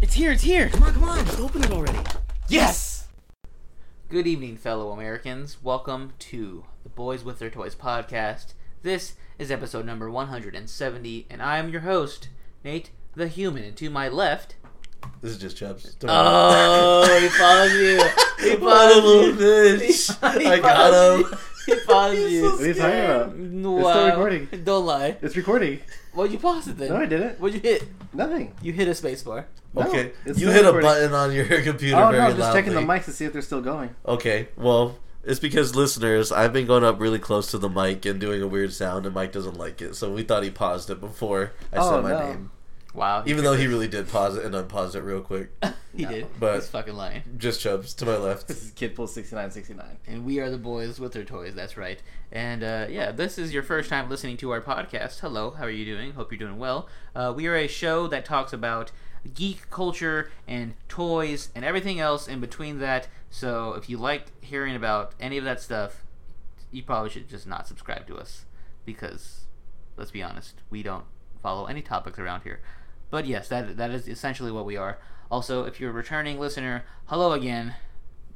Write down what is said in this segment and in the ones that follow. It's here, it's here. Come on, come on. Just open it already. Yes! Good evening, fellow Americans. Welcome to the Boys with Their Toys podcast. This is episode number 170, and I am your host, Nate the Human. And to my left. This is just Chubbs. Uh, Oh, he follows you. He what a little follows you. bitch. He I got follows him. you. He follows He's you. so What are you talking scared. about? Wow. still recording. Don't lie. It's recording. Why'd you pause it then? No, I didn't. What'd you hit? Nothing. You hit a space bar. No, okay, it's you still hit recording. a button on your computer Oh very no, I'm just loudly. checking the mics to see if they're still going. Okay, well, it's because listeners, I've been going up really close to the mic and doing a weird sound, and Mike doesn't like it, so we thought he paused it before I Oh, said my no. name. Wow. Even though he really did pause it and unpause it real quick. he No. did. But- He's fucking lying. Just Chubbs to my left. This is Kid Pool 6969. and we are the boys with their toys. That's right. And uh, yeah, this is your first time listening to our podcast. Hello, how are you doing? Hope you're doing well. Uh, we are a show that talks about geek culture and toys and everything else in between that. So if you liked hearing about any of that stuff, you probably should just not subscribe to us because let's be honest, we don't follow any topics around here. But yes, that that is essentially what we are. Also, if you're a returning listener, hello again,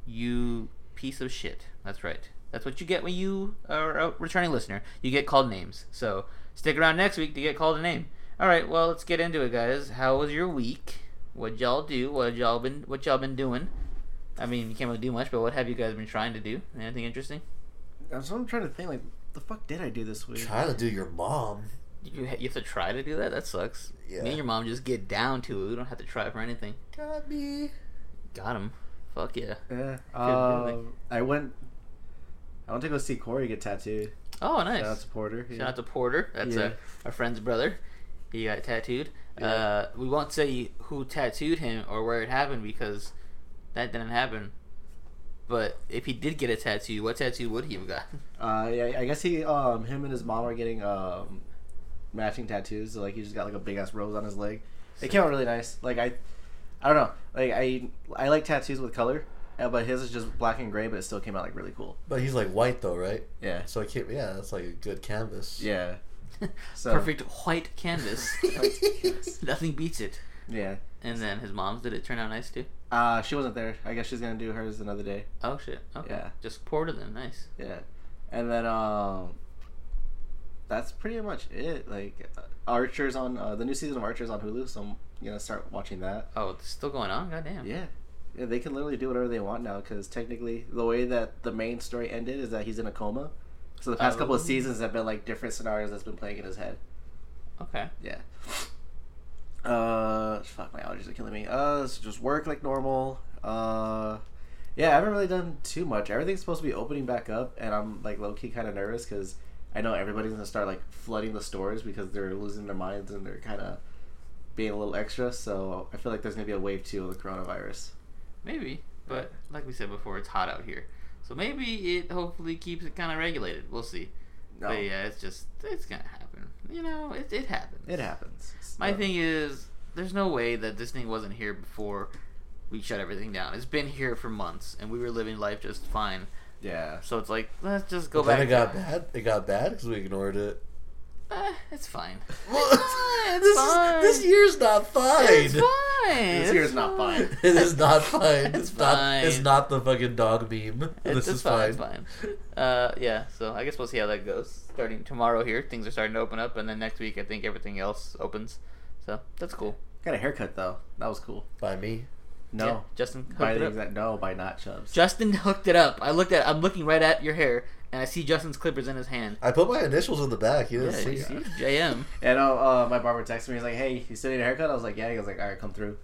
you piece of shit. That's right. That's what you get when you are a returning listener. You get called names. So stick around next week to get called a name. All right, well, let's get into it, guys. How was your week? What y'all do? What y'all been? What y'all been doing? I mean, you can't really do much, but what have you guys been trying to do? Anything interesting? I'm, so I'm trying to think, like, the fuck did I do this week? Try to do your mom. You, ha- you have to try to do that. That sucks. Yeah. Me and your mom just get down to it. We don't have to try for anything. Got me. Got him. Fuck yeah. Yeah. really. Um, I went. I went to go see Corey get tattooed. Oh, nice. Shout out to Porter. yeah. Shout out to Porter. That's Yeah. uh our friend's brother. He got tattooed. Yeah. Uh, we won't say who tattooed him or where it happened because that didn't happen. But if he did get a tattoo, what tattoo would he have got? Uh, yeah, I guess he, um, him and his mom are getting um, matching tattoos. So like, he just got like a big ass rose on his leg. It came out really nice. Like I, I don't know. Like I, I like tattoos with color, uh, but his is just black and gray. But it still came out like really cool. But he's like white though, right? Yeah. So I can't. Yeah, that's like a good canvas. Yeah. So- Perfect white canvas. Nothing beats it. Yeah. And then his mom's did it turn out nice too? Uh, she wasn't there. I guess she's gonna do hers another day. Oh shit. Okay. Yeah. Just Porter then. Nice. Yeah. And then um, that's pretty much it. Like, uh, Archer's on uh, the new season of Archer's on Hulu, so I'm gonna start watching that. Oh, it's still going on. Goddamn. Yeah. Yeah, they can literally do whatever they want now because technically the way that the main story ended is that he's in a coma. So the past couple of Oh. seasons have been like different scenarios that's been playing in his head. Okay. Yeah. Uh, fuck, my allergies are killing me. Uh, so just work like normal. Uh, yeah, I haven't really done too much. Everything's supposed to be opening back up, and I'm like low key kind of nervous because I know everybody's gonna start like flooding the stores because they're losing their minds and they're kind of being a little extra. So I feel like there's gonna be a wave two of the coronavirus. Maybe, but like we said before, it's hot out here, so maybe it hopefully keeps it kind of regulated. We'll see. But yeah, it's just it's gonna happen. You know, it it happens. It happens. My So- thing is, there's no way that this thing wasn't here before we shut everything down. It's been here for months, and we were living life just fine. Yeah. So it's like let's just go then back. it got bad. It got bad because we ignored it. Eh, it's fine. Well, it's this, fine. Is, this year's not fine. It's fine. This It's year's not fine. It is not fine. It's, It's not. fine. It's not the fucking dog meme. It's, this it's is fine. fine. It's fine. Uh, yeah. So I guess we'll see how that goes. Starting tomorrow here, things are starting to open up, and then next week I think everything else opens. So that's cool. Got a haircut though. That was cool. By me. No. Yeah, Justin hooked by it the up. exact no, by not Chubbs. Justin hooked it up. I looked at. I'm looking right at your hair, and I see Justin's clippers in his hand. I put my initials in the back. You Yeah, didn't you see. see, it. JM And uh, uh, my barber texted me. He's like, "Hey, you still need a haircut?" I was like, "Yeah." He was like, "All right, come through."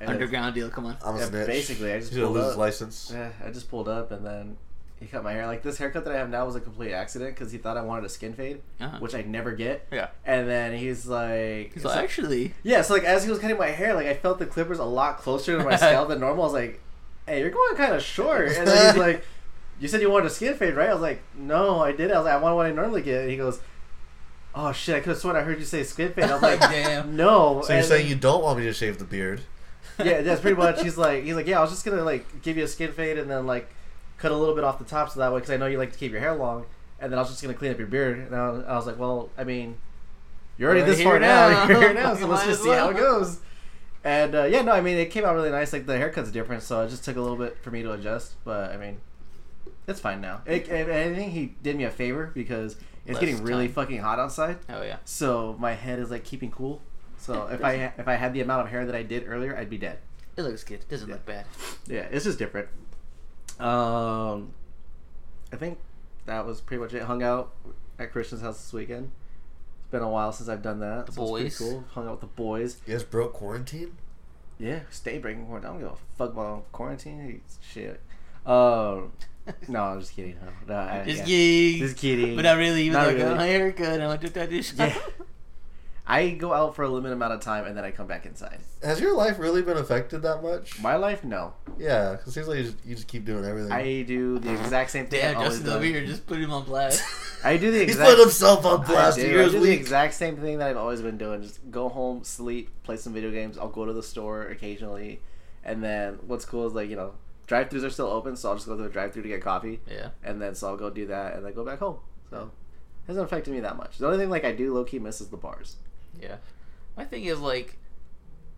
And underground deal. Come on. I'm a Yeah, snitch. basically, I just He's gonna pulled lose up. his license. Yeah, I just pulled up, and then he cut my hair. Like this haircut that I have now was a complete accident because he thought I wanted a skin fade, Uh-huh. which I never get. Yeah. And then he's like, He's so- like, actually, yeah. So like, as he was cutting my hair, like I felt the clippers a lot closer to my scalp than normal. I was like, "Hey, you're going kind of short." And then he's like, "You said you wanted a skin fade, right?" I was like, "No, I did." I was like, "I want what I normally get." And he goes. Oh shit! I could have sworn I heard you say skin fade. I was like, Damn. no." So you're And saying then- you don't want me to shave the beard? yeah, that's pretty much. He's like, he's like, yeah, I was just gonna like give you a skin fade and then like cut a little bit off the top so that way because I know you like to keep your hair long, and then I was just gonna clean up your beard. And I, I was like, well, I mean, you're already We're this here far now. now. You're here now, so Might let's just as see how it well. goes. And uh, yeah, no, I mean it came out really nice. Like the haircut's different, so it just took a little bit for me to adjust. But I mean, it's fine now. It, and I think he did me a favor because it's Less getting really time. fucking hot outside, Oh yeah. so my head is like keeping cool. So if I if I had the amount of hair that I did earlier, I'd be dead. It looks good. It doesn't Yeah. look bad. Yeah, it's just different. Um, I think that was pretty much it. Hung out at Christian's house this weekend. It's been a while since I've done that. The so it's boys. pretty cool. Hung out with the boys. You guys broke quarantine? Yeah, stay breaking quarantine. I don't give a fuck about quarantine. Shit. Um, no, I'm just kidding. Huh? No, I, Just yeah. kidding. Just kidding. But not really. Even Not though I got really. my haircut, I went to tattoo shop. Yeah. I go out for a limited amount of time and then I come back inside. Has your life really been affected that much? My life, no. Yeah, 'cause it seems like you just, you just keep doing everything. I do the exact same thing. I've Damn, always Justin's over done. here just put him on blast. I do the He's exact- put himself on blast. I do. I You're do the weak. exact same thing that I've always been doing. Just go home, sleep, play some video games. I'll go to the store occasionally, and then what's cool is like you know drive-throughs are still open, so I'll just go to the drive-through to get coffee, yeah. and then so I'll go do that, and then go back home. So it hasn't affected me that much. The only thing like I do low key miss is the bars. Yeah. My thing is like,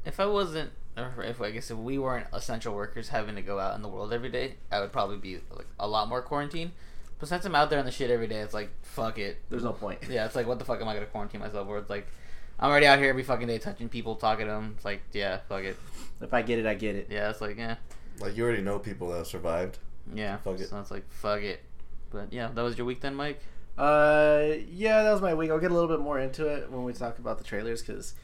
if I wasn't, or if I guess if we weren't essential workers having to go out in the world every day, I would probably be like a lot more quarantined. But since I'm out there on the shit every day, it's like fuck it. There's no point. Yeah, it's like what the fuck am I gonna quarantine myself for? It's like I'm already out here every fucking day touching people, talking to them. It's like yeah, fuck it. If I get it, I get it. Yeah, it's like yeah, Like you already know people that have survived. yeah. Fuck it. So it's like fuck it. But yeah, that was your week then, Mike. Uh, yeah, that was my week. I'll get a little bit more into it when we talk about the trailers because.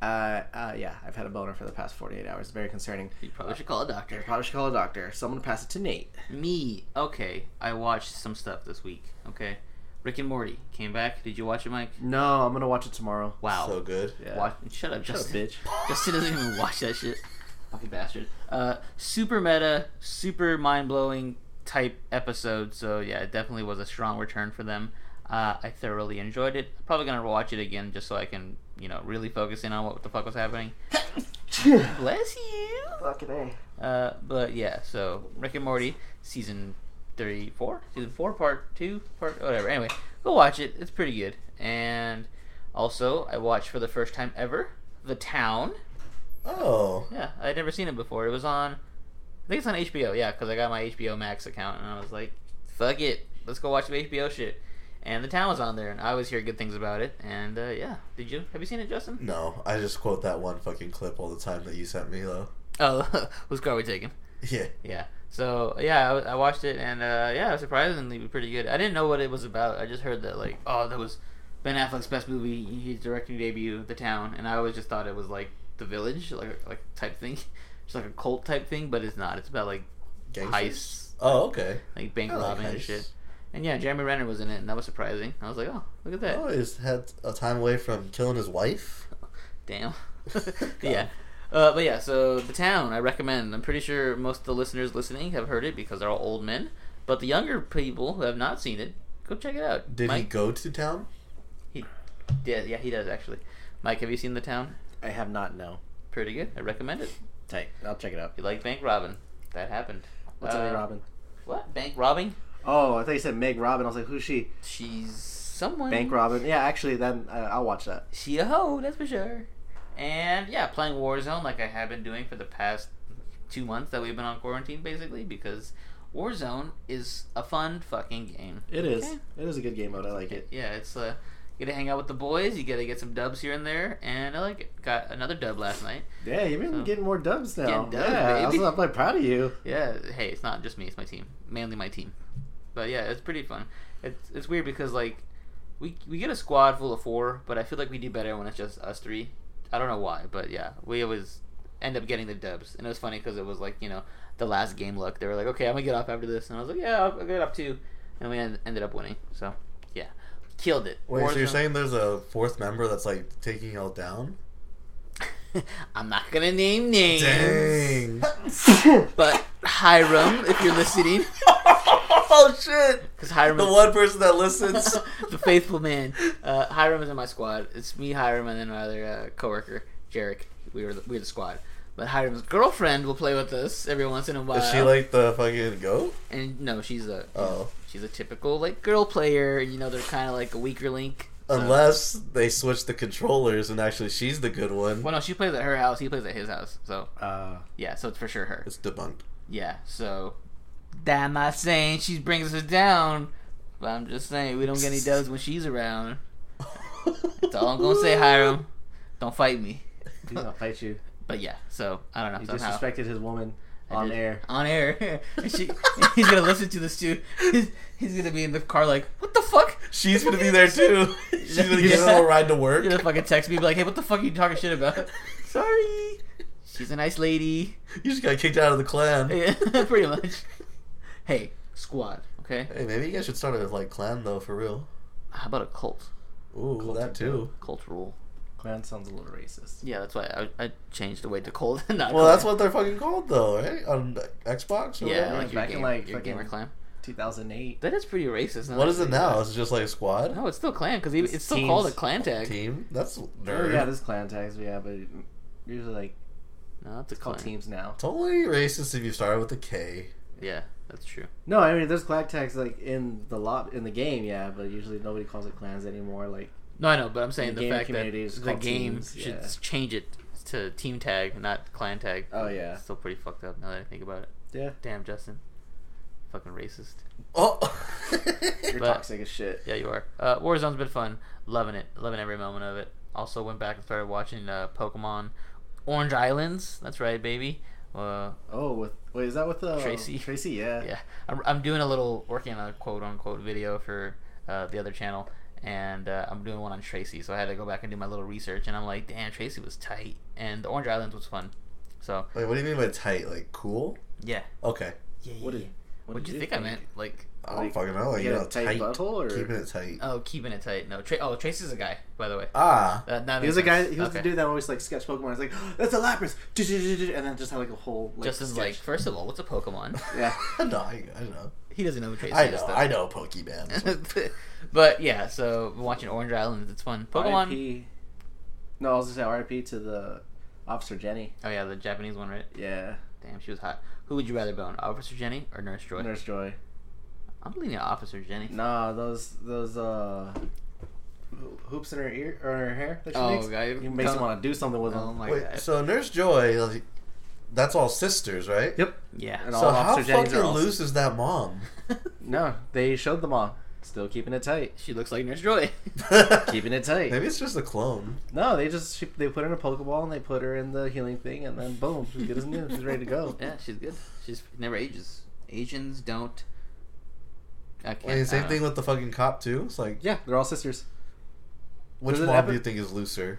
Uh, uh, yeah, I've had a boner for the past 48 hours. Very concerning. You probably should call a doctor. Probably should call a doctor. Someone pass it to Nate. Me, okay. I watched some stuff this week. Okay, Rick and Morty came back. Did you watch it, Mike? No, I'm gonna watch it tomorrow. Wow. So good. Yeah. Watch, shut up, Justin. bitch. Justin doesn't even watch that shit. Fucking bastard. Uh, super meta, super mind blowing type episode. So yeah, it definitely was a strong return for them. Uh, I thoroughly enjoyed it. Probably gonna watch it again just so I can, you know, really focus in on what the fuck was happening. Bless you. Fucking a. Uh, but yeah, so Rick and Morty season three, four, season four, part two, part whatever. Anyway, go watch it. It's pretty good. And also, I watched for the first time ever The Town. Oh. Yeah, I'd never seen it before. It was on, I think it's on HBO. Yeah, because I got my HBO Max account and I was like, fuck it, let's go watch some HBO shit. And The Town was on there, and I always hear good things about it. And uh, yeah, did you have you seen it, Justin? No, I just quote that one fucking clip all the time that you sent me though. Oh, whose car are we taking? Yeah. Yeah. So yeah, I, I watched it, and uh, yeah, it was surprisingly pretty good. I didn't know what it was about. I just heard that like, oh, that was Ben Affleck's best movie. His directing debut, The Town, and I always just thought it was like The Village, like like type thing, just like a cult type thing. But it's not. It's about like Gangsters? heists, Oh, okay. like bank I like robbing and heists. shit. And yeah, Jeremy Renner was in it, and that was surprising. I was like, oh, look at that, Oh, he's had a time away from killing his wife. damn. yeah. Uh, but yeah, so the town I recommend. I'm pretty sure most of the listeners listening have heard it because they're all old men. But the younger people who have not seen it, go check it out. Did he Mike, go to town? Yeah, yeah, he does actually. Mike, have you seen the town? I have not. No. Pretty good. I recommend it. Tight. I'll check it out. You like bank robbing? That happened. What's Uh, her name, Robin? What bank robbing? Oh, I thought you said Meg Robin. I was like, who's she? She's someone Bank Robin. Yeah, actually, then uh, I'll watch that. she a hoe, that's for sure. And yeah, playing Warzone like I have been doing for the past two months that we've been on quarantine, basically, because Warzone is a fun fucking game. It is. Okay. It is a good game mode. I like it. Yeah, it's uh, you get to hang out with the boys, you get to get some dubs here and there, and I like it. Got another dub last night. Yeah, you've been So- getting more dubs now. Getting dubs, yeah, baby. Also, I'm like proud of you. Yeah, hey, it's not just me; it's my team, mainly my team. But yeah, it's pretty fun. It's it's weird because like we we get a squad full of four, but I feel like we do better when it's just us three. I don't know why, but yeah, we always end up getting the dubs, and it was funny because it was like you know the last game look. They were like, okay, I'm gonna get off after this, and I was like, yeah, I'll, I'll get up too, and we end, ended up winning. So yeah, killed it. Wait, so you're Warzone- saying there's a fourth member that's like taking y'all down? I'm not gonna name names, Dang. but Hiram, if you're listening, oh shit! because Hiram The is- one person that listens. the faithful man. Uh, Hiram is in my squad. It's me, Hiram, and then my other uh, coworker, Jarek. We were the, we were the squad. But Hiram's girlfriend will play with us every once in a while. Is she like the fucking goat? And no, she's a Oh. she's a typical like girl player. You know, they're kind of like a weaker link Uh. So- Unless they switch the controllers and actually she's the good one. Well, no, she plays at her house. He plays at his house. So Uh, yeah, so it's for sure her. It's debunked. Yeah. So that I'm not saying she brings us down, but I'm just saying we don't get any dubs when she's around. That's all I'm gonna say, Hiram. Don't fight me. he's gonna fight you. But yeah, so I don't know. He somehow. disrespected his woman I on did- air. On air. And she, he's gonna listen to this too. He's, he's gonna be in the car like, what the fuck? She's gonna be there too. She's gonna get a Yeah. little ride to work. You're gonna fucking text me be like, hey, what the fuck are you talking shit about? Sorry. She's a nice lady. You just got kicked out of the clan. Yeah, pretty much. Hey, squad. Okay. Hey, maybe you guys should start a like clan though, for real. How about a cult? Ooh, that too. Cult rule. Clan sounds a little racist. Yeah, that's why I, I changed the way to cult. Not Well, clan. that's what they're fucking called though, right? On Xbox. Or Yeah, Whatever. like your, Back in, game, like, your gamer fucking- clan. 2008. That is pretty racist. What is that it now? Is it just like a squad No, it's still clan because it's, It's still called a teams. clan tag. team? That's Oh, nerd. yeah, there's clan tags, but yeah, but usually like No, it's a it's called clan. teams now. Totally racist if you started with a K. Yeah, that's true. No, I mean there's clan tags like in the lot in the game, yeah, but usually nobody calls it clans anymore. Like No, I know, but I'm saying In the, the game fact that community, it's the called game teams, should yeah. change it to team tag, not clan tag. Oh, yeah. It's still pretty fucked up now that I think about it. yeah, Damn, Justin, fucking racist. Oh. you're But- toxic as shit. Yeah, you are. Uh, Warzone's been fun, loving it, loving every moment of it. Also went back and started watching uh, Pokemon Orange Islands. That's right, baby. Uh, Oh, with wait, is that with uh, Tracy? Tracy, yeah. yeah I'm, I'm doing a little working on a quote unquote video for uh, the other channel and uh, i'm doing one on tracy so i had to go back and do my little research and i'm like damn tracy was tight and the orange islands was fun so Wait, what do you mean by tight? Like cool? yeah Okay. yeah, What yeah, did- yeah. what'd you think, i meant like I don't Like, fucking know. Like, you you got know, a tight tight. butthole, or- Keeping it tight. oh keeping it tight no Tra- oh tracy's a guy by the way Uh, ah. that, that He was a makes guy. sense. He was Okay. the dude that always like sketch Pokemon. He's like, that's a Lapras, and then just had like a whole like, Justin's like, sketch. first of all, what's a Pokemon? Yeah. no, I, I know. He doesn't know who Tracy I is, know. though. I know Pokemon. but yeah, so watching Orange Islands, it's fun. Pokemon. RIP. No, I was gonna say R.I.P. to the Officer Jenny. Oh yeah, the Japanese one, right? Yeah, Damn, she was hot. Who would you rather bone, Officer Jenny or Nurse Joy? Nurse Joy. I'm leaning Officer Jenny. Nah, those those uh ho- hoops in her ear or her hair that she Oh, makes. God, You makes come- him want to do something with Oh them. my Wait, god. so Nurse Joy, like, that's all sisters, right? Yep. yeah. And So all how Officer Jennings fucking are all loose is that mom? No, they showed them all. Still keeping it tight. she looks like Nurse Joy. Keeping it tight. Maybe it's just a clone. No, they just she, they put her in a pokeball and they put her in the healing thing and then boom, she's good as new. She's ready to go. yeah, she's good. She's never ages. Asians don't. I can't. uh, Wait, same I don't thing know. with the fucking cop too. It's like, Yeah, they're all sisters. which does it mom happen- do you think is looser?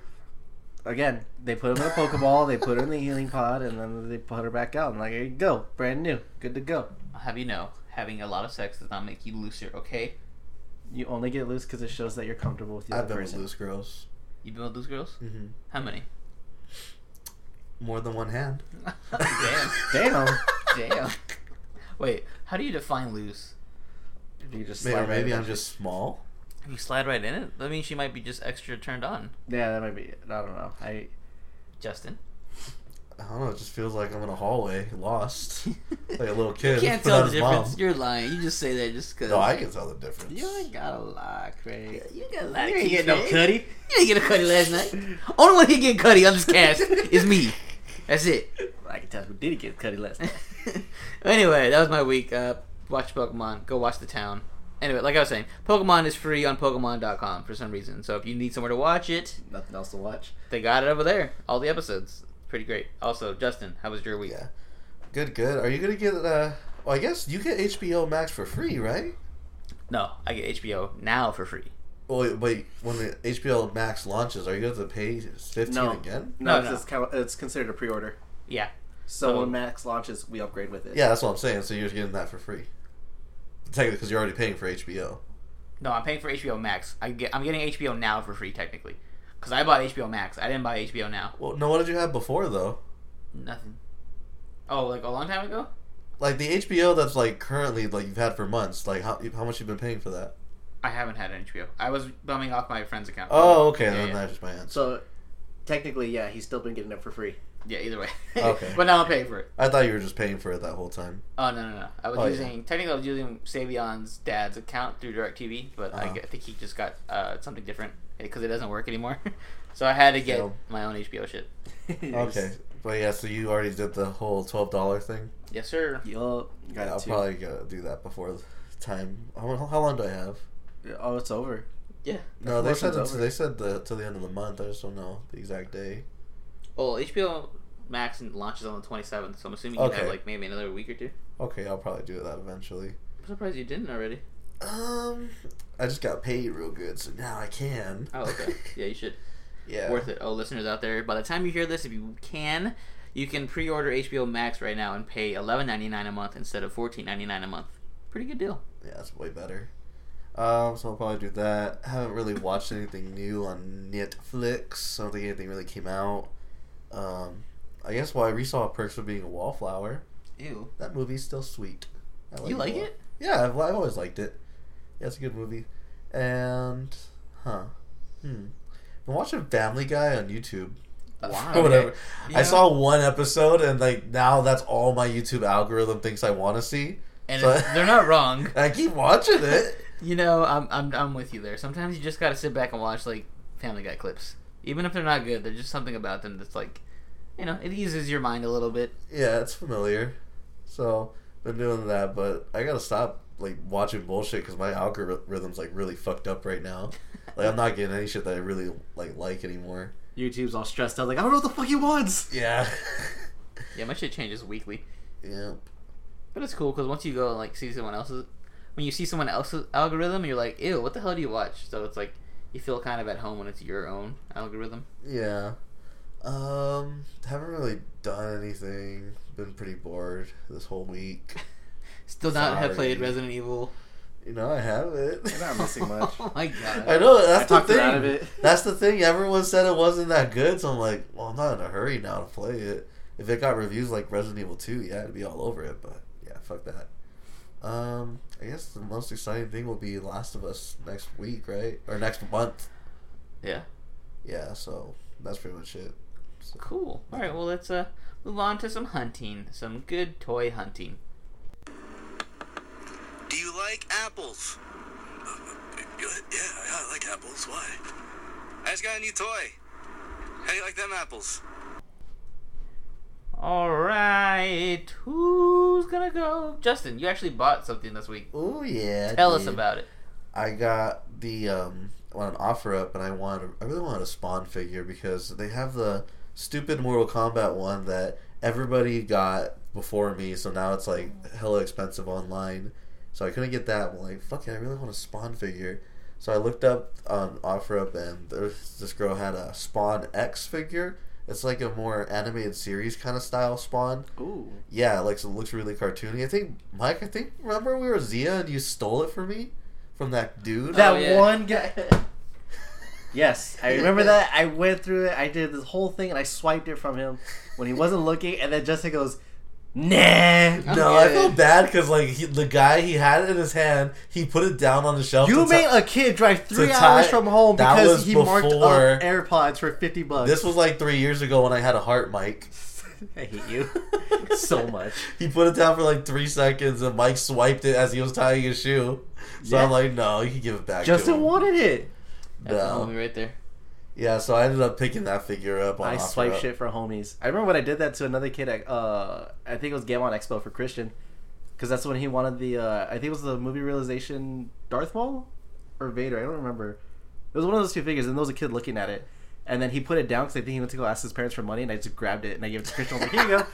Again, they put her in a pokeball, they put her in the healing pod, and then they put her back out and like, here you go, brand new, good to go. I'll have you know, having a lot of sex does not make you looser. Okay. You only get loose because it shows that you're comfortable with the I've other been person. Mm-hmm. with loose girls. You been with those girls? hmm How many? More than one hand. damn. Damn. Damn. Wait, how do you define loose? You just Maybe, slide right maybe in. I'm just small. If you slide right in it, that means she might be just extra turned on. Yeah, that might be. It. I don't know. I Justin. I don't know. It just feels like I'm in a hallway, lost, like a little kid. Can't without tell the his difference. mom. You're lying. You just say that just because. No, I can tell the difference. You ain't got a lot, Craig. You got a lot. You ain't get no cutty. You didn't get a cutty last night. Only one he get cutty on this cast is me. That's it. I can tell who did get Cuddy last. anyway, that was my week. Uh, watch Pokemon. Go watch The Town. Anyway, like I was saying, Pokemon is free on Pokemon.com for some reason. So if you need somewhere to watch it, Nothing else to watch. they got it over there. All the episodes. Pretty great. Also, Justin, how was your week? Yeah. Good, good. Are you gonna get? uh well, I guess you get HBO Max for free, right? No, I get HBO now for free. Well, wait, wait, when the HBO Max launches, are you gonna have to pay fifteen No. again? No, No, 'cause no. it's kind of, it's considered a pre-order. Yeah. So So- when Max launches, we upgrade with it. Yeah, that's what I'm saying. So you're getting that for free, technically, because you're already paying for HBO. No, I'm paying for HBO Max. I get, I'm getting HBO now for free technically, because I bought HBO Max. I didn't buy HBO now. Well, no, what did you have before though? Nothing. Oh, like a long time ago? Like the HBO that's like currently like you've had for months. Like how how much you've been paying for that? I haven't had an HBO. I was bumming off my friend's account. Oh, okay, Yeah, then yeah. that's just my answer. So technically, yeah, he's still been getting it for free. Yeah, either way. Okay. but now I'm paying for it. I thought you were just paying for it that whole time. Oh no no no! I was Oh, yeah. using technically I was using Savion's dad's account through DirecTV, but I, Uh-huh. g- I think he just got uh, something different because it doesn't work anymore. so I had to get Yeah. my own HBO shit. Okay, but yeah, so you already did the whole twelve dollar thing. Yes sir. Yup. Got Yeah, it I'll too. probably go do that before the time. How, how long do I have? Oh, it's over. Yeah. No, they said promotion's it's, over. they said the till the end of the month. I just don't know the exact day. Well, HBO Max launches on the 27th, so I'm assuming you Okay. have like maybe another week or two. Okay, I'll probably do that eventually. I'm surprised you didn't already. Um, I just got paid real good, so now I can. Oh okay. yeah, you should. yeah. Worth it. Oh, listeners out there, by the time you hear this, if you can, you can pre-order HBO Max right now and pay 11.99 a month instead of 14.99 a month. Pretty good deal. Yeah, it's way better. Um, so I'll probably do that. haven't really watched anything new on Netflix. I don't think anything really came out. Um, I guess why I resaw Perks of Being a Wallflower. Ew. That movie's still sweet. I you like a lot. it? Yeah, I've, I've always liked it. Yeah, it's a good movie. And huh, hmm. I'm watching Family Guy on YouTube. Wow, Or whatever. okay. I Yeah. saw one episode, and like now that's all my YouTube algorithm thinks I want to see. And So- it's- they're not wrong. I keep watching it. You know, I'm, I'm I'm with you there. Sometimes you just gotta sit back and watch like Family Guy clips, even if they're not good. There's just something about them that's like, you know, it eases your mind a little bit. Yeah, it's familiar. So been doing that, but I gotta stop like watching bullshit because my algorithm's like really fucked up right now. Like I'm not getting any shit that I really like like anymore. YouTube's all stressed out. Like I don't know what the fuck he wants. Yeah. Yeah, my shit changes weekly, yeah. but it's cool because once you go and like see someone else's, when you see someone else's algorithm, you're like, ew, what the hell do you watch? So it's like you feel kind of at home when it's your own algorithm. Yeah. Um, haven't really done anything. Been pretty bored this whole week. Still not have Sorry. played Resident Evil. You know, I have it. You're not missing much. oh my god. I know I that's the talked thing. her out of it. That's the thing. Everyone said it wasn't that good, so I'm like, well, I'm not in a hurry now to play it. If it got reviews like Resident Evil 2, yeah, I'd be all over it. But yeah, fuck that. Um, I guess the most exciting thing will be Last of Us next week, right? Or next month. Yeah. Yeah, so that's pretty much it. So- Cool. All right. Well, let's uh move on to some hunting. Some good toy hunting. Do you like apples? Uh, Yeah, yeah, I like apples. Why? I just got a new toy. How do you like them apples? All right. Who's gonna go? Justin, you actually bought something this week. Oh yeah. I Tell us did. about it. I got the um on an offer up, and I wanted I really wanted a Spawn figure because they have the stupid Mortal Kombat one that everybody got before me, so now it's like hella expensive online. So I couldn't get that. I'm like, fuck it, I really want a Spawn figure. So I looked up on OfferUp, and there's, this girl had a Spawn X figure. It's like a more animated series kind of style Spawn. Ooh. Yeah, like so it looks really cartoony. I think Mike, I think remember we were Zia and you stole it from me from that dude. That yeah. one guy. yes, I remember that. I went through it. I did this whole thing, and I swiped it from him when he wasn't looking. And then Justin goes, "Nah, no, I good. feel bad because like he, the guy he had it in his hand, he put it down on the shelf. you to made ti- a kid drive three to hours tie- from home that because was he marked before- up AirPods for fifty bucks." this was like three years ago when I had a heart, Mike. I hate you so much. He put it down for like three seconds, and Mike swiped it as he was tying his shoe. So Yeah. I'm like, no, you can give it back. to Justin him. wanted it. That's No. the homie right there. Yeah, so I ended up picking that figure up. On I swipe OfferUp. shit for homies. I remember when I did that to another kid at uh, I think it was Game On Expo for Christian, because that's when he wanted the uh, I think it was the movie realization Darth Maul or Vader. I don't remember. It was one of those two figures, and there was a kid looking at it, and then he put it down because I think he went to go ask his parents for money, and I just grabbed it and I gave it to Christian. I was like, here you go.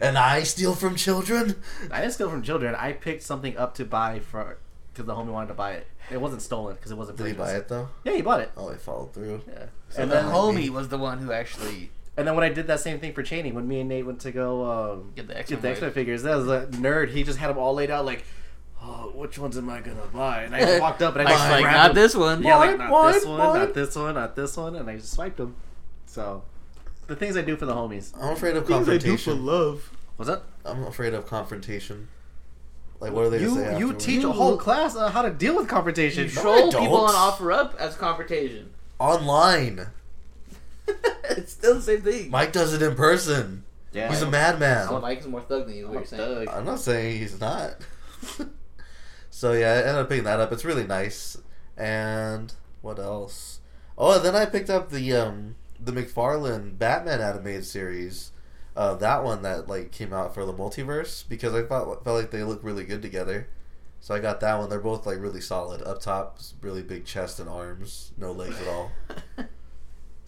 And I steal from children. I didn't steal from children. I picked something up to buy for because the homie wanted to buy it. It wasn't stolen because it wasn't. Did he buy purchased. it though? Yeah, he bought it. Oh, he followed through. Yeah. So and the then that- homie was the one who actually. And then when I did that same thing for Cheney, when me and Nate went to go um, Get the X-Men get the X Men figures, that was a nerd. He just had them all laid out like, oh, which ones am I gonna buy? And I just walked up and I Mike's just like, grabbed not them. this one. Yeah, like not Mine, this one, mine, mine." not this one, not this one, and I just swiped them. So, the things I do for the homies. I'm afraid of confrontation. love. What's up? I'm afraid of confrontation. Like, what are they? gonna You say you afterwards? teach a whole class on how to deal with confrontation. You troll adults. people on OfferUp as confrontation. online. it's still the same thing. Mike does it in person. Yeah. He's a So madman. Mike is more thug than you. is I'm What you're saying? Doug. I'm not saying he's not. so yeah, I ended up picking that up. It's really nice. And what else? Oh, and then I picked up the um the McFarlane Batman animated series. Uh, that one that like came out for the multiverse because I felt felt like they look really good together. So I got that one. They're both like really solid up top, really big chest and arms, no legs at all.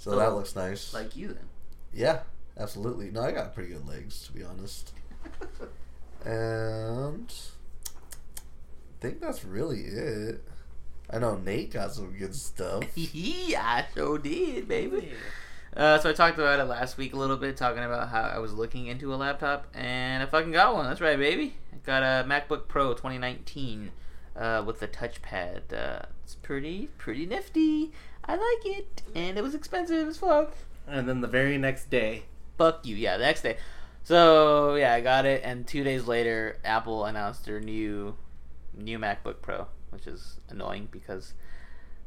So, So, that looks nice. like you then. Yeah, absolutely. No, I got pretty good legs to be honest. And I think that's really it. I know Nate got some good stuff. yeah, I sure did, baby. Uh, so I talked about it last week a little bit, talking about how I was looking into a laptop, and I fucking got one. That's right, baby. I got a MacBook Pro 2019 uh, with the touchpad. Uh, it's pretty, pretty nifty. I like it, and it was expensive as fuck. And then the very next day, Fuck you. Yeah, the next day. So yeah, I got it, and two days later, Apple announced their new, new MacBook Pro, which is annoying because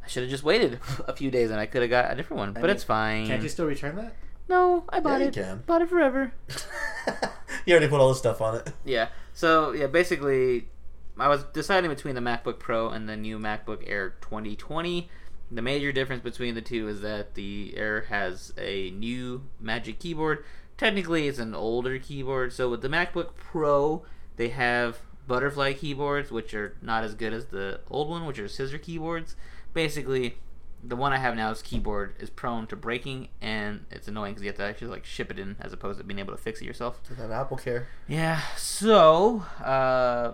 I should have just waited a few days and I could have got a different one. but mean, it's fine. can't you still return that? No, I bought you it. can. Bought it forever. you already put all the stuff on it. Yeah. So yeah, basically, I was deciding between the MacBook Pro and the new MacBook Air 2020. The major difference between the two is that the Air has a new Magic Keyboard. Technically, it's an older keyboard. So with the MacBook Pro, they have butterfly keyboards, which are not as good as the old one, which are scissor keyboards. Basically, the one I have now is keyboard is prone to breaking, and it's annoying because you have to actually like ship it in as opposed to being able to fix it yourself. And then Apple Care. Yeah, so uh,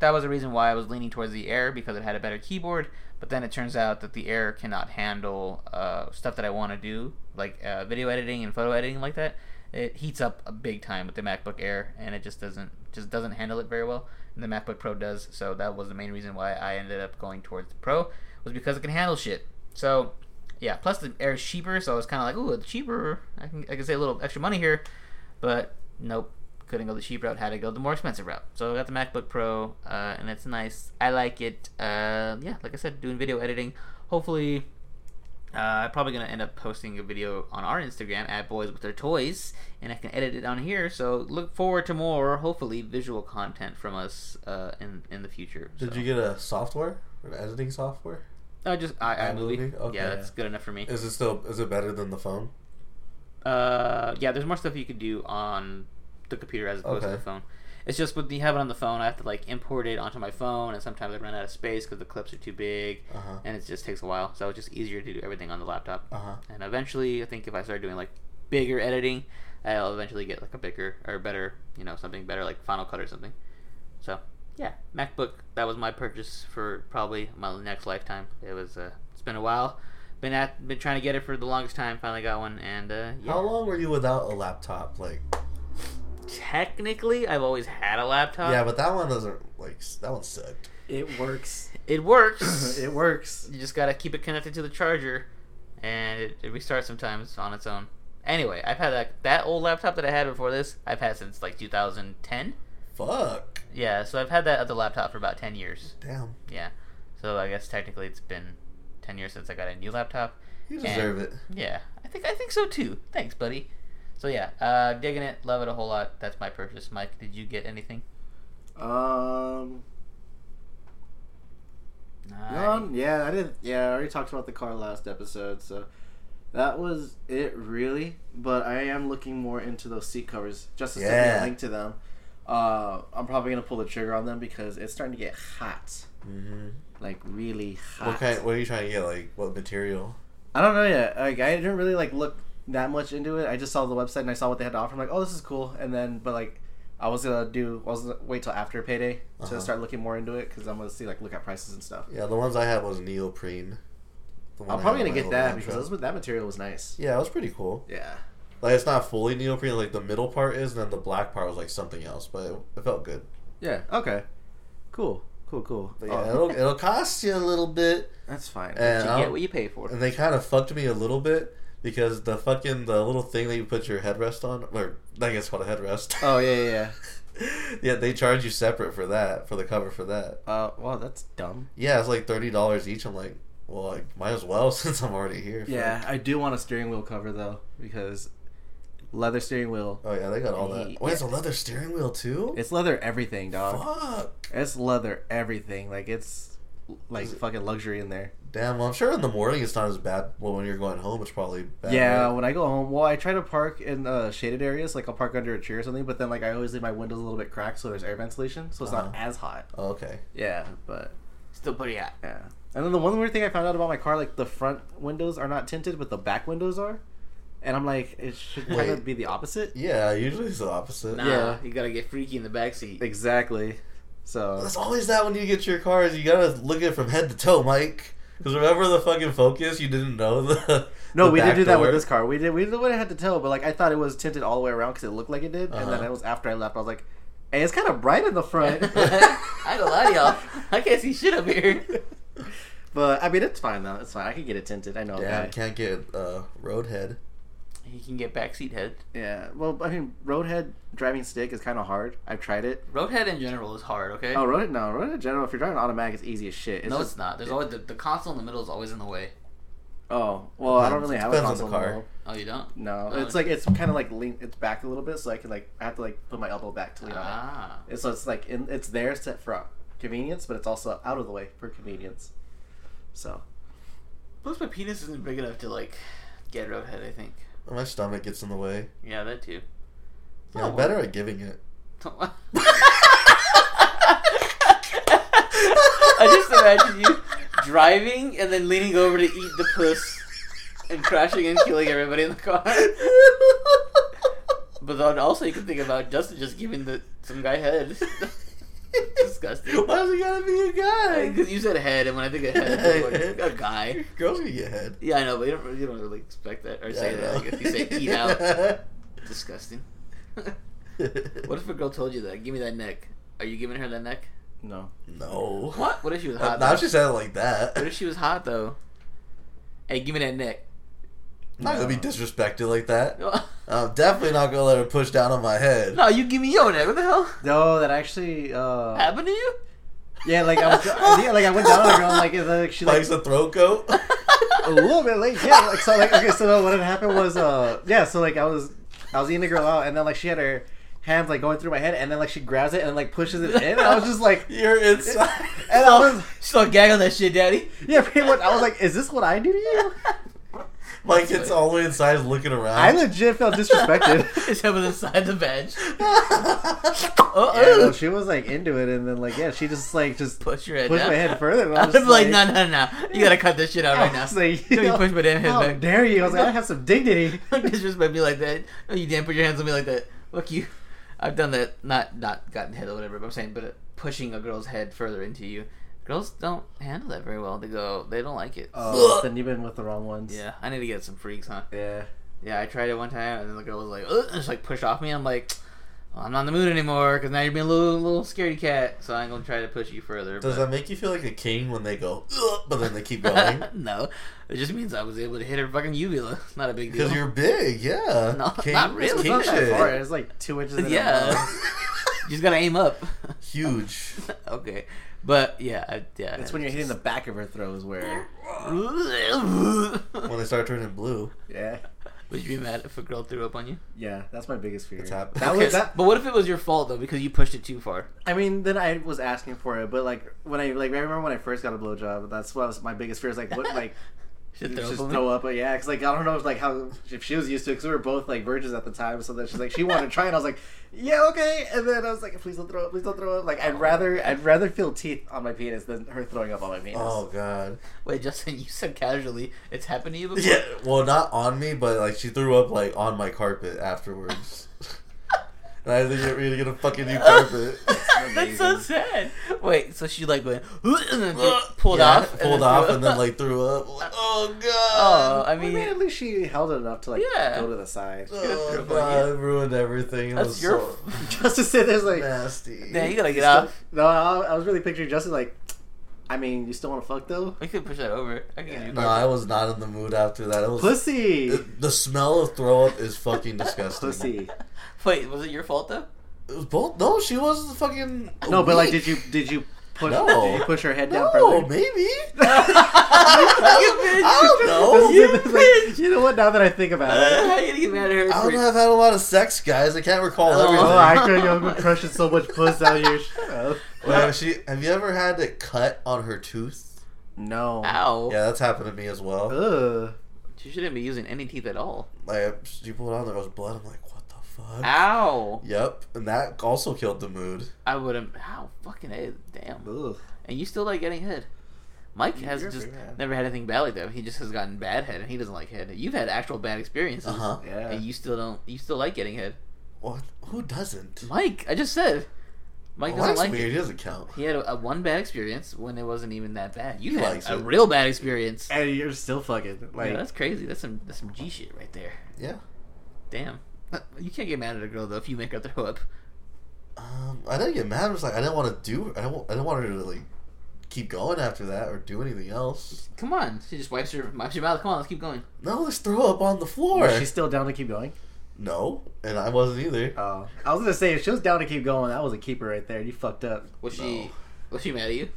that was the reason why I was leaning towards the Air because it had a better keyboard. But then it turns out that the Air cannot handle uh, stuff that I want to do, like uh, video editing and photo editing, like that. It heats up a big time with the MacBook Air, and it just doesn't just doesn't handle it very well. And the MacBook Pro does, so that was the main reason why I ended up going towards the Pro was because it can handle shit. So yeah, plus the Air is cheaper, so I was kind of like, ooh, it's cheaper. I can I can save a little extra money here, but nope couldn't go the cheap route, had to go the more expensive route. So I got the MacBook Pro, uh, and it's nice. I like it. Uh, yeah, like I said, doing video editing. Hopefully, uh, I'm probably gonna end up posting a video on our Instagram at Boys with Their Toys, and I can edit it on here. So look forward to more, hopefully, visual content from us uh, in in the future. Did So- you get a software? An editing software? I just I, iMovie. iMovie? Okay. Yeah, that's good enough for me. Is it still is it better than the phone? Uh, yeah, there's more stuff you could do on the computer as opposed to Okay. the phone. It's just with you have it on the phone, I have to like import it onto my phone, and sometimes I run out of space because the clips are too big, Uh-huh. and it just takes a while. So it's just easier to do everything on the laptop. Uh-huh. And eventually, I think if I start doing like bigger editing, I'll eventually get like a bigger or better, you know, something better like Final Cut or something. So yeah, MacBook. That was my purchase for probably my next lifetime. It was. Uh, it's been a while. Been at been trying to get it for the longest time. Finally got one, and uh, yeah. How long were you without a laptop? Like technically I've always had a laptop. Yeah, but that one doesn't like s- that one sucked. It works. it works. it works. you just gotta keep it connected to the charger, and it, it restarts sometimes on its own. Anyway, I've had that that old laptop that I had before this. I've had since like 2010. Fuck. Yeah, so I've had that other laptop for about 10 years. Damn. Yeah, so I guess technically it's been 10 years since I got a new laptop. You deserve it. Yeah, I think I think so too. Thanks, buddy. So yeah, uh, digging it, love it a whole lot. That's my purchase. Mike, did you get anything? Um. Um, yeah, I didn't. Yeah, I already talked about the car last episode, so that was it really. But I am looking more into those seat covers just to send Yeah. me a link to them. Uh, I'm probably gonna pull the trigger on them because it's starting to get hot, Mm-hmm. like really hot. What kind? What are you trying to get? Like what material? I don't know yet. Like I didn't really like look that much into it. I just saw the website and I saw what they had to offer. I'm like, oh, this is cool. And then, but like, I was gonna do. I was gonna wait till after payday Uh-huh. to start looking more into it because I'm gonna see like look at prices and stuff. Yeah, the ones I had was neoprene. The one I'm I probably had on gonna my get old that laptop. because those, that material was nice. yeah, it was pretty cool. Yeah. Like it's not fully neoprene. Like the middle part is, and then the black part was like something else, but it, it felt good. Yeah. Okay. Cool. Cool. Cool. But yeah, Oh, it'll it'll cost you a little bit, that's fine. and, uh, you I get don't- what you pay for. and they kind of fucked me a little bit because the fucking the little thing that you put your headrest on, or I guess called a headrest. oh yeah, yeah. yeah. yeah, they charge you separate for that for the cover for that. Uh, wow, that's dumb. Yeah, it's like thirty dollars each. I'm like, Well, I might as well since I'm already here. fuck. Yeah, I do want a steering wheel cover though because leather steering wheel. Oh yeah, they got all that. Wait, it's a Yeah. leather steering wheel too. It's leather everything, dog. Fuck. It's leather everything. Like it's like fucking luxury in there. Damn. Well, I'm sure in the morning it's not as bad. Well, when you're going home, it's probably bad. yeah, right? when I go home, well, I try to park in uh, shaded areas. Like I'll park under a tree or something, but then like I always leave my windows a little bit cracked so there's air ventilation, so it's Uh-huh. not as hot. Oh, okay. Yeah, but Still pretty hot. yeah. And then the one weird thing I found out about my car, like the front windows are not tinted, but the back windows are. And I'm like, it should kind Wait. of be the opposite. Yeah. Usually it's the opposite. Nah, Yeah. you gotta get freaky in the backseat. Exactly. So That's always that when you get your cars, you gotta look at it from head to toe, Mike. Because remember the fucking focus, you didn't know the. no, the we did back do that door? with this car. We did. We did what I had to tell, but like I thought it was tinted all the way around because it looked like it did. And then Uh-huh. it was after I left, I was like, hey, it's kind of bright in the front. I don't lie to y'all. I can't see shit up here. But I mean, it's fine though. It's fine. I can get it tinted. I know. a Damn, guy. can't get uh, roadhead. You can get backseat head. Yeah. Well, I mean, roadhead driving stick is kind of hard. I've tried it. Roadhead in general is hard, okay? Oh, roadhead? No, roadhead in general. If you're driving automatic, it's easy as shit. no, just- it's not. There's always the, the console in the middle is always in the way. Oh, well, I don't Depends- really have a depends on the console. car. Uh. anymore. Oh, you don't? No, Oh. it's like it's kind of like lean. It's back a little bit, so I can like I have to like put my elbow back to lean on Ah. it. And so it's like in, it's there set for convenience, but it's also out of the way for convenience. So Plus, my penis isn't big enough to, like, get roadhead, I think. Oh, My stomach gets in the way. Yeah, that too. Yeah, I'm Oh. better at giving it. I just imagine you driving and then leaning over to eat the puss and crashing and killing everybody in the car. But then also you can think about Justin just giving the some guy head. Disgusting. Why does it gotta be a guy? Because you said head, and when I think of head, I think of a guy. Girls can get head. Yeah, I know, but you don't, you don't really expect that or Yeah, say I that. know. Like if you say eat out, disgusting. what if a girl told you that? Give me that neck. Are you giving her that neck? no, No. What? What if she was Uh, hot? Now though? she sounded like that. What if she was hot though? Hey, give me that neck. I'm not gonna be disrespected like that. No, I'm definitely not gonna let her push down on my head. you give me your neck. What the hell no, that actually. Uh, happened to you? yeah, like I was, yeah, like I went down on a girl, like, and then she like Mike's a throat coat. a little bit late. Yeah, like so like okay, so what had happened was uh yeah, so like I was I was eating the girl out and then like she had her hands like going through my head and then like she grabs it and like pushes it in and I was just like You're inside. and I was Still gag on that shit, daddy. yeah, pretty much I was like, is this what I do to you? Mike gets all the way inside, is looking around. I legit felt disrespected. His head was inside the bench. Yeah, no, Oh, she was like into it and then like yeah, she just like just push your head. pushed down. my head further and I I'm was just like, like, no, no, no. You gotta cut this shit out right now. It's like, Oh, you Don't you know, push my damn head How back. dare you? I was like, I have some dignity. Don't disrespect me like that. No, you didn't put your hands on me like that. Fuck you. I've done that. Not not gotten hit or whatever. But I'm saying, but uh, pushing a girl's head further into you. Girls don't handle that very well. They go, they don't like it. Oh, then you've been with the wrong ones. yeah, I need to get some freaks, huh? Yeah. Yeah, I tried it one time, and then the girl was like, Ugh, and just like pushed off me. I'm like, well, I'm not in the mood anymore because now you're being a little little scaredy cat. So I'm gonna try to push you further. Does but- that make you feel like a king when they go, "Ugh," but then they keep going? no, it just means I was able to hit her fucking uvula. Not a big deal. Because you're big, yeah. No, not really. it's It's King Not that shit. far. It's like two inches. in her Yeah. mouth. You just gotta aim up. Huge. okay, but yeah, I, yeah. That's when you're hitting the back of her throat is where. When they start turning blue, Yeah. Would you be mad if a girl threw up on you? Yeah, that's my biggest fear. it's happening. That was that. But what if it was your fault though because you pushed it too far? I mean, then I was asking for it, but like when I like I remember when I first got a blowjob, that's what was my biggest fear is like what like Should throw just up on me? throw up. But yeah, because like I don't know if like how if she was used to because we were both like virgins at the time, so then she's like she wanted to try, and I was like yeah okay, and then I was like please don't throw up, please don't throw up. Like I'd rather I'd rather feel teeth on my penis than her throwing up on my penis. Oh god. Wait, Justin, you said casually it's happened to you before. Yeah. Well, not on me, but like she threw up like on my carpet afterwards. and I had to get ready to get a fucking new carpet. That's so sad. Wait, so she like went and then threw- pulled Yeah, off, and pulled then off, threw and then up. like threw up. Like, oh oh, god. I I mean, mean, at least she held it enough to like Yeah. go to the side. threw Oh, up on god, you. it ruined everything. It that's was your. so Just to sit there's like nasty. Yeah, you gotta get No, off. I, I was really picturing Justin like, I mean, you still want to fuck though? We could push that over. I can do No, I was not in the mood after that. It was Pussy, It- the smell of throw up is fucking disgusting. pussy. Wait, was it your fault though? It was both. No, she was the fucking. No, but like, weak. did you did you Push, No. Did you push her head down No, further? maybe. I I don't know. You It's like, you know what? Now that I think about it, How are you gonna get mad at her? I for- don't know. I've had a lot of sex, guys. I can't recall Oh. everything. oh, I could have been crushing so much puss out here. Shut up. Wait, have, she, have you ever had it cut on her tooth? No. Ow! Yeah, that's happened to me as well. Ugh. She shouldn't be using any teeth at all. Like she pulled it out, there was blood. I'm like, what the fuck? Ow! Yep, and that also killed the mood. I would have. Ow! Fucking a, damn. Ugh. And you still like getting head. Mike has You're just pretty bad. never had anything bad like that. He just has gotten bad head, and he doesn't like head. You've had actual bad experiences, Uh huh. Yeah. and you still don't. You still like getting head. What? Who doesn't? Mike, I just said. Mike Well, doesn't Oh, that's like weird. it. He doesn't count. He had a, a one bad experience when it wasn't even that bad. You He had likes a it. real bad experience. And you're still fucking like Yeah, that's crazy. That's some that's some G shit right there. Yeah. Damn. Uh, You can't get mad at a girl though if you make her throw up. Um, I didn't get mad. I was like, I didn't want to do. I don't. I didn't want her to like keep going after that or do anything else. Come on. She just wipes her wipes her mouth. Come on, let's keep going. No, let's throw up on the floor. Was she still down to keep going? No, and I wasn't either. Oh, I was gonna say if she was down to keep going, that was a keeper right there. You fucked up. Was she No. was she mad at you?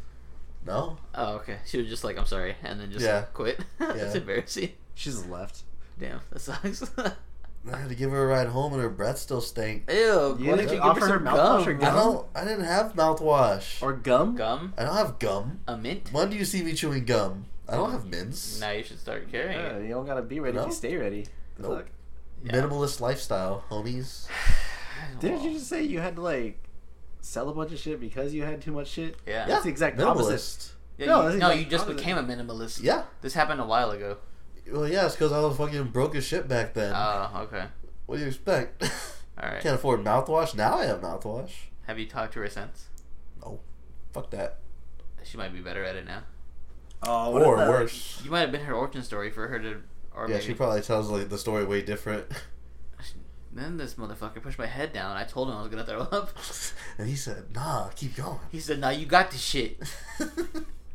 No. Oh, okay. She was just like, I'm sorry, and then just Yeah. quit. that's Yeah. embarrassing. She just left. Damn, that sucks. I had to give her a ride home, and her breath still stank. Ew, why didn't did you give offer her her some mouthwash or gum? I gum? don't. I didn't have mouthwash. Or gum? Gum? I don't have gum. A mint? When do you see me chewing gum? I don't have mints. Now you should start carrying Yeah, it. you don't gotta be ready if No. you stay ready. The Nope. fuck? Yeah. Minimalist lifestyle, homies. Didn't you just say you had to like sell a bunch of shit because you had too much shit? Yeah. That's the exact opposite. Minimalist. Yeah, No, you- that's no, exact you just opposite. became a minimalist. Yeah. This happened a while ago. Well, yeah, it's because I was fucking broke as shit back then. Uh. Oh, okay. what do you expect? Alright. Can't afford mouthwash. Now I have mouthwash. Have you talked to her since? No. Fuck that. She might be better at it now. Oh, what Or if that- worse. You might have been her origin story for her to, or Yeah, maybe. she probably tells like the story way different. Then this motherfucker pushed my head down. I told him I was gonna throw up. and he said, "Nah, keep going." He said, "Now you got this shit."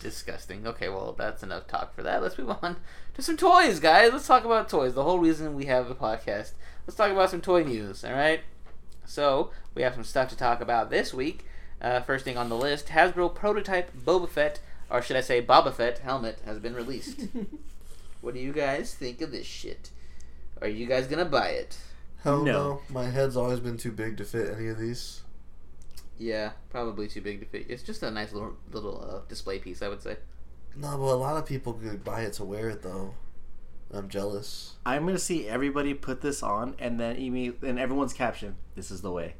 Disgusting. Okay, well that's enough talk for that. Let's move on to some toys, guys. Let's talk about toys. The whole reason we have the podcast. Let's talk about some toy news. All right. So we have some stuff to talk about this week. Uh, first thing on the list: Hasbro prototype Boba Fett, or should I say Boba Fett helmet, has been released. what do you guys think of this shit? Are you guys gonna buy it? Hell no. No. My head's always been too big to fit any of these. Yeah, probably too big to fit. It's just a nice little little uh, display piece, I would say. No, but a lot of people could buy it to wear it though. I'm jealous. I'm gonna see everybody put this on, and then email, and everyone's caption. This is the way.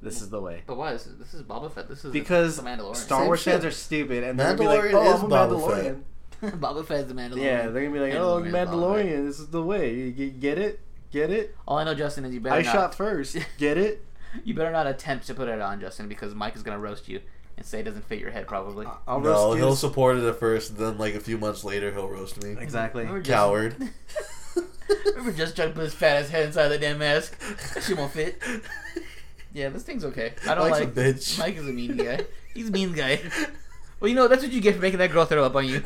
This is the way. But why is it- this is Boba Fett? This is Because the Mandalorian. Star Same Wars shit. fans are stupid, and they're gonna be like, Mandalorian "Oh, is I'm a Boba Mandalorian." Fett. Boba Fett's the Mandalorian. Yeah, they're gonna be like, And "Oh, Mandalorian is Boba Fett." Mandalorian. This is the way. You g- get it? Get it? All I know, Justin, is you better I not. shot first. Get it? You better not attempt to put it on, Justin, because Mike is gonna roast you and say it doesn't fit your head. Probably. I'll no, roast you. he'll support it at first, and then like a few months later, he'll roast me. Exactly. Remember Justin- Coward. Remember, just trying to put his fat ass head inside that damn mask. She won't fit. Yeah, this thing's okay. I don't Mike's a like. bitch. Mike is a mean guy. He's a mean guy. Well, you know that's what you get for making that girl throw up on you.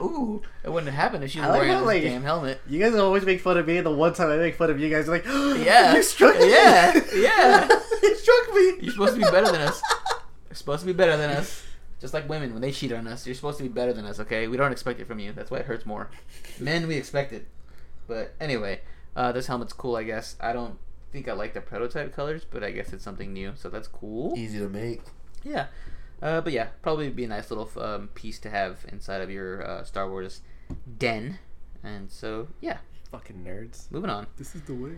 Ooh, it wouldn't have happened if she was I like wearing how, this like- damn helmet. You guys always make fun of me, and the one time I make fun of you guys, you're like, Yeah. you struck me. Yeah. Yeah. you struck me. You're supposed to be better than us. You're supposed to be better than us. Just like women, when they cheat on us, you're supposed to be better than us, okay? We don't expect it from you. That's why it hurts more. Men, we expect it. But anyway, uh, this helmet's cool, I guess. I don't think I like the prototype colors, but I guess it's something new, so that's cool. Easy to make. Yeah. Uh, but yeah, probably be a nice little um, piece to have inside of your uh, Star Wars den. And so, yeah, Fucking nerds. moving on. This is the way.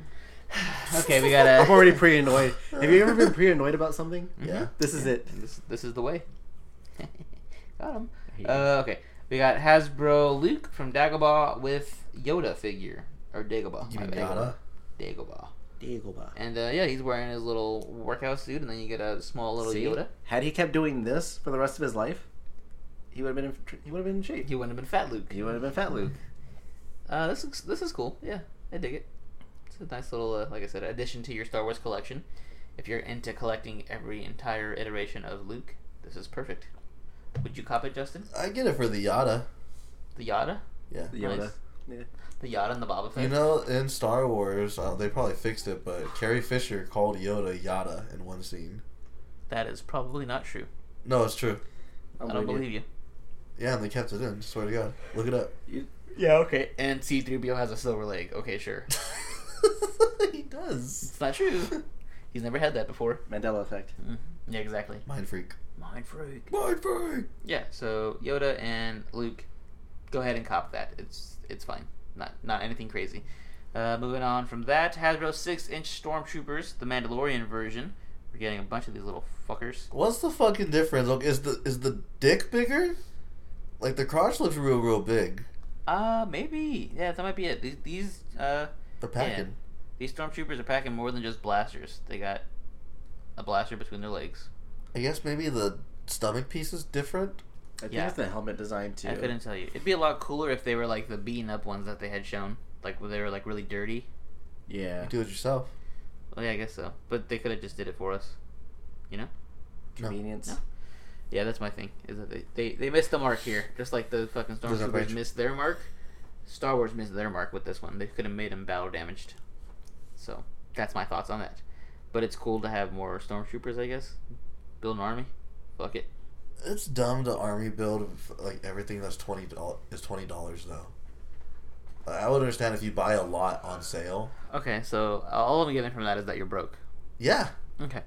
Okay, we got I'm a. already pre annoyed. Have you ever been pre annoyed about something? Yeah. This is it. This, this is the way. got him. hate Uh, okay, we got Hasbro Luke from Dagobah with Yoda figure or Dagobah. You my mean bad. Yoda? Dagobah. Dagobah. And uh, yeah, he's wearing his little workout suit, and then you get a small little See? Yoda. Had he kept doing this for the rest of his life, he would have been in, tr- he would have been in shape. He wouldn't have been Fat Luke. He would have been Fat Luke. Uh, this looks this is cool. Yeah, I dig it. It's a nice little, uh, like I said, addition to your Star Wars collection. If you're into collecting every entire iteration of Luke, this is perfect. Would you cop it, Justin? I get it for the Yada. The Yoda, Yeah. Yoda. Nice. Yeah. the Yoda, and the Boba Fett. You know, in Star Wars, uh, they probably fixed it, but Carrie Fisher called Yoda Yada in one scene. that is probably not true. No, it's true. I don't believe you. Yeah, and they kept it in. Swear to God, look it up. Yeah, okay. And C3PO has a silver leg. Okay, sure. he does. It's not true. He's never had that before. Mandela effect. Mhm. Yeah, exactly. Mind freak. Mind freak. Mind freak. Yeah, so Yoda and Luke, go ahead and cop that. It's it's fine. Not not anything crazy. Uh, moving on from that, Hasbro six-inch stormtroopers, the Mandalorian version. We're getting a bunch of these little fuckers. What's the fucking difference? Look, is the is the dick bigger? Like the crotch looks real, real big. Uh, maybe yeah, that might be it. These these uh They're packing. these stormtroopers are packing more than just blasters. They got a blaster between their legs. I guess maybe the stomach piece is different. I think Yeah. it's the helmet design too. I couldn't tell you. It'd be a lot cooler if they were like the beaten up ones that they had shown, like where they were like really dirty. Yeah. Do it yourself. Well, yeah, I guess so. But they could have just did it for us. No. Convenience. No. Yeah, that's my thing. Is that they, they, they missed the mark here, just like the fucking Doesn't stormtroopers match. missed their mark. Star Wars missed their mark with this one. They could have made them battle damaged. So that's my thoughts on that. But it's cool to have more stormtroopers, I guess. Build an army. Fuck it. It's dumb to army build like everything that's twenty dollars is twenty dollars though. Like, I would understand if you buy a lot on sale. Okay, so all I'm getting from that is that you're broke. Yeah, Okay.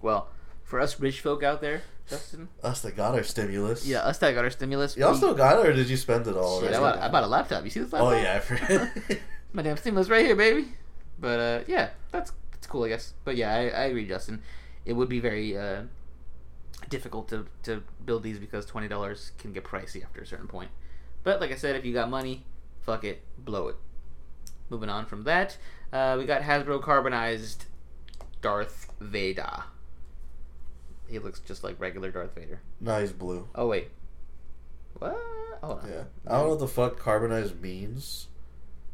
Well, for us rich folk out there, Justin. us that got our stimulus. Yeah, us that got our stimulus. y'all we- still got it, or did you spend it all? Shit, I already? bought, I bought a laptop. You see this laptop? oh yeah, I forgot. My damn stimulus right here, baby. But uh, yeah, that's that's cool, I guess. But yeah, I, I agree, Justin. It would be very uh, difficult to, to build these because twenty dollars can get pricey after a certain point. But like I said, if you got money, fuck it, blow it. Moving on from that, uh, we got Hasbro carbonized Darth Vader. He looks just like regular Darth Vader. no, he's blue. Oh wait, what? Hold on. Yeah, I don't know what the fuck carbonized means.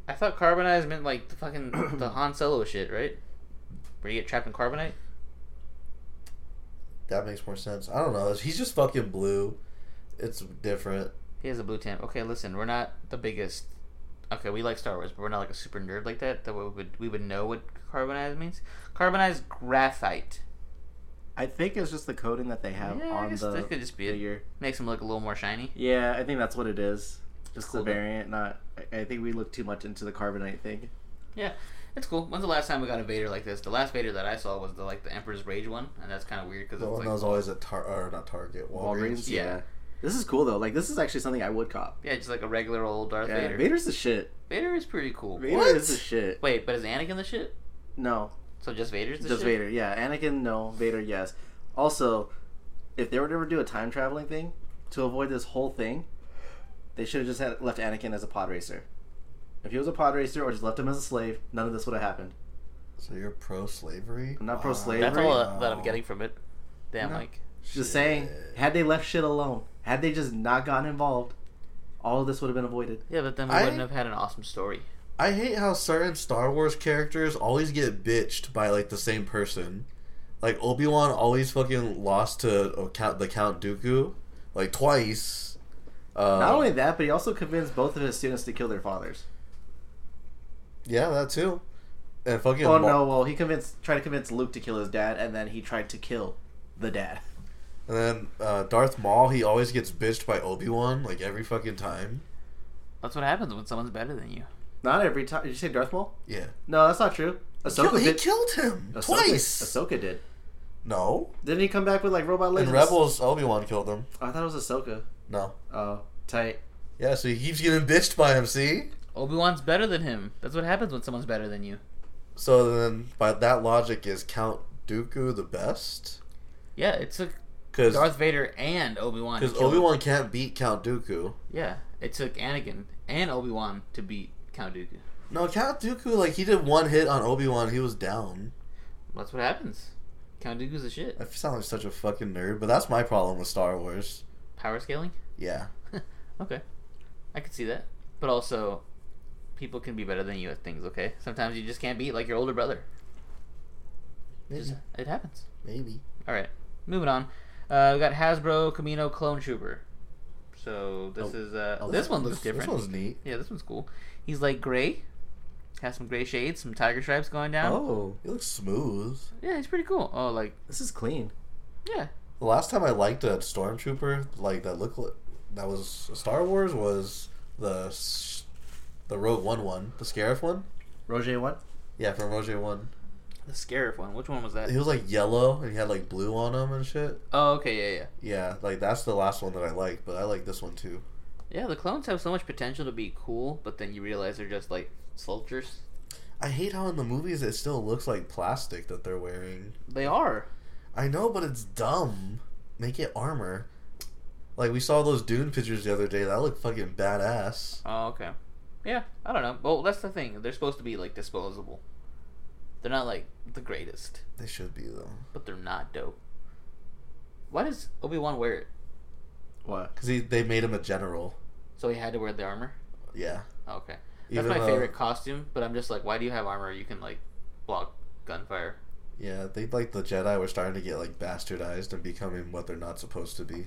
I thought carbonized meant like the fucking the Han Solo shit, right? Where you get trapped in carbonite? That makes more sense. I don't know. He's just fucking blue. It's different. He has a blue tint. Okay, listen, we're not the biggest. Okay, we like Star Wars, but we're not like a super nerd like that. That we would we would know what carbonized means. Carbonized graphite I think it's just the coding that they have Yeah, I on guess the that could just be it. figure. makes him look a little more shiny. Yeah, I think that's what it is. Just cool, the though. variant. Not. I- I think we looked too much into the carbonite thing. Yeah, it's cool. When's the last time we got a Vader like this? The last Vader that I saw was the like the Emperor's Rage one, and that's kind of weird because The one it's that like was always at Tar or not Target, Walgreens. yeah. This is cool though. Like this is actually something I would cop. yeah, just like a regular old Darth Yeah, Vader. Vader. Vader's the shit. is pretty cool. Vader What? is the shit. Wait, but is Anakin the shit? No, So just Vader's the just shit? Vader. Yeah, Anakin. No, Vader. Yes. Also, if they were to ever do a time traveling thing to avoid this whole thing, they should have just had left Anakin as a pod racer. If he was a pod racer, or just left him as a slave, none of this would have happened. So you're Ah, pro slavery? I'm not pro-slavery. That's all uh, that I'm Wow. getting from it. Damn, No. Mike. Just saying, had they left shit alone, had they just not gotten involved, all of this would have been avoided. Yeah, but then we I- wouldn't have had an awesome story. I hate how certain Star Wars characters always get bitched by like the same person. Like Obi Wan always fucking lost to oh, Count, the Count Dooku, like twice. Uh, Not only that, but he also convinced both of his students to kill their fathers. yeah, that too. And fucking Oh Mar- no! Well, he convinced tried to convince Luke to kill his dad, and then he tried to kill the dad. And then uh, Darth Maul, he always gets bitched by Obi Wan like every fucking time. That's what happens when someone's better than you. Not every time. Did you say Darth Maul? Yeah, No, that's not true. Ahsoka Kill- he did. killed him Ahsoka, twice. Ahsoka did. No, Didn't he come back with like robot in legs? Rebels, Obi Wan killed him. I thought it was Ahsoka. No, Oh, tight. yeah, so he keeps getting bitched by him. See, Obi Wan's better than him. That's what happens when someone's better than you. So then, by that logic, is Count Dooku the best? Yeah, it took Because Darth Vader and Obi Wan. to kill Obi Wan can't beat Count Dooku. him. Yeah, it took Anakin and Obi Wan to beat Count Dooku. No, Count Dooku like he did one hit on Obi Wan, he was down. That's what happens. Count Dooku's a shit. I sound like such a fucking nerd, but that's my problem with Star Wars. Power scaling. Yeah, Okay, I could see that. But also, people can be better than you at things. Okay, sometimes you just can't beat like your older brother. It maybe, just- it happens. maybe. All right, moving on. Uh, we got Hasbro Camino Clone Trooper. So this Oh. is uh, this one looks different. This one's neat. yeah, this one's cool. He's like gray, has some gray shades, some tiger stripes going down. Oh, It looks smooth. Yeah, he's pretty cool. Oh, like this is clean. Yeah. The last time I liked a stormtrooper like that looked li- that was Star Wars was the s- the Rogue One one, the Scarif one. Roger one. Yeah, from Roger one. The Scarif one. Which one was that? He was like yellow and he had like blue on him and shit. Oh, okay, yeah, yeah. Yeah, like that's the last one that I liked, but I like this one too. Yeah, the clones have so much potential to be cool, but then you realize they're just like sculptures. I hate how in the movies it still looks like plastic that they're wearing. They are. I know, but it's dumb. Make it armor. Like we saw those Dune pictures the other day. That looked fucking badass. Oh, okay. Yeah, I don't know. Well, that's the thing. They're supposed to be like disposable. They're not like the greatest, They should be though, but they're not dope. Why does Obi Wan wear it? What? because they made him a general. So he had to wear the armor. Oh, Yeah, Okay, that's Even uh, my though- favorite costume. But I'm just like, why do you have armor? You can like block gunfire. Yeah, they like the Jedi were starting to get like bastardized and becoming what they're not supposed to be.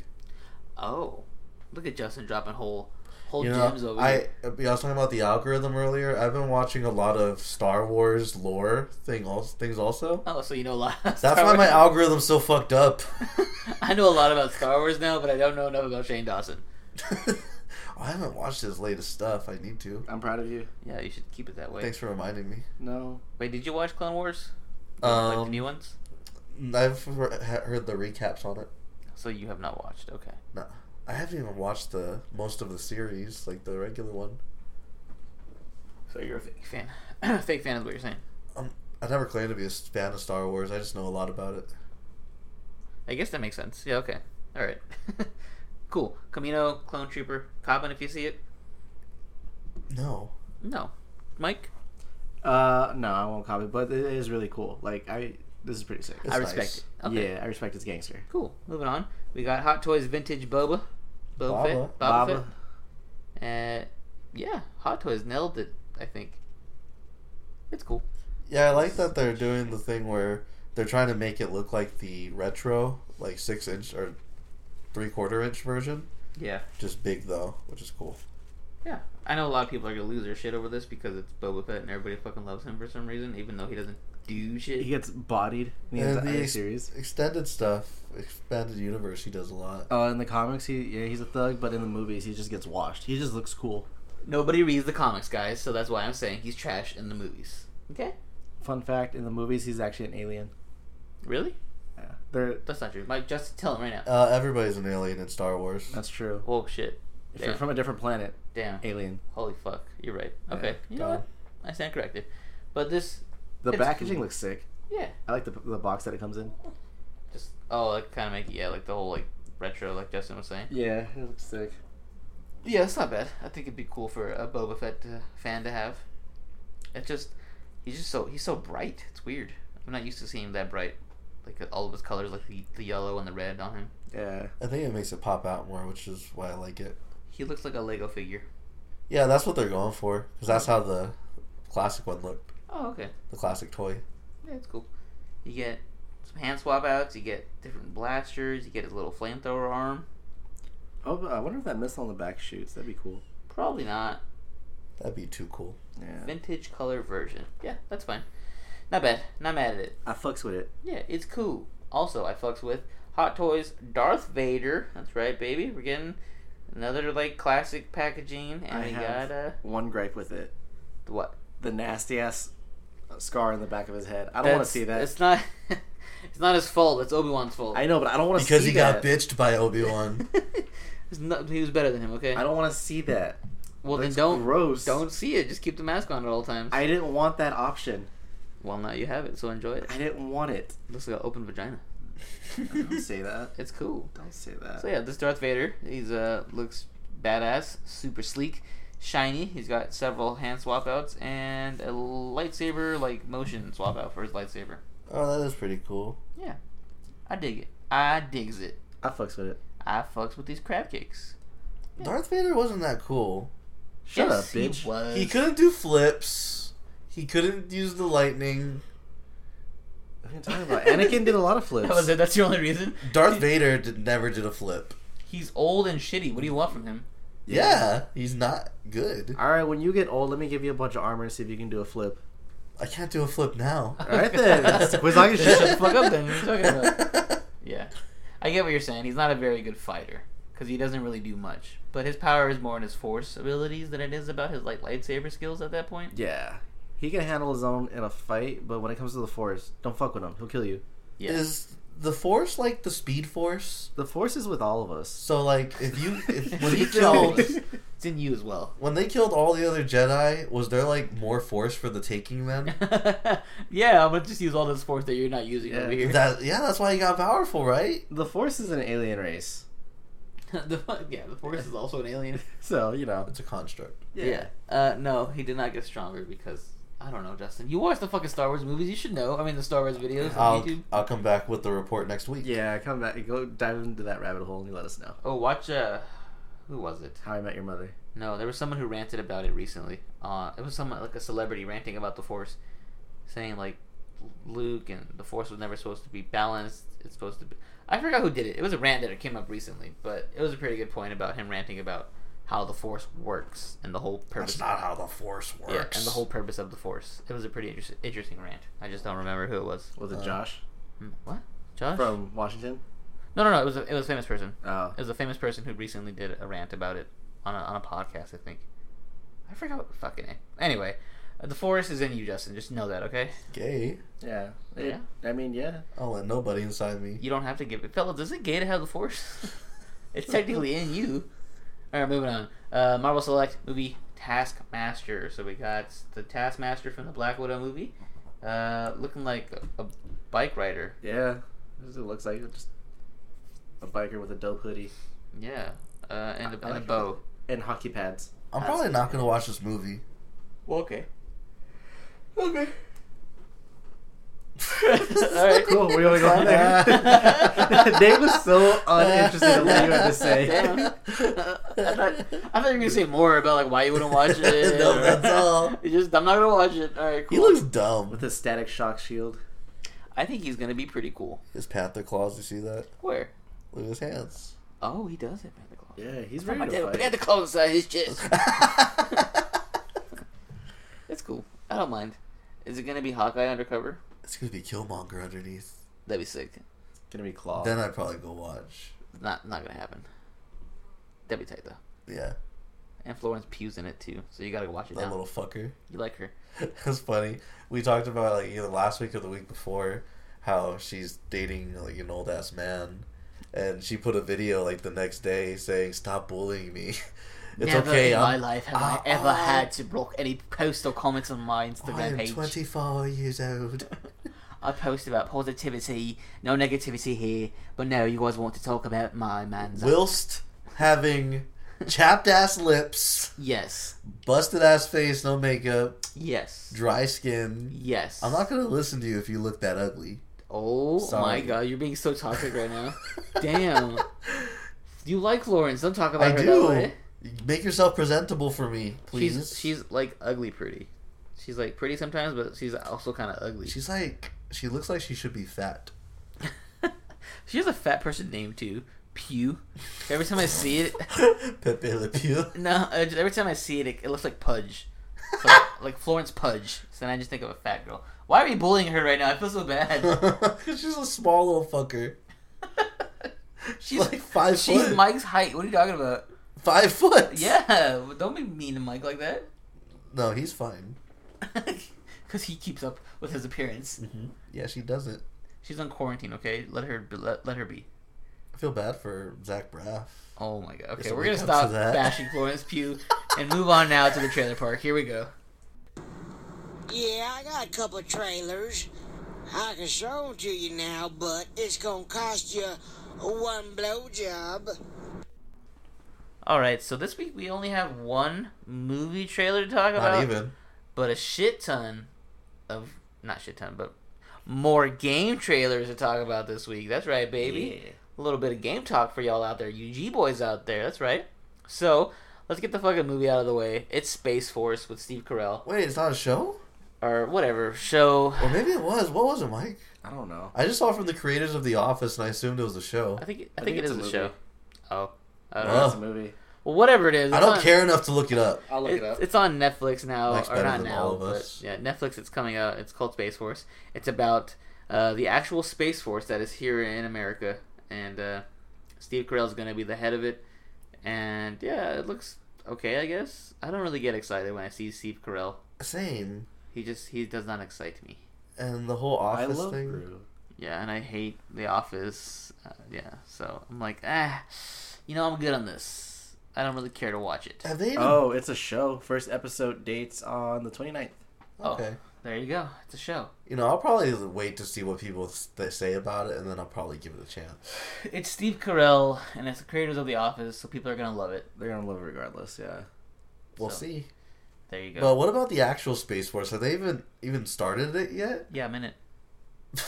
Oh, look at Justin dropping whole whole You gems know, over. I uh, here. I was talking about the algorithm earlier. I've been watching a lot of Star Wars lore thing also, things also. Oh, so you know a lot. That's That's why my algorithm's so fucked up. I know a lot about Star Wars now, but I don't know enough about Shane Dawson. I haven't watched his latest stuff. I need to. I'm proud of you. Yeah, you should keep it that way. Thanks for reminding me. No. Wait, did you watch Clone Wars? like the Um, new ones? I've he- heard the recaps on it. So you have not watched. Okay. No, I haven't even watched the most of the series, like the regular one. So you're a fake fan. fake fan is what you're saying. Um, I never claimed to be a s- fan of Star Wars. I just know a lot about it. I guess that makes sense. Yeah. Okay. All right. cool. Camino, Clone Trooper, Cobbin, if you see it. No. No. Mike, Uh, no, I won't copy. But it is really cool. Like I, this is pretty sick. It's I respect nice. it. Okay. Yeah, I respect his gangster. Cool. Moving on. We got Hot Toys Vintage Boba. Boba. Fett? Boba. Baba. Baba. Fett. Uh, yeah. Hot Toys nailed it. I think. It's cool. Yeah, I like that they're doing the thing where they're trying to make it look like the retro, like six inch or three quarter inch version, Yeah. just big though, which is cool. Yeah. I know a lot of people are gonna lose their shit over this because it's Boba Fett and everybody fucking loves him for some reason, even though he doesn't do shit. He gets bodied in the And entire the ex- series. Extended stuff, expanded universe, he does a lot. Uh, in the comics, he yeah he's a thug, but in the movies, he just gets washed. He just looks cool. Nobody reads the comics, guys, so that's why I'm saying he's trash in the movies. Okay? Fun fact: in the movies, he's actually an alien. Really? Yeah, they're That's not true. Mike, just tell him right now. Uh, everybody's an alien in Star Wars. that's true. oh shit. If Damn. you're from a different planet, Damn. alien. Holy fuck. You're right. Okay. you know duh. what? I stand corrected. But this The It's packaging cool. looks sick. yeah. I like the the box that it comes in. Just oh like kinda make yeah, like the whole like retro like Justin was saying. Yeah, it looks sick. Yeah, it's not bad. I think it'd be cool for a Boba Fett uh, fan to have. It's just he's just so he's so bright. It's weird. I'm not used to seeing him that bright. Like uh, all of his colors, like the, the yellow and the red on him. Yeah, I think it makes it pop out more, which is why I like it. He looks like a Lego figure. Yeah, that's what they're going for, because that's how the classic one looked, Oh, okay. the classic toy. Yeah, it's cool. You get some hand swap outs. You get different blasters. You get his little flamethrower arm. Oh, but I wonder if that missile on the back shoots. That'd be cool. Probably not That'd be too cool. Yeah. vintage color version. Yeah, that's fine. Not bad. Not mad at it. I fucks with it. Yeah, it's cool. Also, I fucks with Hot Toys Darth Vader. That's right, baby. We're getting another like classic packaging, and I we have- got uh One gripe with it. what? The nasty ass uh, scar in the back of his head. I don't want That's- to see that. It's not. it's not his fault. It's Obi Wan's fault. I know, but I don't want to see Because he got that. bitched by Obi Wan. It's not- he was better than him. Okay. I don't want to see that. well, then That's don't gross. don't see it. Just keep the mask on at all times. I didn't want that option. well, now you have it, so enjoy it. I didn't want it. Looks like an open vagina. Don't say that. It's cool. Don't say that. So yeah, this Darth Vader, he's uh looks badass, super sleek, shiny. He's got several hand swap outs and a lightsaber like motion swap out for his lightsaber. oh, that is pretty cool. I dig it. I digs it. I fucks with it. I fucks with these crab cakes. Yeah. Darth Vader wasn't that cool. Shut Yes, up, he bitch. was. He couldn't do flips. He couldn't use the lightning. What are you talking about? Anakin did a lot of flips. That was it. That's the only reason. Darth Vader did, never did a flip. He's old and shitty. What do you want from him? Yeah, he's not good. All right, when you get old, let me give you a bunch of armor and see if you can do a flip. I can't do a flip now. All right then. Quiz on your shit. Shut the fuck up then. What are you talking about? Yeah, I get what you're saying. He's not a very good fighter because he doesn't really do much. But his power is more in his force abilities than it is about his like lightsaber skills at that point. Yeah. He can handle his own in a fight, but when it comes to the Force, don't fuck with him. He'll kill you. Yeah, Is the force like the speed force? The Force is with all of us. So like if you if, when he It's in all of killed us. it's in you as well. when they killed all the other Jedi, was there like more force for the taking then? yeah, I'm gonna just use all this force that you're not using Yeah. over here. That yeah, that's why he got powerful, right? The Force is an alien race. the fu- yeah, the force is also an alien. So, you know. It's a construct. Yeah. Uh, no, he did not get stronger because I don't know, Justin. You watch the fucking Star Wars movies. You should know. I mean, the Star Wars videos on I'll YouTube. I'll come back with the report next week. Yeah, come back. Go dive into that rabbit hole and you let us know. Oh, watch. Uh, who was it? How I Met Your Mother. No, there was someone who ranted about it recently. Uh, it was someone like a celebrity ranting about the Force, saying like Luke and the Force was never supposed to be balanced. It's supposed to be. I forgot who did it. It was a rant that came up recently, but it was a pretty good point about him ranting about how the Force works and the whole purpose. That's not how the force works. yeah, and the whole purpose of the Force. It was a pretty interest- interesting rant. I just don't remember who it was. Was it Uh, Josh? Hmm, What? Josh? From Washington? no, no, no. It was a, it was a famous person. Oh. It was a famous person who recently did a rant about it on a, on a podcast, I think. I forgot what the fucking name. Anyway, uh, the forest is in you, Justin. Just know that, okay? gay. Yeah. Yeah. I mean, yeah. I'll let nobody inside me. You don't have to give it. Fellas, is it gay to have the force? it's technically in you. All right, moving on. Uh, Marvel Select movie Taskmaster. So we got the Taskmaster from the Black Widow movie, uh, looking like a, a bike rider. Yeah. This is what it looks like just a biker with a dope hoodie Yeah, uh, and, a, I and a like bow. and hockey pads. I'm probably not gonna watch this movie. Well, okay. Okay. All right, Cool. We're gonna go there. Dave was so uninterested in what you had Damn. to say. I, thought, I thought you were gonna say more about like why you wouldn't watch it. No, or- that's all. You just I'm not gonna watch it. All right, cool. He looks With dumb. a static shock shield. I think he's gonna be pretty cool. His panther claws. You see that? Where? Look at his hands. Oh, he does have Panther Claws. Yeah, he's My ready dad to would put fight. Panther Claws inside his chest. That's cool. I don't mind. Is it gonna be Hawkeye undercover? it's gonna be Killmonger underneath. That'd be sick. Gonna be claw. Then I'd probably go watch. Not not gonna happen. That'd be tight though. Yeah, And Florence Pugh's in it too, so you gotta watch it that now. little fucker. You like her? That's funny. We talked about like either last week or the week before how she's dating like an old ass man, and she put a video like the next day saying "Stop bullying me." It's Never okay. in my I'm- life have Ah, I ever ah, had to block any posts or comments on my I Instagram am page. 24 years old. I post about positivity, no negativity here, but now you guys want to talk about my man's. Whilst having chapped ass lips, yes, busted ass face, no makeup, yes, dry skin. yes. I'm not gonna listen to you if you look that ugly. Oh my Sorry. god, you're being so toxic right now. Damn. You like Florence? Don't talk about I her that do. way. Make yourself presentable for me, please. She's she's like ugly pretty. She's like pretty sometimes, but she's also kind of ugly. She's like she looks like she should be fat. she has a fat person name too, Pew. Every time I see it, Pepe Le Pew. No, I just- every time I see it, it, it looks like Pudge, It's like, like Florence Pudge. So then I just think of a fat girl. Why are we bullying her right now? I feel so bad. she's a small little fucker. She's like five She's foot. Mike's height. What are you talking about? Five foot. Yeah, don't be mean to Mike like that. No, he's fine. Because he keeps up with his appearance. Yeah, she doesn't. She's on quarantine. Okay, let her be, let, let her be. I feel bad for Zach Braff. Oh my god. Okay, Guess we're I'll gonna wake up stop to that. bashing Florence Pugh and move on now to the trailer park. Here we go. Yeah, I got a couple of trailers. I can show 'em to you now, but it's gonna cost you one blowjob. All right, so this week we only have one movie trailer to talk about. Not even. but a shit ton of not shit ton, but more game trailers to talk about this week. That's right, baby. A little bit of game talk for y'all out there, UG boys out there. That's right. So let's get the fucking movie out of the way. It's Space Force with Steve Carell Wait, it's not a show? or whatever show. Or maybe it was. What was it, Mike? I don't know. I just saw from the creators of The Office, and I assumed it was a show. I think I I think, think it is it's a a, movie. show. Oh, I don't Oh. know. It's a movie. Well, whatever it is, I it's don't on- care enough to look it up. I'll look it up. It's on Netflix now, Mike's or better not than now, all of but us. yeah, Netflix. It's coming out. It's called Space Force. It's about uh, the actual Space Force that is here in America. And uh, Steve Carell is going to be the head of it. And yeah, it looks okay, I guess. I don't really get excited when I see Steve Carell. Same. He just, he does not excite me. And the whole office I love thing. Rue. Yeah, and I hate The Office. Uh, yeah, so I'm like, ah, you know, I'm good on this. I don't really care to watch it. Have they even Oh, it's a show. First episode dates on the 29th. Oh. Okay. There you go. It's a show. You know, I'll probably wait to see what people s- they say about it, and then I'll probably give it a chance. It's Steve Carell, and it's the creators of The Office, so people are gonna love it. They're gonna love it regardless. Yeah. We'll So- see. There you go. But what about the actual Space Force? Have they even even started it yet? yeah, I'm in it. Did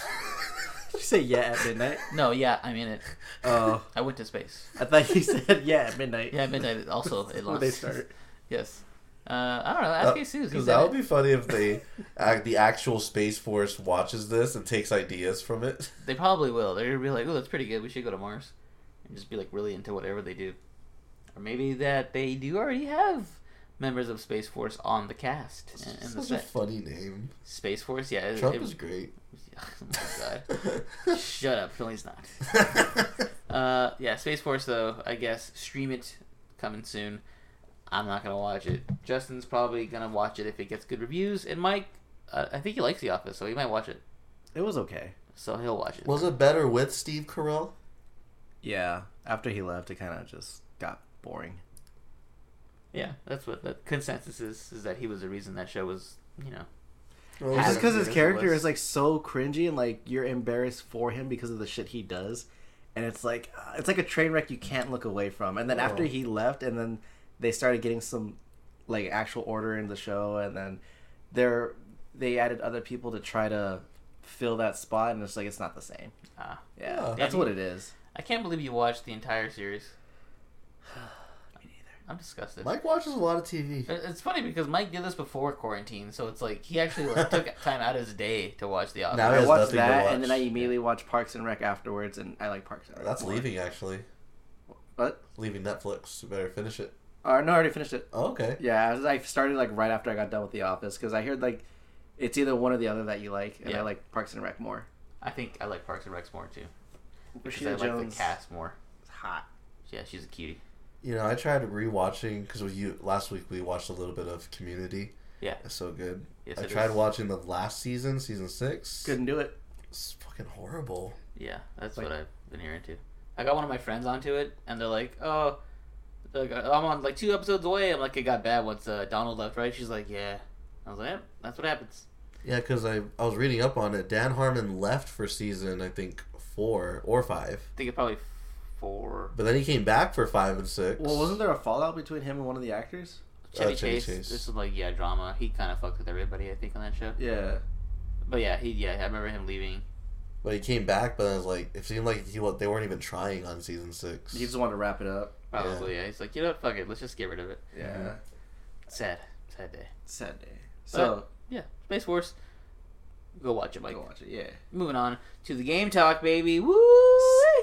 you say yeah at midnight? No, yeah, I'm in it. Oh, I went to space. I thought you said yeah at midnight. Yeah, midnight is also it when lost. they start. Yes. Uh, I don't know. Ask Jesus. He's Because in that it. would be funny if they, ac the actual Space Force watches this and takes ideas from it. They probably will. They're gonna be like, "Oh, that's pretty good. We should go to Mars," and just be like really into whatever they do, or maybe that they do already have members of Space Force on the cast and, and the Such a set. funny name. Space Force, yeah. It, Trump it- is great. oh my god! Shut up, no, he's not. Uh, yeah, Space Force though. I guess stream it coming soon. I'm not gonna watch it. Justin's probably gonna watch it if it gets good reviews, and Mike, uh, I think he likes The Office, so he might watch it. It was okay. So he'll watch it. Was it better with Steve Carell? Yeah. After he left, it kind of just got boring. Yeah, that's what the consensus is: is that he was the reason that show was, you know. Well, it was It's just like- because his Yes, it character was. is like so cringy and like you're embarrassed for him because of the shit he does, and it's like uh, it's like a train wreck you can't look away from. And then after Oh. he left, and then they started getting some like actual order in the show, and then they're they added other people to try to fill that spot, and it's like it's not the same. Ah. Yeah, Yeah. that's what it is. I can't believe you watched the entire series. I'm disgusted. Mike watches a lot of TV. It- It's funny because Mike did this before quarantine, so it's like he actually like, took time out of his day to watch The Office. Now he I has watched nothing to that, watch. and then I immediately watched Parks and Rec afterwards, and I like Parks and Rec. That's more. leaving actually. What? Leaving Netflix. You better finish it. Uh, no, I already finished it. Oh, okay. Yeah, I was- I started like right after I got done with The Office because I heard like it's either one or the other that you like, and Yeah. I like Parks and Rec more. I think I like Parks and Rec more too. Because I Rashida like Jones, the cast more. is hot. Yeah, she's a cutie. You know, I tried rewatching because you last week we watched a little bit of Community. Yeah. It's so good. Yes, I it tried is. watching the last season, season six. Couldn't do it. It's fucking horrible. Yeah, that's Like- what I've been hearing too. I got one of my friends onto it, and they're like, "Oh, they're like, uh, I'm on like two episodes away." I'm like, "It got bad once uh, Donald left, right?" She's like, "Yeah." I was like, yep, "That's what happens." Yeah, because I I was reading up on it. Dan Harmon left for season I think four or five, I think it probably four. but then he came back for five and six. Well, wasn't there a fallout between him and one of the actors? Chevy, Oh, Chevy Chase, Chase. This is like yeah, drama. He kind of fucked with everybody, I think, on that show. Yeah, But yeah, he yeah, I remember him leaving. But he came back, but I was like, it seemed like he wa- they weren't even trying on season six. he just wanted to wrap it up. Probably yeah. He's like, you know what? Fuck it. Let's just get rid of it. Yeah, Sad, sad day. sad day. So Yeah, Space Force. Go watch it, Mike. go watch it. Yeah, Moving on to the game talk, baby. Woo!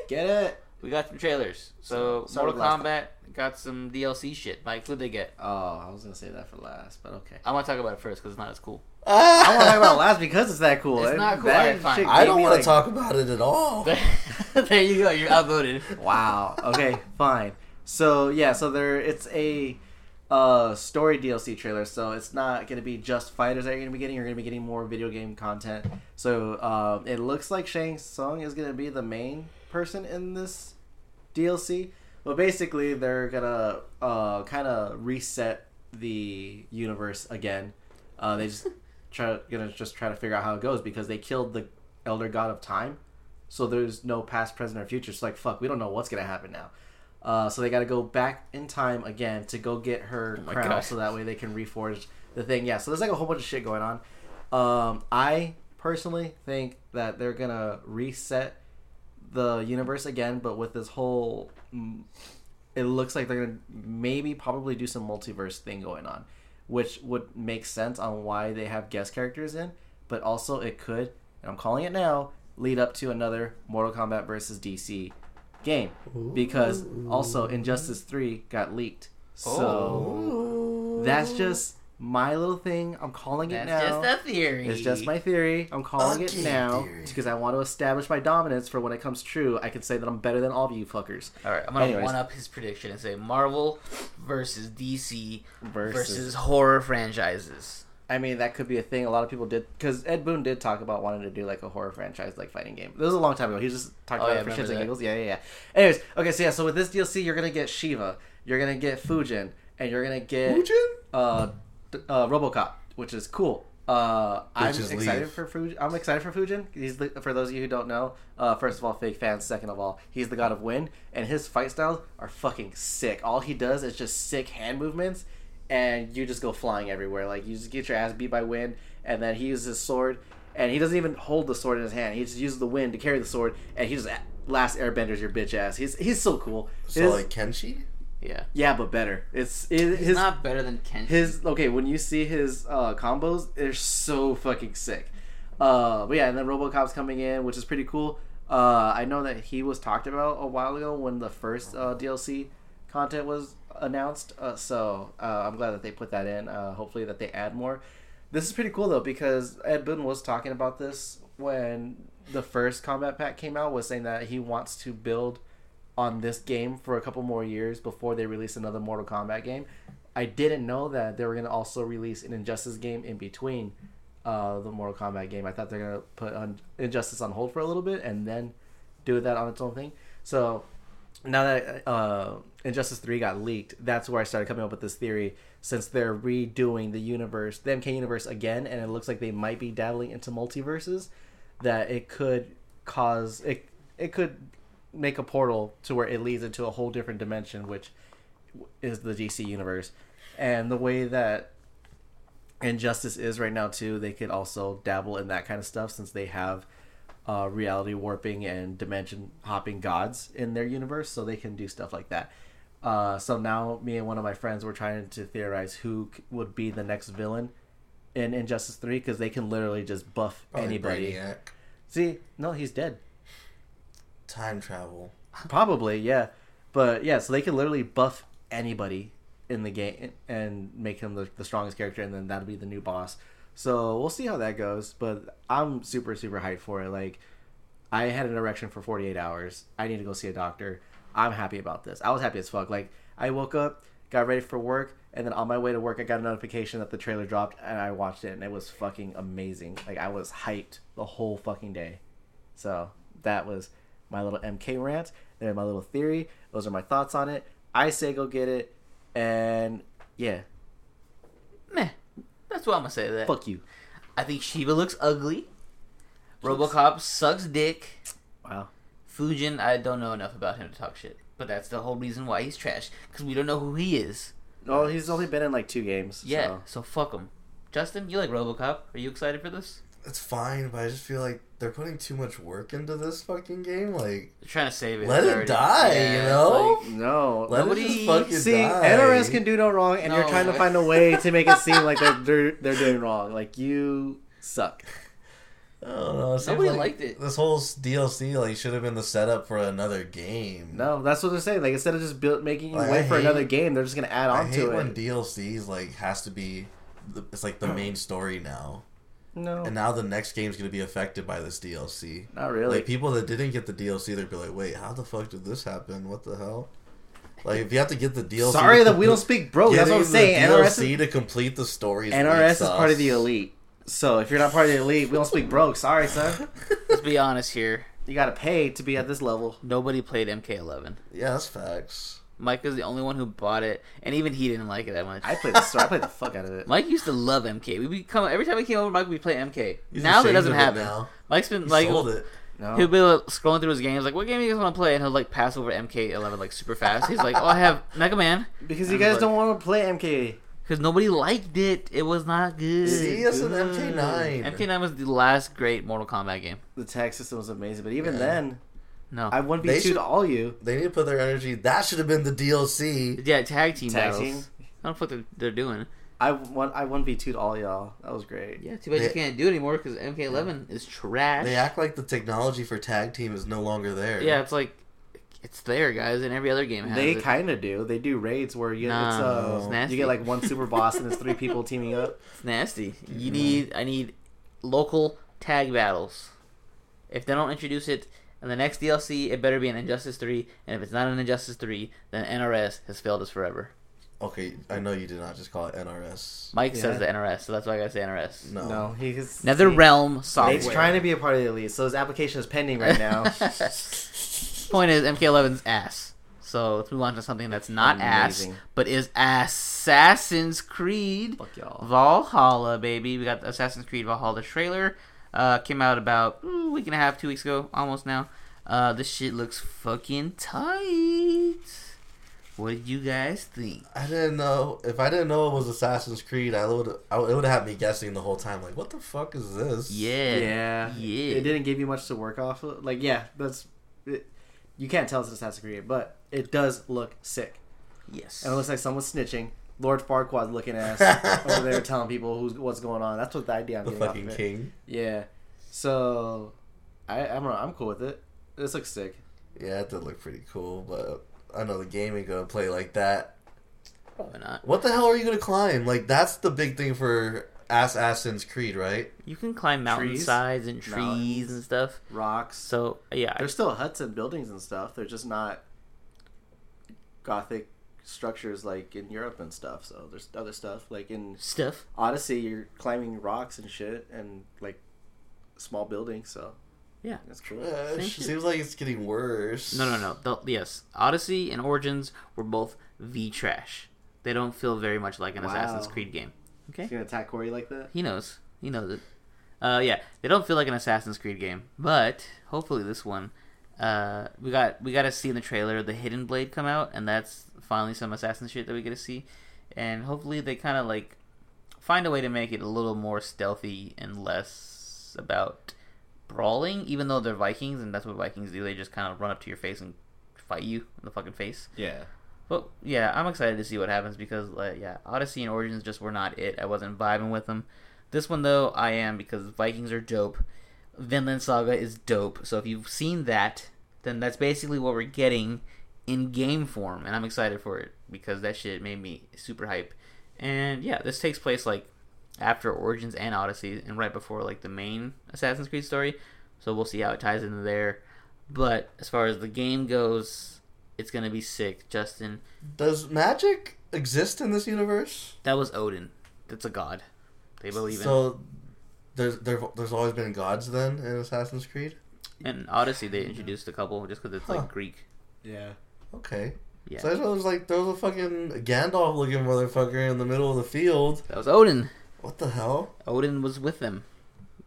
get it. We got some trailers. So, Start with Mortal last Kombat got some DLC shit. Mike, who'd they get? Oh, I was gonna say that for last, but okay. I want to talk about it first because it's not as cool. Ah! I want to talk about last because it's that cool. It's It- not cool. that Alright, fine. shit I gave don't me, want to like- talk about it at all. there you go. You're outvoted. Wow. Okay, fine. So yeah, so there it's a uh story DLC trailer, so it's not gonna be just fighters that you're gonna be getting, you're gonna be getting more video game content. So um it looks like Shang Tsung is gonna be the main person in this DLC. But basically they're gonna uh kinda reset the universe again. Uh they just try gonna just try to figure out how it goes because they killed the elder god of time. So there's no past, present, or future. So like, fuck, we don't know what's gonna happen now. Uh, so they got to go back in time again to go get her my crown, God. so that way they can reforge the thing. Yeah. So there's like a whole bunch of shit going on. Um, I personally think that they're gonna reset the universe again, but with this whole, mm, it looks like they're gonna maybe probably do some multiverse thing going on, which would make sense on why they have guest characters in, but also it could, and I'm calling it now, lead up to another Mortal Kombat versus DC game because also Injustice Three got leaked, so Oh. that's just my little thing. I'm calling it That's now. just a theory. It's just my theory. I'm calling Fucking it now theory. because I want to establish my dominance for when it comes true. I can say that I'm better than all of you fuckers. All right, I'm gonna Anyways. one up his prediction and say Marvel versus DC versus, Versus. horror franchises. I mean, that could be a thing. A lot of people did because Ed Boon did talk about wanting to do like a horror franchise, like fighting game. This was a long time ago. He just talked Oh, about yeah, it for I remember shits and that. giggles. Yeah, yeah, yeah. Anyways, okay, so yeah, so with this DLC, you're gonna get Shiva, you're gonna get Fujin, and you're gonna get uh, d- uh, RoboCop, which is cool. Uh, I'm Which is excited leave. for Fujin. I'm excited for Fujin. He's the, for those of you who don't know. Uh, first of all, fake fans. Second of all, he's the god of wind, and his fight styles are fucking sick. All he does is just sick hand movements, and you just go flying everywhere. Like you just get your ass beat by wind, and then he uses his sword, and he doesn't even hold the sword in his hand. He just uses the wind to carry the sword, and he just a- last airbenders your bitch ass. He's he's so cool. So His- like Kenshi? Yeah, yeah, but better. It's it, it's his not better than Ken. his okay when you see his uh, combos they're so fucking sick uh, but yeah and then robocop's coming in which is pretty cool uh, i know that he was talked about a while ago when the first uh, dlc content was announced uh, so uh, i'm glad that they put that in uh, hopefully that they add more this is pretty cool though because ed boon was talking about this when the first combat pack came out was saying that he wants to build on this game for a couple more years before they release another Mortal Kombat game. I didn't know that they were going to also release an Injustice game in between uh, the Mortal Kombat game. I thought they're going to put on Injustice on hold for a little bit and then do that on its own thing. So now that uh, Injustice 3 got leaked, that's where I started coming up with this theory since they're redoing the universe, the MK universe again, and it looks like they might be dabbling into multiverses, that it could cause, it, it could make a portal to where it leads into a whole different dimension, which is the DC universe. And the way that Injustice is right now, too, they could also dabble in that kind of stuff since they have uh, reality warping and dimension hopping gods in their universe, so they can do stuff like that. Uh, so now, me and one of my friends were trying to theorize who c- would be the next villain in Injustice 3 because they can literally just buff Probably anybody. Brainiac. See, no, he's dead. Time travel. Probably, yeah. But yeah, so they can literally buff anybody in the game and make him the, the strongest character, and then that'll be the new boss. So we'll see how that goes. But I'm super, super hyped for it. Like, I had an erection for 48 hours. I need to go see a doctor. I'm happy about this. I was happy as fuck. Like, I woke up, got ready for work, and then on my way to work, I got a notification that the trailer dropped, and I watched it, and it was fucking amazing. Like, I was hyped the whole fucking day. So that was my little MK rant. There, my little theory. Those are my thoughts on it. I say go get it, and yeah, Meh. That's what I'm gonna say. to That fuck you. I think Shiva looks ugly. Looks- RoboCop sucks dick. Wow. Fujin, I don't know enough about him to talk shit, but that's the whole reason why he's trash because we don't know who he is. Well, he's only been in like two games. Yeah, so. so fuck him. Justin, you like RoboCop? Are you excited for this? It's fine, but I just feel like they're putting too much work into this fucking game. Like They're trying to save it. Let It's it already- die, Yeah, you it's know? like- No. let Nobody- it just fucking See, die. NRS can do no wrong, and you're No. trying to find a way to make it seem like they're, they're they're doing wrong. Like you suck. I don't know. it seems Nobody like liked it. This whole s- DLC like should have been the setup for another game. No, that's what they're saying. Like instead of just build, making you Like, wait I for another hate- game, they're just gonna add I on hate to when it. DLCs like has to be. The, it's like the Oh. main story now, no, and now the next game's gonna be affected by this DLC. not really. Like people that didn't get the DLC, they'd be like, "Wait, how the fuck did this happen? What the hell?" Like if you have to get the DLC, Sorry to that we don't complete- speak bro. That's what I'm getting the saying. NRS is DLC to complete the stories. NRS is part of the elite. So if you're not part of the elite, we don't speak broke. Sorry, son. Let's be honest here. You gotta pay to be at this level. Nobody played MK11. Yeah, that's facts. Micah's the only one who bought it, and even he didn't like it that much. I played the store. I played the fuck out of it. Mike used to love MK. We would come every time we came over, Mike, we play MK. He's now that ashamed doesn't of it happen. now. Mike's been He like sold it. No. He'll be like, scrolling through his games, like, "What game do you guys want to play?" And he'll like pass over MK11 like super fast. He's like, "Oh, I have Mega Man," Because you I'm guys like- don't want to play MK. because nobody liked it. It was not good. See, that's an MK9. MK9 was the last great Mortal Kombat game. The tag system was amazing, but even Yeah. then, No, I wouldn't be They two should- to all you. They need to put their energy. That should have been the DLC. yeah, tag team Tag battles. team. I don't know what they're, they're doing. I won. I won v two to all y'all. That was great. Yeah, too bad you They- can't do it anymore because MK11 is trash. They act like the technology for tag team is no longer there. Yeah, it's like It's there, guys, and every other game has They it. kind of do. They do raids where you Nah, it's it's, uh, nasty. you get like one super boss and it's three people teaming up. It's nasty. You need I need local tag battles. If they don't introduce it in the next DLC, it better be an Injustice Three, and if it's not an Injustice Three, then NRS has failed us forever. Okay, I know you did not just call it NRS. Mike Yeah. says the NRS, so that's why I gotta say NRS. No. No, he's Oh. Nether he- Realm software. Nate's trying to be a part of the elite, so his application is pending right now. Point is, MK11's ass. So let's move on to something that's not Amazing. ass, but is Assassin's Creed Fuck y'all. Valhalla, baby. We got the Assassin's Creed Valhalla trailer. Uh, came out about ooh, a week and a half, two weeks ago, almost now. Uh, this shit looks fucking tight. What do you guys think? I didn't know. If I didn't know it was Assassin's Creed, I would. I, it would have had me guessing the whole time. Like, what the fuck is this? Yeah, yeah, yeah. It didn't give you much to work off of. Like, yeah, that's it, you can't tell it's an Assassin's Creed, but it does look sick. yes. And it looks like someone's snitching. Lord Farquaad looking ass over there telling people who's what's going on. That's what the idea I'm The getting off fucking of it. king. Yeah. So, I, I'm I'm cool with it. This looks sick. Yeah, it did look pretty cool, but I know the game ain't gonna play like that. Probably not. What the hell are you gonna climb? Like, that's the big thing for Assassin's Creed, right? You can climb Trees? mountainsides and trees Mountains. and stuff. Rocks. So yeah, I- There's still huts and buildings and stuff. They're just not gothic structures like in Europe and stuff. So there's other stuff like in stuff. Odyssey, you're climbing rocks and shit and like small buildings. So Yeah. that's cool. Uh, Same shit. seems like it's getting worse. No, no, no. The, yes, Odyssey and Origins were both V trash. They don't feel very much like an Wow. Assassin's Creed game. You Okay, gonna attack Corey like that? he knows. He knows it. Uh, yeah, they don't feel like an Assassin's Creed game, but hopefully this one, uh, we got we got to see in the trailer the Hidden Blade come out, and that's finally some assassin shit that we get to see, and hopefully they kind of like find a way to make it a little more stealthy and less about brawling, even though they're Vikings and that's what Vikings do. They just kind of run up to your face and fight you in the fucking face. Yeah. But yeah, I'm excited to see what happens because like yeah, Odyssey and Origins just were not it. I wasn't vibing with them. This one though, I am because Vikings are dope. Vinland Saga is dope. So if you've seen that, then that's basically what we're getting in game form, and I'm excited for it because that shit made me super hype. And yeah, this takes place like after Origins and Odyssey, and right before like the main Assassin's Creed story. So we'll see how it ties into there. But as far as the game goes, it's gonna be sick. Justin, Does magic exist in this universe? that was Odin. That's a god. They believe So, there's there, there's always been gods then in Assassin's Creed. in. And Odyssey, they introduced a couple just because it's Huh. like Greek. Yeah. Okay. Yeah, So I was like, there was a fucking Gandalf looking motherfucker in the middle of the field. that was Odin. What the hell? Odin was with them.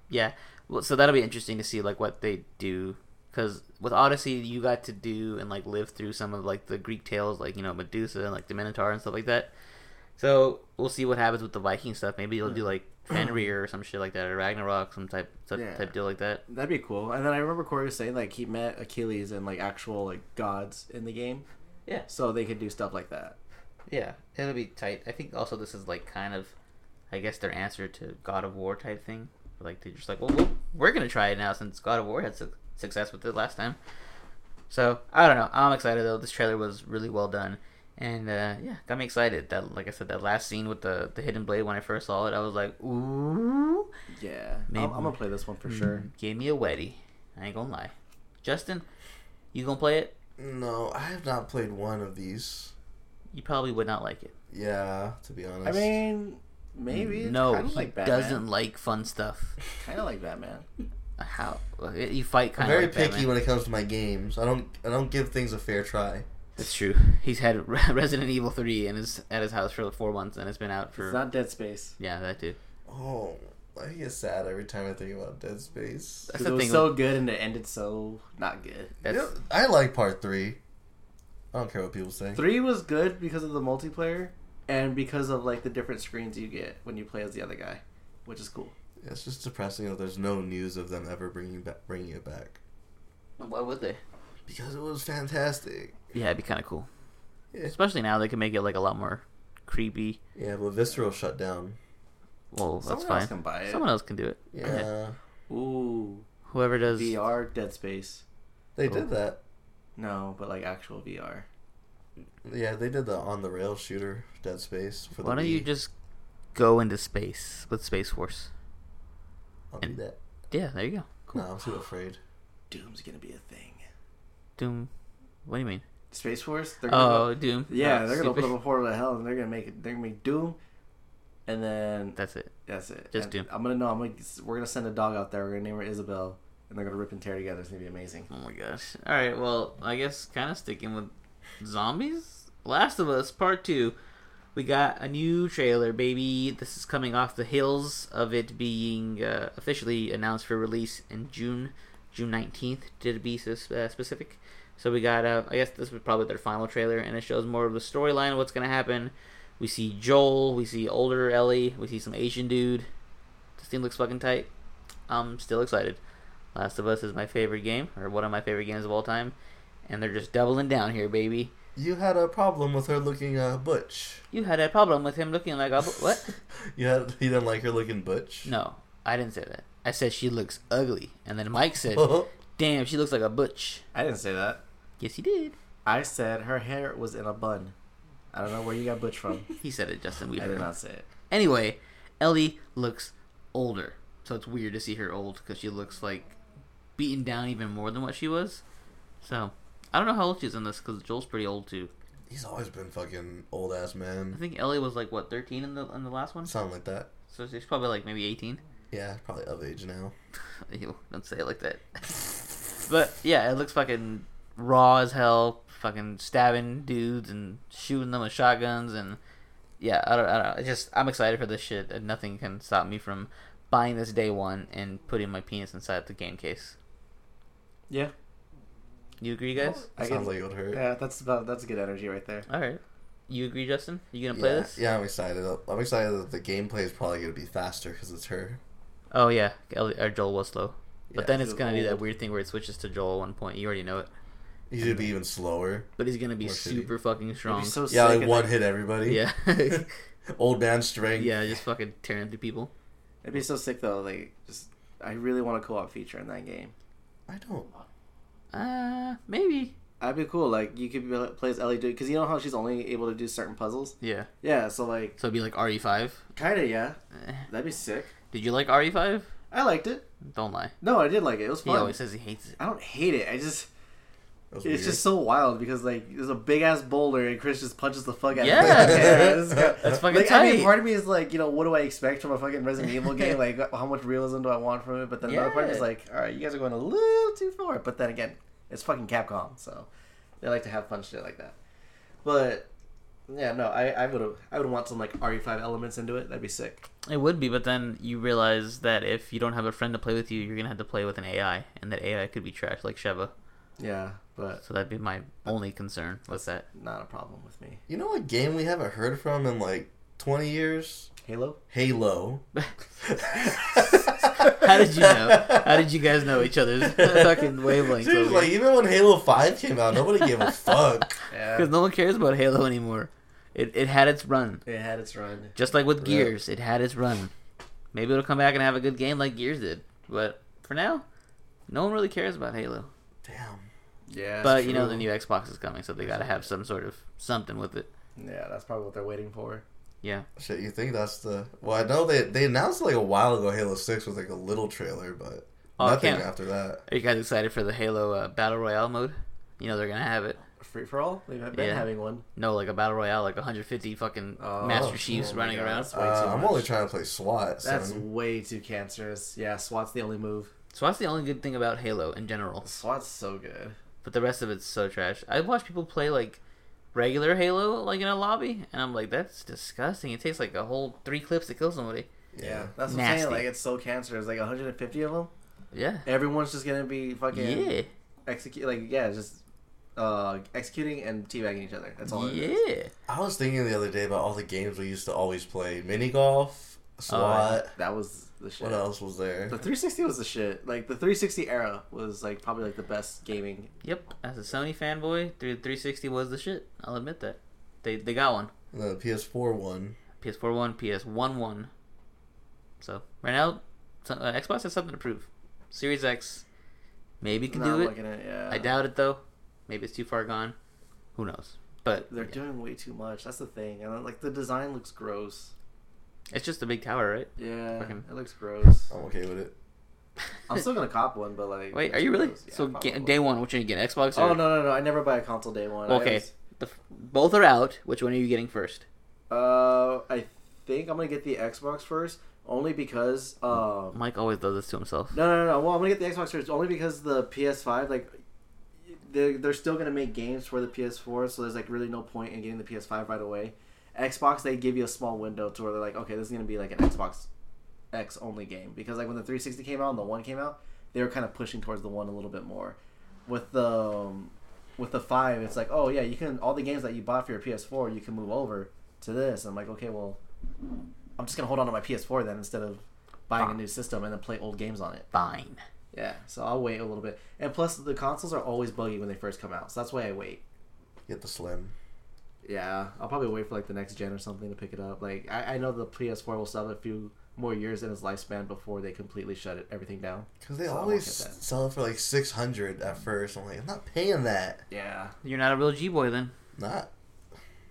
Yeah. Well, so that'll be interesting to see like what they do because with Odyssey you got to do and like live through some of like the Greek tales like you know Medusa and like the Minotaur and stuff like that. So we'll see what happens with the Viking stuff. Maybe they'll do like Fenrir or some shit like that or Ragnarok, some type some Yeah. type deal like that. That'd be cool. And then I remember Corey was saying like he met Achilles and like actual like gods in the game. Yeah. So they could do stuff like that. Yeah, it'll be tight. I think also this is like kind of, I guess their answer to God of War type thing. Like they're just like, well, we'll- we're gonna try it now since God of War had su- success with it last time. So I don't know. I'm excited though. This trailer was really well done, and uh, yeah, got me excited. That like I said, that last scene with the the hidden blade when I first saw it, I was like, ooh, Yeah. Maybe. Mm. I'm, I'm gonna play this one for sure. gave me a wetty. I ain't gonna lie. Justin, you gonna play it? No, I have not played one of these. You probably would not like it. Yeah, to be honest. I mean, maybe no, kind he of like Batman. doesn't like fun stuff. Kind of like Batman. how you fight I'm kind of very like picky Batman. when it comes to my games. I don't I don't give things a fair try. That's true. He's had Re- Resident Evil three and is at his house for like four months and it's been out for It's not Dead Space. yeah that too. Oh, I get sad every time I think about Dead Space. That's It the was thing. so good and it ended so not good. that's, Yeah, I like part three. I don't care what people say. Three was good because of the multiplayer and because of like the different screens you get when you play as the other guy, which is cool. It's just depressing that there's no news of them ever bringing back bringing it back Why would they? because it was fantastic. Yeah, it'd be kind of cool. Yeah. Especially now they can make it like a lot more creepy. Yeah, but Visceral shut down. Well, that's Someone fine. else can buy it. Someone else can do it. Yeah, Okay. Ooh, Whoever does VR Dead Space. they did that. No, but like actual VR. Yeah, they did the on the rail shooter Dead Space for the Why don't you Wii. just go into space with Space Force? I'll do and- that. Yeah, there you go. No, I'm too afraid. Doom's gonna be a thing. Doom. What do you mean? Space Force. They're gonna Oh, Doom. yeah, Oh, they're gonna open up stupid. a portal to hell and they're gonna make it. They're gonna make Doom, and then That's it. that's it. Just And Doom. I'm gonna know. I'm gonna. We're gonna send a dog out there. We're gonna name her Isabel, and they're gonna rip and tear together. It's gonna be amazing. Oh my gosh. All right. Well, I guess kind of sticking with zombies. Last of Us Part Two. We got a new trailer, baby. This is coming off the heels of it being uh, officially announced for release in June, June nineteenth, to be sus- uh, specific. So we got. Uh, I guess this was probably their final trailer, and it shows more of the storyline, what's gonna happen. We see Joel. We see older Ellie. We see some Asian dude. This thing looks fucking tight. I'm still excited. Last of Us is my favorite game, or one of my favorite games of all time, and they're just doubling down here, baby. You had a problem with her looking uh, butch. You had a problem with him looking like a bu- what? You had you didn't like her looking butch. No, I didn't say that. I said she looks ugly, and then Mike said, Oh. No. "Damn, she looks like a butch." I didn't say that. Yes, he did. I said her hair was in a bun. I don't know where you got Butch from. He said it, Justin. We I did heard. him. not say it. Anyway, Ellie looks older, so it's weird to see her old because she looks like beaten down even more than what she was. So I don't know how old she's in this because Joel's pretty old too. He's always been fucking old ass I man. think Ellie was like what thirteen in the in the last one, Sound like that. so she's probably like maybe eighteen. Yeah, probably of age now. Ew, don't say it like that. but yeah, it looks fucking raw as hell. Fucking stabbing dudes and shooting them with shotguns and yeah, I don't, I don't know. It's just I'm excited for this shit, and nothing can stop me from buying this day one and putting my penis inside the game case. Yeah, You agree, guys? I Sounds can- like it would hurt. yeah. That's about. That's good energy right there. All right, you agree, Justin? You gonna play yeah, this? yeah, I'm excited. I'm excited that the gameplay is probably gonna be faster because it's her. Oh yeah, Ellie, or Joel was slow. But Yeah, then it's he's gonna do that old. weird thing where it switches to Joel at one point. You already know it. He should be even slower. But he's gonna be More shitty. super fucking It'd strong. be so Yeah, sick like if one they- hit everybody. yeah, old man strength. yeah, just fucking tearing through people. It'd be so sick though. Like, just I really want a co-op feature in that game. I don't. Uh, maybe. That'd be cool. Like you could be, play as Ellie do because you know how she's only able to do certain puzzles. Yeah. Yeah, so like So it'd be like RE5. kind of yeah, Eh. that'd be sick. Did you like RE5? I liked it. Don't lie. No, I did like it. It was He fun. always says he hates it. I don't hate it. I just That was it's weird. just so wild because like there's a big ass boulder and Chris just punches the fuck out. Yeah. of it. Yeah, this guy- That's fucking like, I tight. mean, part of me is like, you know, what do I expect from a fucking Resident Evil game? Like, how much realism do I want from it? But then another part of me is Yeah. like, all right, you guys are going a little too far. But then again, it's fucking Capcom, so they like to have fun shit like that. But yeah, no, I, I would I would want some like RE5 elements into it. That'd be sick. It would be, but then you realize that if you don't have a friend to play with you, you're gonna have to play with an AI, and that AI could be trash like Sheva. Yeah, but So that'd be my only concern with that. not a problem with me. You know what game we haven't heard from in like 20 years? Halo. Halo. How How did you know? How did you guys know each other's fucking wavelengths? Seriously, like, even when Halo 5 came out, nobody gave a fuck. Because Yeah, no one cares about Halo anymore. It it had its run. it had its run. Just like with Gears, it had its run. Maybe it'll come back and have a good game like Gears did. But for now, no one really cares about Halo. Damn. Yeah, but you know the new Xbox is coming, so they gotta have some sort of something with it. Yeah, that's probably what they're waiting for. Yeah. Shit, you think that's the. Well, I know they, they announced like a while ago Halo 6 was like a little trailer, but Oh, I nothing can't- after that. Are you guys excited for the Halo uh, Battle Royale mode? You know they're gonna have it. Free for all? They've been Yeah. having one. No, like a Battle Royale, like 150 fucking Oh, Master oh Chiefs my running God. around. Way Uh, too I'm much. only trying to play SWAT. That's son. way too cancerous. Yeah, SWAT's the only move. So that's the only good thing about Halo in general. SWAT's so good. But the rest of it's so trash. I watch people play like regular Halo, like in a lobby, and I'm like, that's disgusting. It takes like a whole three clips to kill somebody. yeah. that's what I'm saying. Nasty. Like it's so cancerous. Like 150 of them. Yeah. Everyone's just gonna be fucking Yeah. execute. Like yeah, just uh executing and teabagging each other. That's all. it is. Yeah. I was thinking the other day about all the games we used to always play mini golf, SWAT. That was the Oh, shit. what else was there? The 360 was the shit. Like the 360 era was like probably like the best gaming. Yep. As a Sony fanboy, three- 360 was the shit. I'll admit that. They they got one. The PS4 one. PS4 one, PS1 one. So right now, so- uh, Xbox has something to prove. Series X, maybe can Now do I'm it. looking at- yeah. I doubt it though. Maybe it's too far gone. Who knows? But They're yeah. doing way too much. That's the thing. And then, like the design looks gross. it's just a big tower, right? Yeah, Fucking- it looks gross. I'm okay with it. I'm still gonna cop one, but like, Wait, it's are you really? gross. Yeah, so probably ga- will. day one, which one you get? Xbox? Or... Oh no no no! I never buy a console day one. I Okay, always- the, f- both are out. Which one are you getting first? uh, I think I'm gonna get the Xbox first, only because um. Mike always does this to himself. No no no! no. Well, I'm gonna get the Xbox first, only because the PS5 like. They're, they're still gonna make games for the PS4, so there's like really no point in getting the PS5 right away. Xbox, they give you a small window to where they're like, okay, this is gonna be like an Xbox X only game because like when the 360 came out and the one came out, they were kind of pushing towards the one a little bit more. With the um, with the five, it's like, oh yeah, you can all the games that you bought for your PS4, you can move over to this. And I'm like, okay, well, I'm just gonna hold on to my PS4 then instead of buying a new system and then play old games on it. Fine. Yeah, so I'll wait a little bit. And plus, the consoles are always buggy when they first come out, so that's why I wait. Get the slim. Yeah, I'll probably wait for like the next gen or something to pick it up. Like I, I know the PS4 will still have a few more years in its lifespan before they completely shut it, everything down. Because they So I won't always get that. sell it for like 600 at first. I'm like, I'm not paying that. Yeah, You're not a real G boy then, Not.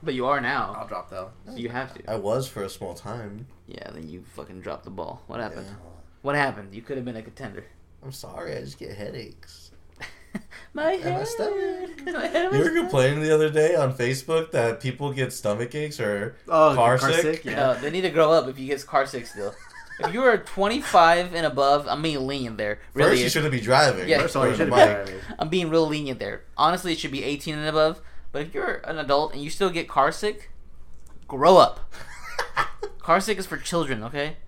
but you are now. I'll drop though. Oh. So you have to. I was for a small time. Yeah. Then you fucking dropped the ball. What happened? Yeah. What happened? You could have been a contender. I'm sorry. I just get headaches. My And my head. stomach. My head. You were complaining the other day on Facebook that people get stomach aches or Oh, car, sick. No, they need to grow up if you get car sick still. if you are 25 and above, I'm being lenient there. First, Really, you shouldn't be driving. Yeah. First of all, you According should to have Mike. been driving. I'm being real lenient there. Honestly, it should be 18 and above. But if you're an adult and you still get car sick, grow up. car sick is for children, okay?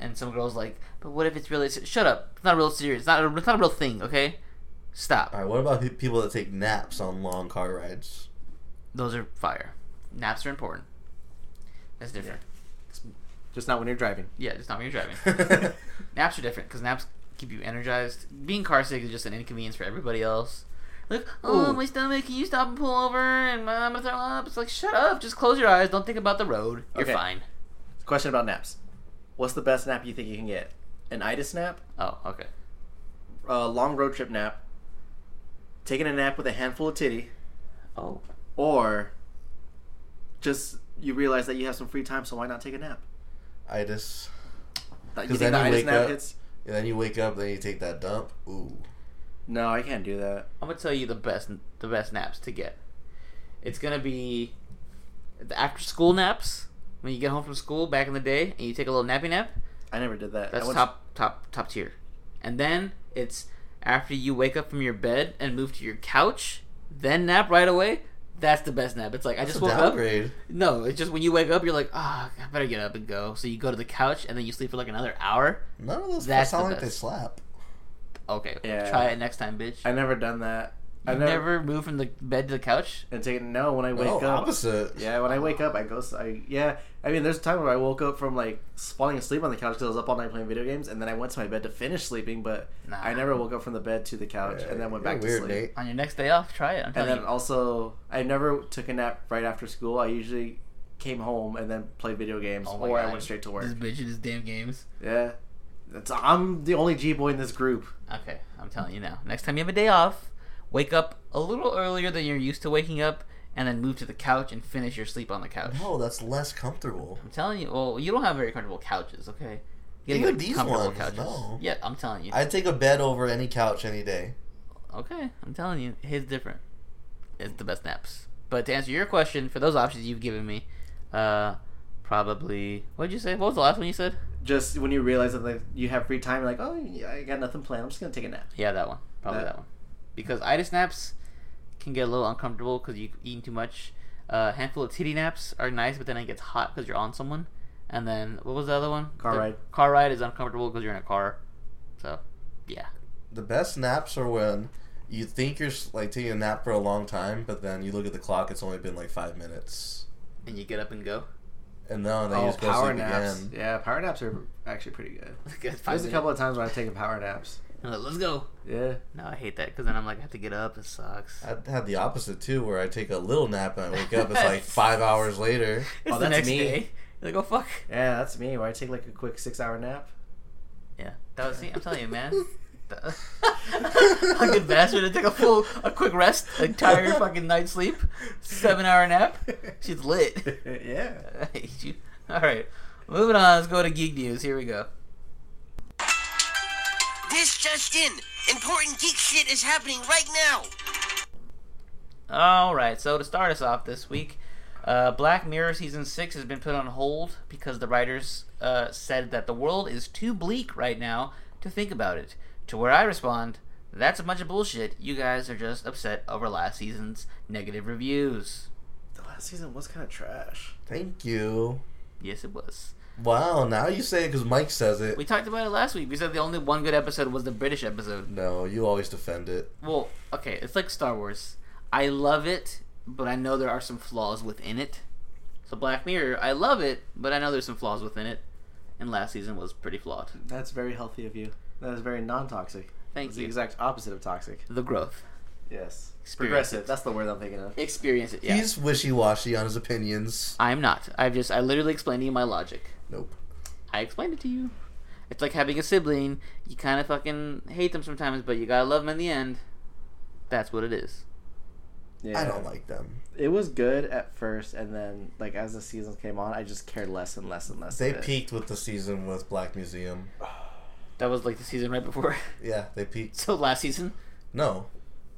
and some girls like, but what if it's really? se-" Shut up! It's not real serious. It's not. A, it's not a real thing, okay? Stop. All right, what about pe- people that take naps on long car rides? Those are fire. Naps are important. That's different. Just not when you're driving. Yeah, it's not when you're driving. That's naps are different because naps keep you energized. Being car sick is just an inconvenience for everybody else. Like, oh, Ooh. my stomach, can you stop and pull over? And uh, I'm gonna throw up. It's like, shut up, just close your eyes, don't think about the road. You're Okay. fine. Question about naps. What's the best nap you think you can get? An itis nap, Oh, okay. a long road trip nap, taking a nap with a handful of titty, Oh, or just you realize that you have some free time, so why not take a nap? itis. That- 'Cause You think then the you itis wake nap up- hits? And then you wake up, then you take that dump. Ooh. No, I can't do that. I'm gonna tell you the best the best naps to get. It's gonna be the after school naps when you get home from school back in the day and you take a little nappy nap. I never did that. I That's went- top top top tier. And then it's after you wake up from your bed and move to your couch, then nap right away. That's the best nap. It's like I That's just a woke up. downgrade. No, it's just when you wake up, you're like, ah, I better get up and go. So you go to the couch and then you sleep for like another hour. None of those That's sound the like they best. slap. Okay, Yeah. try it next time, bitch. I never done that. I I never move from the bed to the couch. and taking no when I wake no, up. Oh, opposite. Yeah, when I wake up, I go. s- I yeah. I mean, there's a time where I woke up from like s- falling asleep on the couch because I was up all night playing video games, and then I went to my bed to finish sleeping. But Nah. I never woke up from the bed to the couch, and then went back You're weird, to sleep. Nate. On your next day off, try it. I'm And telling then you. also, I never took a nap right after school. I usually came home and then played video games, Oh my or I God. went straight to work. This bitch and his damn games. Yeah, That's, I'm the only G boy in this group. Okay, I'm telling you now. Next time you have a day off, wake up a little earlier than you're used to waking up, and then move to the couch and finish your sleep on the couch. No, that's less comfortable. I'm telling you. Well, you don't have very comfortable couches, okay? You gotta Even get these comfortable ones, no. Yeah, I'm telling you. I'd take a bed over any couch any day. okay, I'm telling you, his different. It's the best naps. But to answer your question, for those options you've given me, uh, probably. What did you say? What was the last one you said? Just when you realize that like, you have free time, you're like, oh, yeah, I got nothing planned. I'm just gonna take a nap. Yeah, that one. Probably That- that, one. Because itis naps can get a little uncomfortable because you're eating too much. Uh, handful of titty naps are nice, but then it gets hot because you're on someone. And then what was the other one? Car The ride. Car ride is uncomfortable because you're in a car. So, yeah. The best naps are when you think you're like taking a nap for a long time, but then you look at the clock; it's only been like five minutes, And you get up and go. and no, then you oh, just go power sleep naps. again. Yeah, power naps are actually pretty good. Good, five There's a minutes. couple of times where I've taken power naps. I'm like, Let's go. Yeah. No, I hate that because then I'm like, I have to get up. It sucks. I had the opposite too, where I take a little nap and I wake up. It's like five hours later. It's the that's next me. day. You're like, oh fuck. Yeah, that's me. Where I take like a quick six hour nap. Yeah, that was me. I'm telling you, man. the fucking bastard to take a full, a quick rest, entire fucking night's sleep, seven hour nap. She's lit. yeah. I hate you. All right, moving on. Let's go to geek news. Here we go. This just in. Important geek shit is happening right now. All right, so to start us off this week, uh, Black Mirror season six has been put on hold because the writers uh, said that the world is too bleak right now to think about it. To where I respond, that's a bunch of bullshit. You guys are just upset over last season's negative reviews. The last season was kind of trash. Thank you. Yes, it was. Wow, now you say it because Mike says it. We talked about it last week. We said the only one good episode was the British episode. No, you always defend it. Well, okay, it's like Star Wars. I love it, but I know there are some flaws within it. So Black Mirror, I love it, but I know there's some flaws within it. And last season was pretty flawed. That's very healthy of you. That is very non-toxic. Thank It's the you. exact opposite of toxic. The growth. Yes. Experience Progressive. That's the word I'm thinking of. Experience it. Yeah. He's wishy washy on his opinions. I'm not. I've just I literally explained to you my logic. Nope. I explained it to you. It's like having a sibling. You kind of fucking hate them sometimes, but you gotta love them in the end. That's what it is. Yeah. I don't like them. It was good at first, and then like as the seasons came on, I just cared less and less and less. They of it. peaked with the season with Black Museum. That was like the season right before. Yeah, they peaked. so last season, No,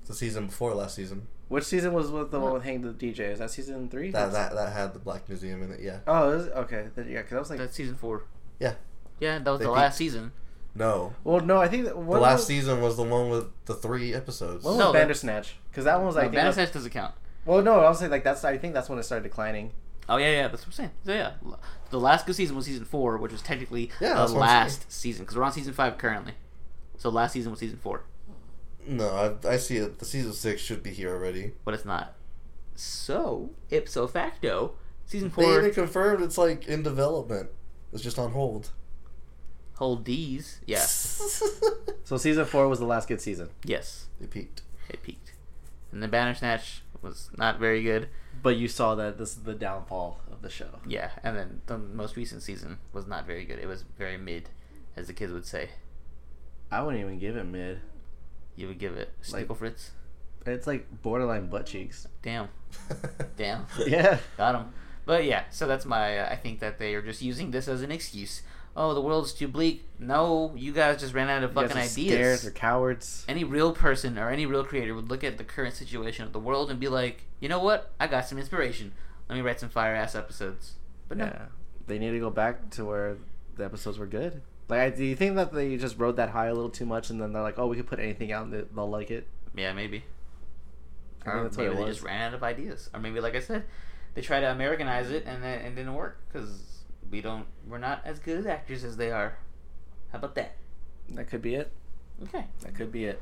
the season before last season. Which season was with the one with Hang the DJ? Is that season three? That that that had the Black Museum in it. Yeah. Oh, it was, okay. Then, yeah, because I was like, that's season four. Yeah. Yeah, that was They the peaked. last season. No, well, no, I think that, what the last was, season was the one with the three episodes. What was No, that- Bandersnatch? Because that one was No, like, uh, Banner Snatch doesn't count. well, no, I was like, like that's I think that's when it started declining. Oh yeah, yeah, that's what I'm saying. So yeah, l- the last good season was season four, which was technically Yeah, the that's what I'm last season because we're on season five currently. So last season was season four, No, I, I see it. The season six should be here already. but it's not. So ipso facto, season They four even confirmed it's like in development. It's just on hold. hold D's. Yeah, So season four was the last good season, yes, they peaked. it peaked, and then Banner Snatch was not very good. but you saw that this is the downfall of the show. Yeah, and then the most recent season was not very good. It was very mid, as the kids would say. I wouldn't even give it mid. You would give it Like- Stickle Fritz. It's like borderline butt cheeks. Damn, damn. Yeah. Got him. But yeah, so that's my. Uh, I think that they are just using this as an excuse. Oh, the world's too bleak. No, you guys just ran out of fucking ideas. They're cowards. Any real person or any real creator would look at the current situation of the world and be like, you know what? I got some inspiration. Let me write some fire ass episodes. But no. Yeah, they need to go back to where the episodes were good. Like, I, do you think that they just rode that high a little too much, and then they're like, "Oh, we could put anything out, and they- they'll like it." Yeah, maybe. I think Or that's what maybe it they was. just ran out of ideas. Or maybe, like I said, they tried to Americanize it and that, it didn't work because we don't. We're not as good as actors as they are. How about that? That could be it. Okay. That could be it.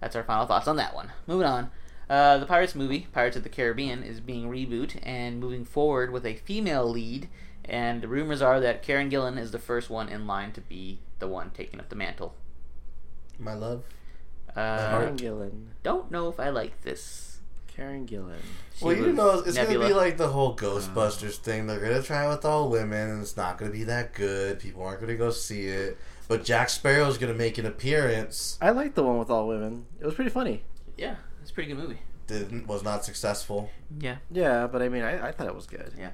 That's our final thoughts on that one. Moving on. Uh, the Pirates movie, Pirates of the Caribbean, is being reboot and moving forward with a female lead. And the rumors are that Karen Gillan is the first one in line to be the one taking up the mantle. My love. Uh, Karen Gillan. don't know if I like this. Karen Gillan. She well, you was know, it's Nebula. gonna be like the whole Ghostbusters thing. They're gonna try with all women, and it's not gonna be that good. People aren't gonna go see it. But Jack Sparrow's gonna make an appearance. I liked the one with all women. It was pretty funny. yeah, it's a pretty good movie. Didn't was not successful. Yeah, Yeah, but I mean, I, I thought it was good. yeah.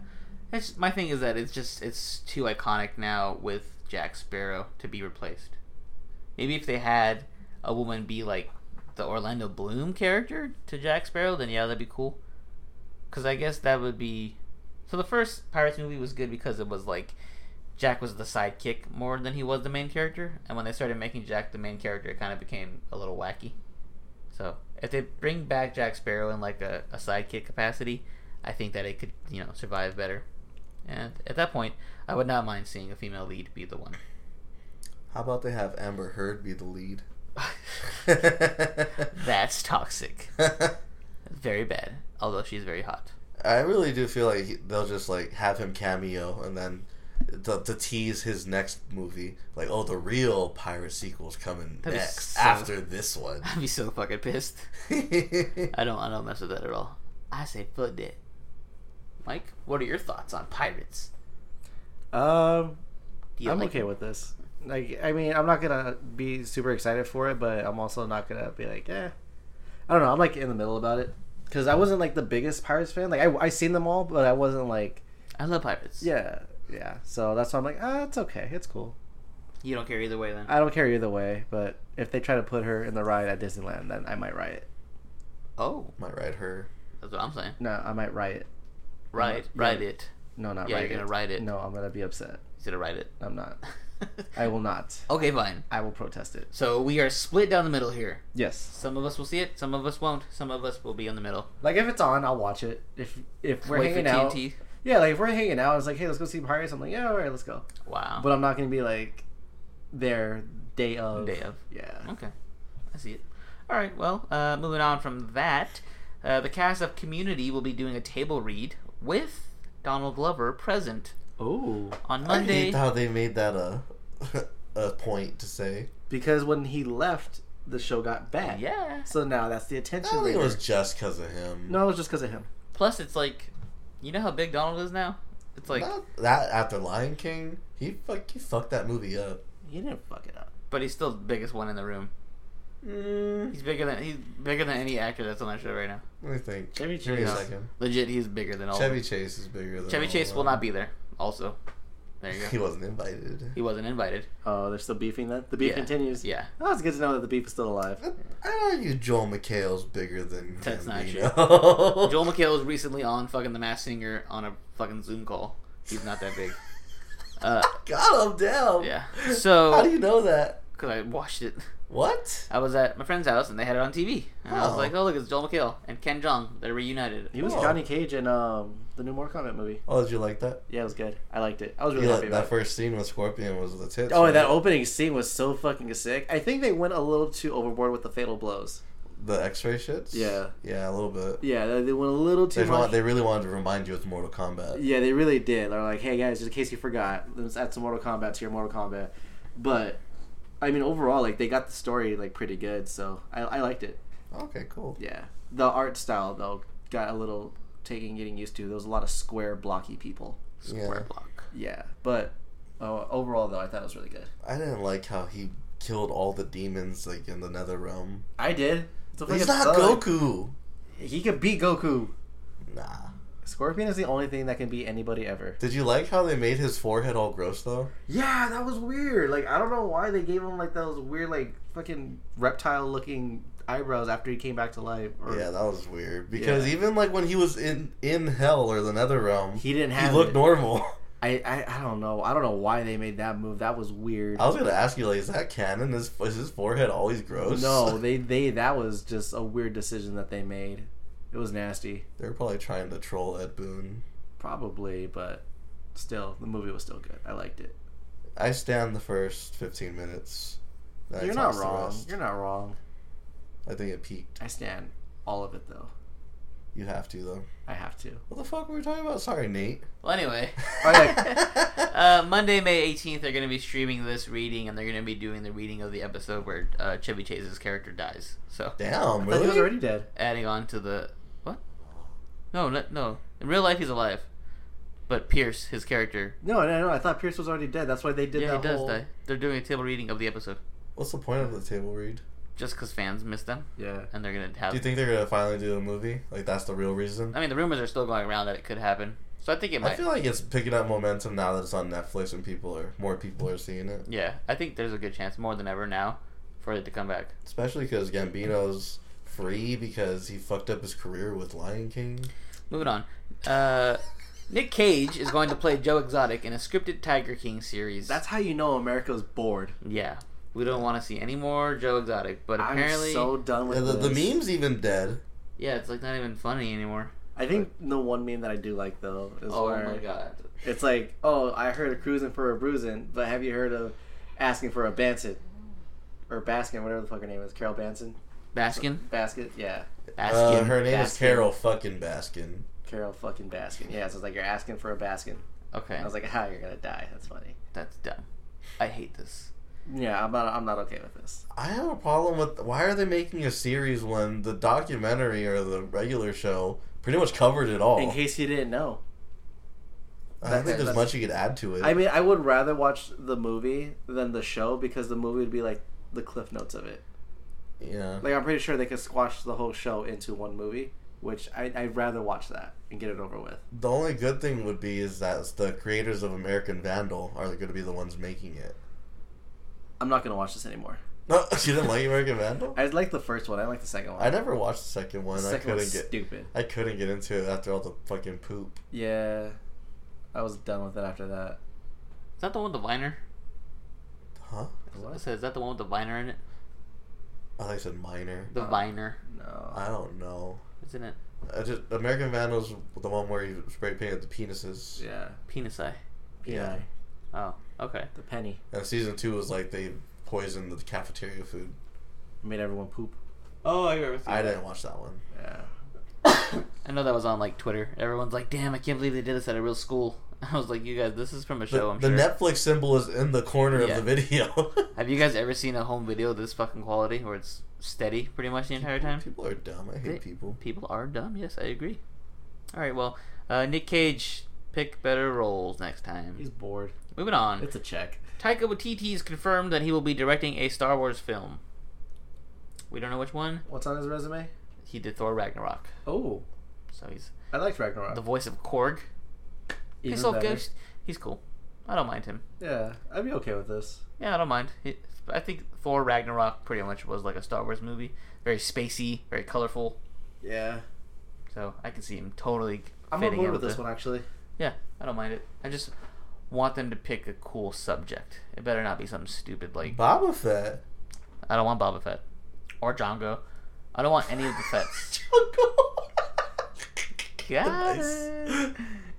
It's, my thing is that it's just it's too iconic now with Jack Sparrow to be replaced. Maybe if they had a woman be like the Orlando Bloom character to Jack Sparrow, then yeah, that'd be cool. Because I guess that would be. So the first Pirates movie was good because it was like Jack was the sidekick more than he was the main character, and when they started making Jack the main character, it kind of became a little wacky. So if they bring back Jack Sparrow in like a, a sidekick capacity, I think that it could you know survive better. And at that point, I would not mind seeing a female lead be the one. How about they have Amber Heard be the lead? That's toxic. Very bad. Although she's very hot. I really do feel like he- they'll just like have him cameo and then to, to tease his next movie, like oh the real pirate sequel's coming That'd be next so- after this one. I'd be so fucking pissed. I don't. I don't mess with that at all. I say foot it. Mike, what are your thoughts on pirates? Um, Do you I'm like okay it? with this. Like, I mean, I'm not gonna be super excited for it, but I'm also not gonna be like, eh. I don't know. I'm like in the middle about it because I wasn't like the biggest Pirates fan. Like, I I seen them all, but I wasn't like, I love pirates. yeah, yeah. So that's why I'm like, ah, it's okay, it's cool. You don't care either way then. I don't care either way, but if they try to put her in the ride at Disneyland, then I might riot. oh, Might ride her. that's what I'm saying. No, I might riot. Right, Yeah. right it. No, not Yeah, riot. you're gonna ride it. No, I'm gonna be upset. He's gonna write it. I'm not. I will not. okay, fine. I will protest it. So we are split down the middle here. Yes. Some of us will see it. Some of us won't. Some of us will be in the middle. Like if it's on, I'll watch it. If if we're Wait for hanging out, TNT. yeah. Like if we're hanging out, it's like, hey, let's go see Pirates. I'm like, yeah, all right, let's go. Wow. But I'm not gonna be like there day of. Day of. Yeah. Okay, I see it. All right. Well, uh, moving on from that, uh, the cast of Community will be doing a table read with Donald Glover present Oh. on I hate Monday. how they made that a a point to say. Because when he left, the show got bad. Yeah. So now that's the I attention. don't think it leader. was just because of him. No, it was just because of him. Plus, it's like, you know how big Donald is now. It's like, Not that after Lion King, he fuck he fucked that movie up. He didn't fuck it up. but he's still the biggest one in the room. He's bigger than he's bigger than any actor that's on that show right now. Let me think. Chevy Give me a Chase. second. Legit, he's bigger than all. Chevy of Chase is bigger than them. Chevy all Chase of will them. not be there. Also, there you He go. wasn't invited. He wasn't invited. Oh, they're still beefing. That the beef Yeah. continues. Yeah. Oh, it's good to know that the beef is still alive. I argue Joel McHale's bigger than That's not Gambino. Joel McHale was recently on fucking The Masked Singer on a fucking Zoom call. He's not that big. Uh, God, I'm down. yeah. How do So, you know that? because I watched it, What? I was at my friend's house and they had it on TV, and I was Oh. like, "Oh look, it's Joel McHale and Ken Jeong. They're reunited." He was Oh. Johnny Cage in um, the new Mortal Kombat movie. Oh, did you like that? Yeah, it was good. I liked it. I was You really like- happy about that it. first scene with Scorpion was the tits. Oh, right? and that opening scene was so fucking sick. I think they went a little too overboard with the fatal blows. the X-ray shits. Yeah. yeah, a little bit. Yeah, they they went a little too They, want, much. they really wanted to remind you of Mortal Kombat. yeah, they really did. They're like, hey guys, just in case you forgot, let's add some Mortal Kombat to your Mortal Kombat. But I mean, overall, like they got the story like pretty good, so I, I liked it. Okay, cool. Yeah, the art style though got a little taking getting used to. There was a lot of square, blocky people. Square Yeah. block. Yeah, but uh, overall though, I thought it was really good. I didn't like how he killed all the demons like in the Nether Realm. I did. It's a He's fucking not thug. Goku. He could beat Goku. Nah. Scorpion is the only thing that can beat anybody ever. Did you like how they made his forehead all gross though? Yeah, that was weird. Like I don't know why they gave him like those weird like fucking reptile looking eyebrows after he came back to life. Or Yeah, that was weird. Because Yeah. even like when he was in in hell or the Nether Realm, he didn't he have. looked it. normal. I, I I don't know. I don't know why they made that move. That was weird. I was gonna ask you, like, is that canon? Is, is his forehead always gross? No, they they that was just a weird decision that they made. It was nasty, they're probably trying to troll Ed Boon. probably, but still, the movie was still good. I liked it. I stand the first fifteen minutes. Then I You're not toss the wrong. rest. You're not wrong. I think it peaked. I stand all of it though. You have to though. I have to. What the fuck were we talking about? Sorry, Nate. Well, anyway. All right. Uh, Monday, May 18th, they're going to be streaming this reading, and they're going to be doing the reading of the episode where uh, Chevy Chase's character dies. So, Damn, But he was really? already dead. adding on to the. What? No, no, no. In real life, he's alive. But Pierce, his character. No, no, no. I thought Pierce was already dead. That's why they did yeah, he that does whole. die. They're doing a table reading of the episode What's the point of the table read? just because fans miss them, Yeah. and they're going to Do have. you think they're gonna finally do a movie? Like that's the real reason? I mean, the rumors are still going around that it could happen. So I think it might. I feel like it's picking up momentum now that it's on Netflix and people are more people are seeing it. yeah, I think there's a good chance more than ever now for it to come back. Especially because Gambino's free because he fucked up his career with Lion King. Moving on. Uh, Nick Cage is going to play Joe Exotic in a scripted Tiger King series. That's how you know America's bored. yeah. We don't want to see any more Joe Exotic, but I'm apparently, so done with The, the this. meme's even dead. yeah, it's like not even funny anymore. I think the one meme that I do like uh, though is Oh where my god. it's like, oh, I heard of cruising for a bruising, but have you heard of asking for a Banson or Baskin, whatever the fuck her name is, Carol Banson, Baskin. Basket, yeah, Baskin. Uh, her name is Baskin. Carol fucking Baskin. Carol fucking Baskin, yeah. So it's like you're asking for a Baskin. Okay, I was like, ah, you're gonna die. That's funny. that's dumb. I hate this. Yeah, I'm not. I'm not okay with this. I have a problem with why are they making a series when the Oh. documentary or the regular show pretty much covered it all. In case you didn't know, I don't think That's- there's much you could add to it. I mean, I would rather watch the movie than the show because the movie would be like the cliff notes of it. yeah. Like I'm pretty sure they could squash the whole show into one movie, which I, I'd rather watch that and get it over with. The only good thing would be is that the creators of American Vandal are going to be the ones making it. I'm not gonna watch this anymore. No, you didn't like American Vandal? I like the first one. I like the second one. I never watched the second one. the I second couldn't one's get stupid. I couldn't get into it after all the fucking poop. Yeah, I was done with it after that. Is that the one with the Viner? Huh? I What? said, is that the one with the Viner in it? I thought you Oh, said minor. The Viner, No. I don't know. isn't it? I just American Vandal's the one where you spray painted the penises. Yeah. Penis eye. Yeah. Oh, okay. The penny And season two was like they poisoned the cafeteria food. made everyone poop. Oh, I remember. I didn't watch that one. Yeah. I know that was on like Twitter. Everyone's like, "Damn, I can't believe they did this at a real school." I was like, "You guys, this is from a The, show." I'm sure. the Netflix symbol is in the corner Yeah. of the video. Have you guys ever seen a home video this fucking quality, where it's steady pretty much the entire time? People are dumb. I hate They- people. People are dumb. Yes, I agree. All right. Well, uh, Nick Cage pick better roles next time. He's bored. Moving on. It's a check. Taika Waititi's confirmed that he will be directing a Star Wars film. We don't know which one. What's on his resume? He did Thor Ragnarok, Oh, so he's I liked Ragnarok. the voice of Korg. Even He's old better. ghost. He's cool. I don't mind him. Yeah, I'd be okay with this. Yeah, I don't mind. It, I think Thor Ragnarok pretty much was like a Star Wars movie. Very spacey, very colorful. Yeah, So I can see him totally I'm on fitting board in with this the- one actually. Yeah, I don't mind it. I just want them to pick a cool subject. It better not be something stupid like Boba Fett. I don't want Boba Fett or Django. I don't want any of the Fets. Oh, Got it.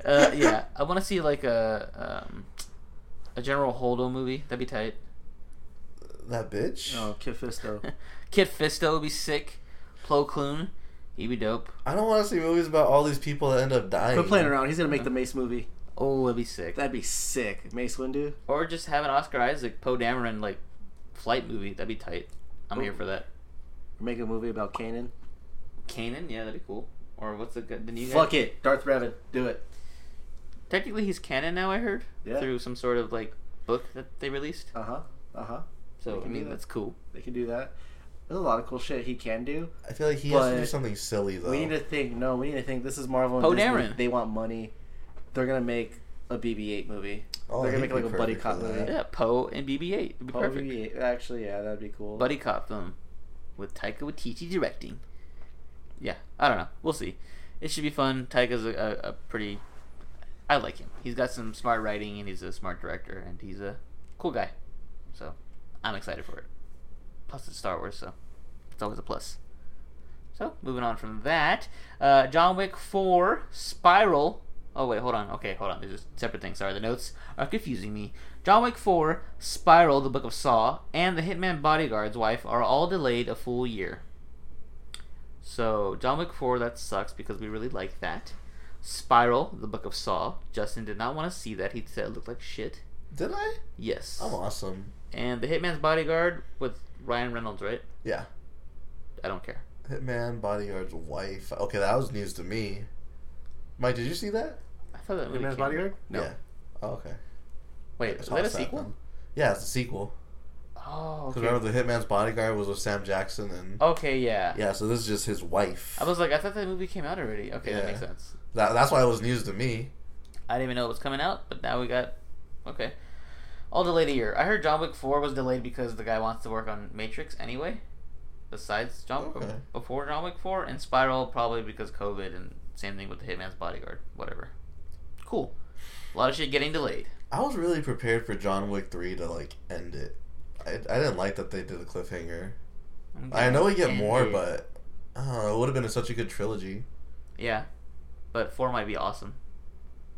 Uh, yeah, I want to see like a um, a General Holdo movie. That'd be tight. That bitch. Oh, Kid Fisto. Kid Fisto would be sick. Plo Koon, he'd be dope. I don't want to see movies about all these people that end up dying. Quit playing around. He's gonna Uh-huh. make the Mace movie. Oh, that'd be sick. That'd be sick. Mace Windu. or just have an Oscar Isaac Poe Dameron like flight movie. That'd be tight. I'm here Ooh. for that. Make a movie about Kanan. Kanan, yeah, that'd be cool. Or what's the good- the new guy? Fuck it, Darth Revan. Do it. Technically, he's canon now. I heard Yeah. through some sort of like book that they released. Uh huh. Uh huh. So can I do mean, that. that's cool. They can do that. There's a lot of cool shit he can do. I feel like he has to do But- something silly though. We need to think. No, we need to think. This is Marvel and Poe Disney. Dameron. They want money. They're gonna make a BB-8 movie. Oh, They're gonna he'd make like be a buddy perfect cop for that. movie. Yeah, Poe and BB-8. It'd be Poe perfect. BB-8. Actually, yeah, that'd be cool. Buddy cop film with Taika Waititi directing. Yeah, I don't know. We'll see. It should be fun. Taika's a, a, a pretty. I like him. He's got some smart writing and he's a smart director and he's a cool guy. So I'm excited for it. Plus, it's Star Wars, so it's always a plus. So moving on from that, uh, John Wick Four, Spiral. Oh wait, hold on. Okay, hold on. These are separate things. Sorry, the notes are confusing me. John Wick Four, Spiral, The Book of Saw, and The Hitman Bodyguard's Wife are all delayed a full year. So John Wick Four, that sucks because we really like that. Spiral, The Book of Saw. Justin did not want to see that. He said it looked like shit. Did I? Yes. Oh, I'm awesome. And The Hitman's Bodyguard with Ryan Reynolds, right? Yeah. I don't care. Hitman, bodyguard's wife. Okay, that was news to me. Mike, did you see that? I thought that movie Hitman's came- Bodyguard? No. Yeah. Oh, okay. Wait, I is saw that a that sequel? one. Yeah, it's a sequel. Oh, Because okay. remember, the Hitman's bodyguard was with Sam Jackson, Oh. and Okay, yeah. yeah, so this is just his wife. I was like, I thought that movie came out already. Okay, that Yeah. makes sense. That, that's why it was news to me. I didn't even know it was coming out, but now we got. Okay. All delayed a year. I heard John Wick 4 was delayed because the guy wants to work on Matrix anyway. Besides John Okay. before John Wick 4 and Spiral probably because COVID and same thing with the Hitman's Bodyguard, whatever. Cool. A lot of shit getting delayed. I was really prepared for John Wick three to like end it. I, I didn't like that they did a cliffhanger. I know we get And- more, but I don't know, it would have been such a good trilogy, Yeah. But 4 might be awesome.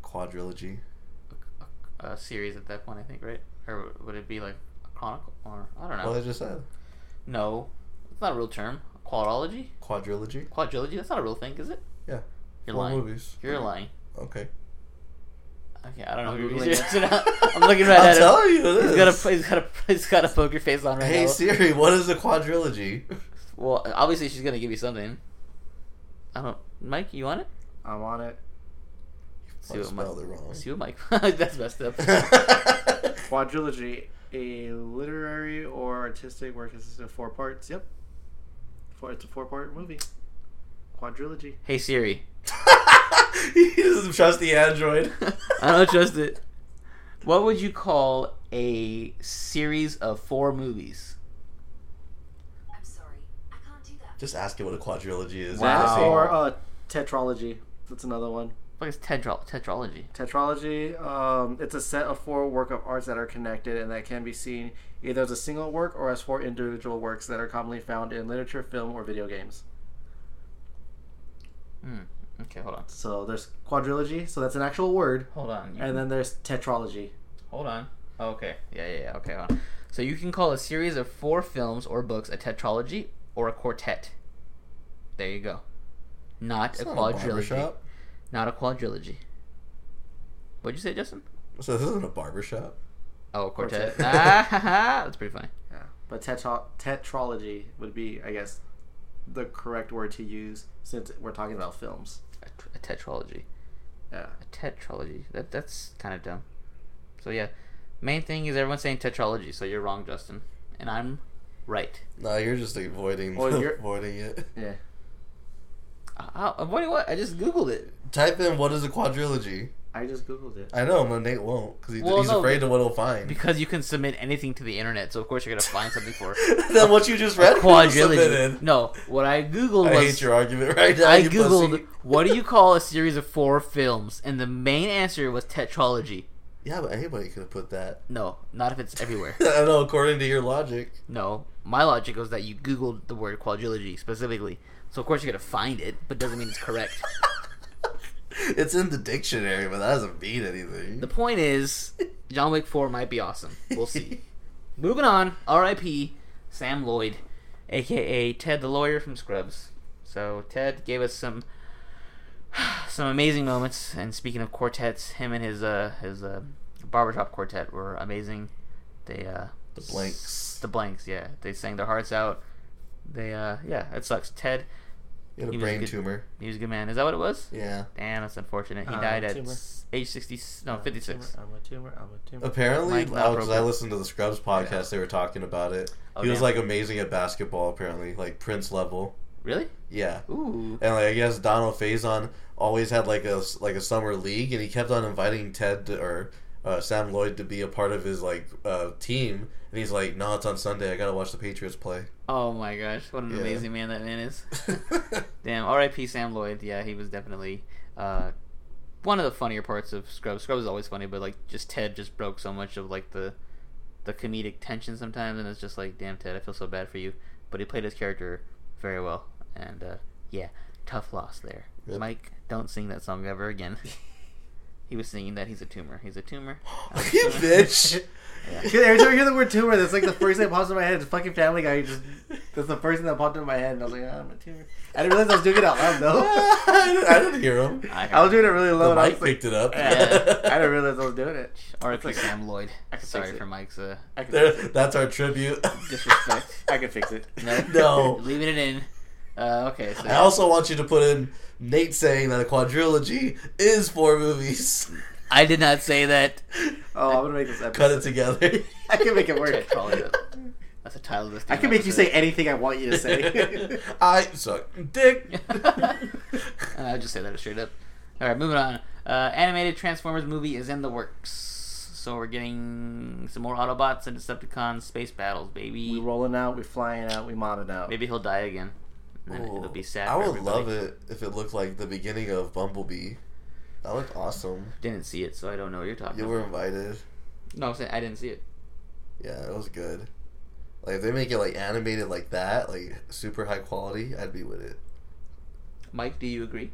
quadrilogy. A, a series at that point, I think, right? Or would it be like a chronicle or I don't know. What I just said, No, it's not a real term. Quadrology? quadrilogy. Quadrilogy? That's not a real thing, is it? Yeah. You're Four lying. movies. You're lying. Okay. Okay, I don't know I'm who you're Googling using. it. I'm looking right I'm at him. telling you, He's this. got a he's got a he's got a poker face on right Hey now. Siri, what is a quadrilogy? Well, obviously she's gonna give you something. I don't. Mike, you on it? I'm on it. See what, Mike, spelled it wrong. see what Mike. That's messed up. Quadrilogy, a literary or artistic work consisting of four parts. Yep. Four, it's a four part movie. Quadrilogy. hey Siri, he doesn't trust the android. I don't trust it. What would you call a series of four movies? I'm sorry, I can't do that. Just ask him what a quadrilogy is. Wow. Just say- Or uh, tetralogy. That's another one. What is tetra- tetralogy? Tetralogy, um, it's a set of four work of arts that are connected and that can be seen either as a single work or as four individual works that are commonly found in literature, film, or video games. Okay, hold on. So there's quadrilogy, so that's an actual word, Hold on. You and then there's tetralogy. Hold on. Oh, okay. Yeah, yeah, yeah. Okay, hold on. So you can call a series of four films or books a tetralogy or a quartet. There you go. Not It's a not quadrilogy. barbershop. not a quadrilogy. What'd you say, Justin? So this isn't a barbershop. Oh, a quartet. Quartet. ah, ha, ha. That's pretty funny. Yeah. But tetra- tetralogy would be, I guess, the correct word to use since we're talking about films. A, a tetralogy. Yeah. A tetralogy. That that's kind of dumb. So yeah, main thing is everyone's saying tetralogy. So you're wrong, Justin, and I'm right. No, you're just avoiding Well, you're- avoiding it. Yeah. Uh, uh, what? What? I just googled it. Type in what is a quadrilogy. I just Googled it. I know, but Nate won't because he, Well, he's no, afraid of what he'll find. Because you can submit anything to the internet, so of course you're gonna find something for then what you just read was quadrilogy. submitted. No, what I googled I hate was your argument right now. I you googled pussy. what do you call a series of four films, and the main answer was tetralogy. Yeah, but anybody could have put that. No, not if it's everywhere. I know, according to your logic. No, my logic was that you googled the word quadrilogy specifically, so of course you're gonna find it, but doesn't mean it's correct. It's in the dictionary, but that doesn't mean anything. the point is, John Wick Four might be awesome. We'll see. Moving on, R.I.P. Sam Lloyd, aka Ted the lawyer from Scrubs. So Ted gave us some some amazing moments. And speaking of quartets, him and his uh his uh, barbershop quartet were amazing. They uh The blanks. the blanks yeah they sang their hearts out. They uh yeah it sucks. Ted You had He a was brain good. tumor. he was a good man. Is that what it was? Yeah. Damn, that's unfortunate. He Uh, died at tumor. s- age sixty s- no I'm a fifty six. tumor, I'm a tumor. I'm a tumor. Apparently, Mike because I Malbrook. listened to the Scrubs podcast, they were talking about it. Oh, he was damn. like amazing at basketball, apparently, like Prince level. Really? Yeah. Ooh. And like I guess Donald Faison always had like a like a summer league, and he kept on inviting Ted to, or uh, Sam Lloyd to be a part of his like uh, team. And he's like, "No, it's on Sunday. I gotta watch the Patriots play." Oh my gosh, what an Yeah. amazing man that man is. Damn, R.I.P. Sam Lloyd. Yeah, he was definitely uh, one of the funnier parts of Scrubs. Scrubs is always funny, but like just Ted just broke so much of like the the comedic tension sometimes, and it's just like, damn Ted, I feel so bad for you. But he played his character very well, and uh, yeah, tough loss there. Yep. Mike, don't sing that song ever again. he was singing that he's a tumor. He's a tumor. you bitch! Every time I hear the word tumor, that's like the first thing that pops in my head. It's fucking Family Guy. Just that's the first thing that popped in my head, and I was like, "Ah, I'm a tumor. I didn't realize I was doing it out loud though. I didn't- I didn't hear him. I I was doing it really low. The And I, mic was like, picked it up. Yeah. I didn't realize I was doing it. R.I.P. Sam Lloyd. can Sorry fix it. for Mike's uh, I can, There- that's our tribute. disrespect. I can fix it. No. No. Leaving it in. Uh, okay. So I also want you to put in Nate saying that a quadrilogy is four movies. I did not say that. Oh, I'm gonna make this episode. Cut it together. I can make it work. Tetralogy. That's the title of this. I can make you say anything I want you to say. I suck dick. and Uh, I'll just say that straight up. All right, moving on. Uh, animated Transformers movie is in the works, so we're getting some more Autobots and Decepticons space battles, baby. we rolling out. We flying out. We mobbing out. Maybe he'll die again. And then Ooh, it'll be sad. Oh, I for would everybody. love it if it looked like the beginning of Bumblebee. That looked awesome. Didn't see it, so I don't know what you're talking You about. were invited. No, I'm saying I didn't see it. Yeah, it was good. Like if they make it like animated like that, like super high quality, I'd be with it. Mike, do you agree?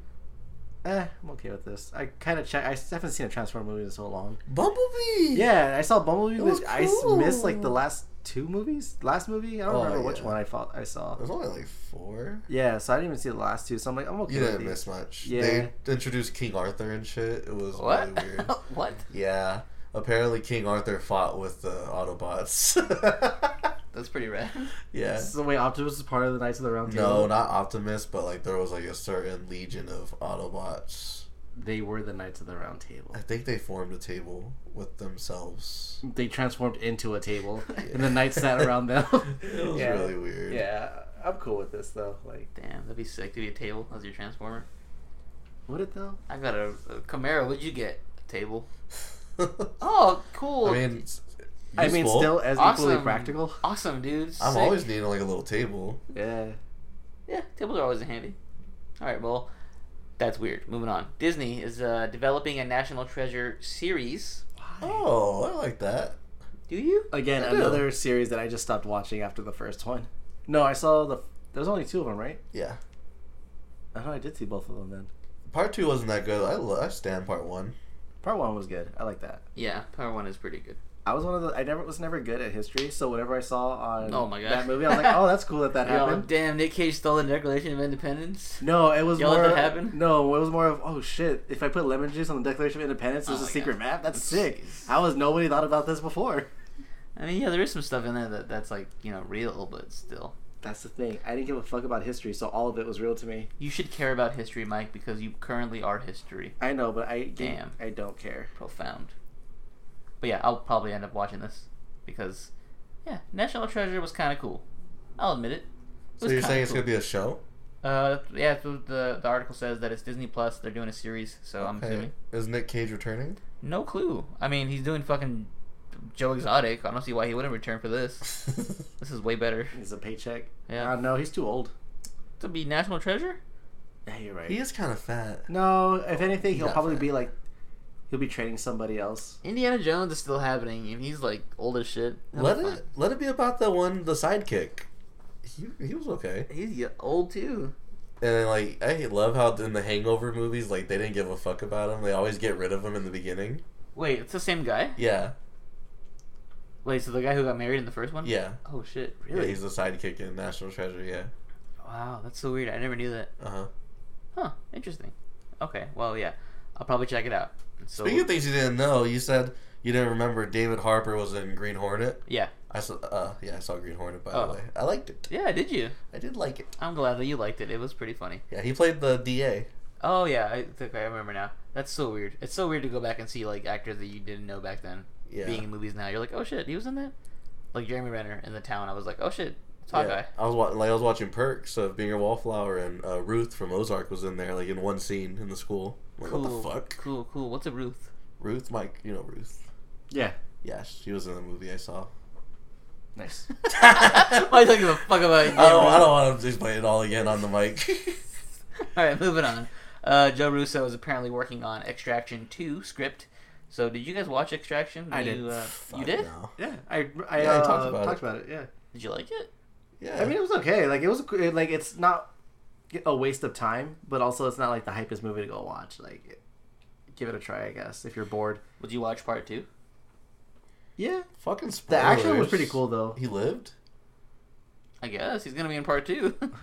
Eh, I'm okay with this. I kind of check. I haven't seen a Transformer movie in so long. Bumblebee. Yeah, I saw Bumblebee, was but I s- cool. missed like the last two movies. Last movie, I don't Oh, remember which yeah. one I fought, I saw. There's only like four. Yeah, so I didn't even see the last two. So I'm like, I'm okay. You with didn't these. miss much. Yeah. They introduced King Arthur and shit. It was What? really weird. what? yeah. Apparently King Arthur fought with the Autobots. That's pretty rad. yeah. So wait, Optimus is part of the Knights of the Round Table. No, not Optimus, but like there was like a certain legion of Autobots. they were the Knights of the Round Table. I think they formed a table with themselves. They transformed into a table, and the knights sat around them. It was Yeah. really weird. yeah, I'm cool with this though. Like, Damn, that'd be sick to be a table as your transformer. would it though? I got a, a Camaro. What'd you get? A table. Oh, cool. I mean, it's I mean, useful. still as equally Awesome. practical. awesome, dude. I'm Sick. always needing like a little table. Yeah. Yeah, tables are always handy. All right, well, that's weird. Moving on. Disney is uh, developing a National Treasure series. Oh, I like that. Do you? Again, I do. another series that I just stopped watching after the first one. No, I saw the. There's only two of them, right? Yeah. I know I did see both of them then. Part two wasn't that good. I lo- I stand part one. Part one was good. I like that. Yeah, Power One is pretty good. I was one of the. I never was never good at history, so whenever I saw on Oh my God. that movie, I was like, "Oh, that's cool that that Yo, happened." damn, Nick Cage stole the Declaration of Independence. No, it was Y'all let more. that happen? No, it was more of oh shit! If I put lemon juice on the Declaration of Independence, there's Oh a my secret God. map. That's sick. Jeez. How has nobody thought about this before? I mean, yeah, there is some stuff in there that, that's like you know real, but still, That's the thing. I didn't give a fuck about history, so all of it was real to me. you should care about history, Mike, because you currently are history. I know, but I Damn. I don't care. Profound. But yeah, I'll probably end up watching this because, yeah, National Treasure was kind of cool. I'll admit it. It So was you're kinda saying it's cool. gonna be a show? Uh, yeah, that's what the the article says that it's Disney Plus. They're doing a series, so Um, I'm Hey, assuming. is Nick Cage returning? No clue. I mean, he's doing fucking Joe Exotic. I don't see why he wouldn't return for this. This is way better. He's a paycheck. Yeah. Yeah. Uh, no, he's too old. To be National Treasure? Yeah, you're right. he is kind of fat. no, if anything, he'll not probably fat. be like, he'll be training somebody else. Indiana Jones is still happening, and he's like old as shit. That'll Let be it let it be about the one the sidekick. He, he was okay. fine. He's y- old too. And then, like I love how in the Hangover movies like they didn't give a fuck about him. They always get rid of him in the beginning. Wait, it's the same guy? Yeah, Wait, so the guy who got married in the first one? yeah. Oh shit! Yeah, Really? he's the sidekick in National Treasure. Yeah. wow, that's so weird. I never knew that. Uh huh. Huh? Interesting. Okay. Well, yeah, I'll probably check it out. So Speaking of things you didn't know, you said you didn't remember David Harper was in Green Hornet. yeah, I saw. Uh, yeah, I saw Green Hornet by Oh. the way. I liked it. yeah. Did you? I did like it. I'm glad that you liked it. It was pretty funny. Yeah, he played the DA. Oh yeah, I think I remember now. That's so weird. It's so weird to go back and see like actors that you didn't know back then Yeah. being in movies now. You're like, oh shit, he was in that. Like Jeremy Renner in The Town. I was like, oh shit, it's Yeah, Hawkeye. I was wa- like I was watching Perks of Being a Wallflower, and uh, Ruth from Ozark was in there, like in one scene in the school. I'm like, Cool, what the fuck? cool, cool. What's a Ruth? Ruth, Mike, you know Ruth. Yeah. Yeah, she was in the movie I saw. Nice. Why you talking the fuck about? Oh, I don't, I don't want to explain it all again on the mic. All right, moving on. Uh, Joe Russo is apparently working on Extraction Two script. So did you guys watch Extraction? I you, did. Uh, Fuck you did? no. yeah. I I, Yeah, I uh, talked talked, about about, it. it. Yeah. Did you like it? Yeah. I mean, it was okay. Like it was a cool- like it's not a waste of time, but also it's not like the hypest movie to go watch. Like, give it a try, I guess, if you're bored. Would you watch part two? Yeah. fucking The spoilers. action was pretty cool though. He lived. I guess he's gonna be in part two.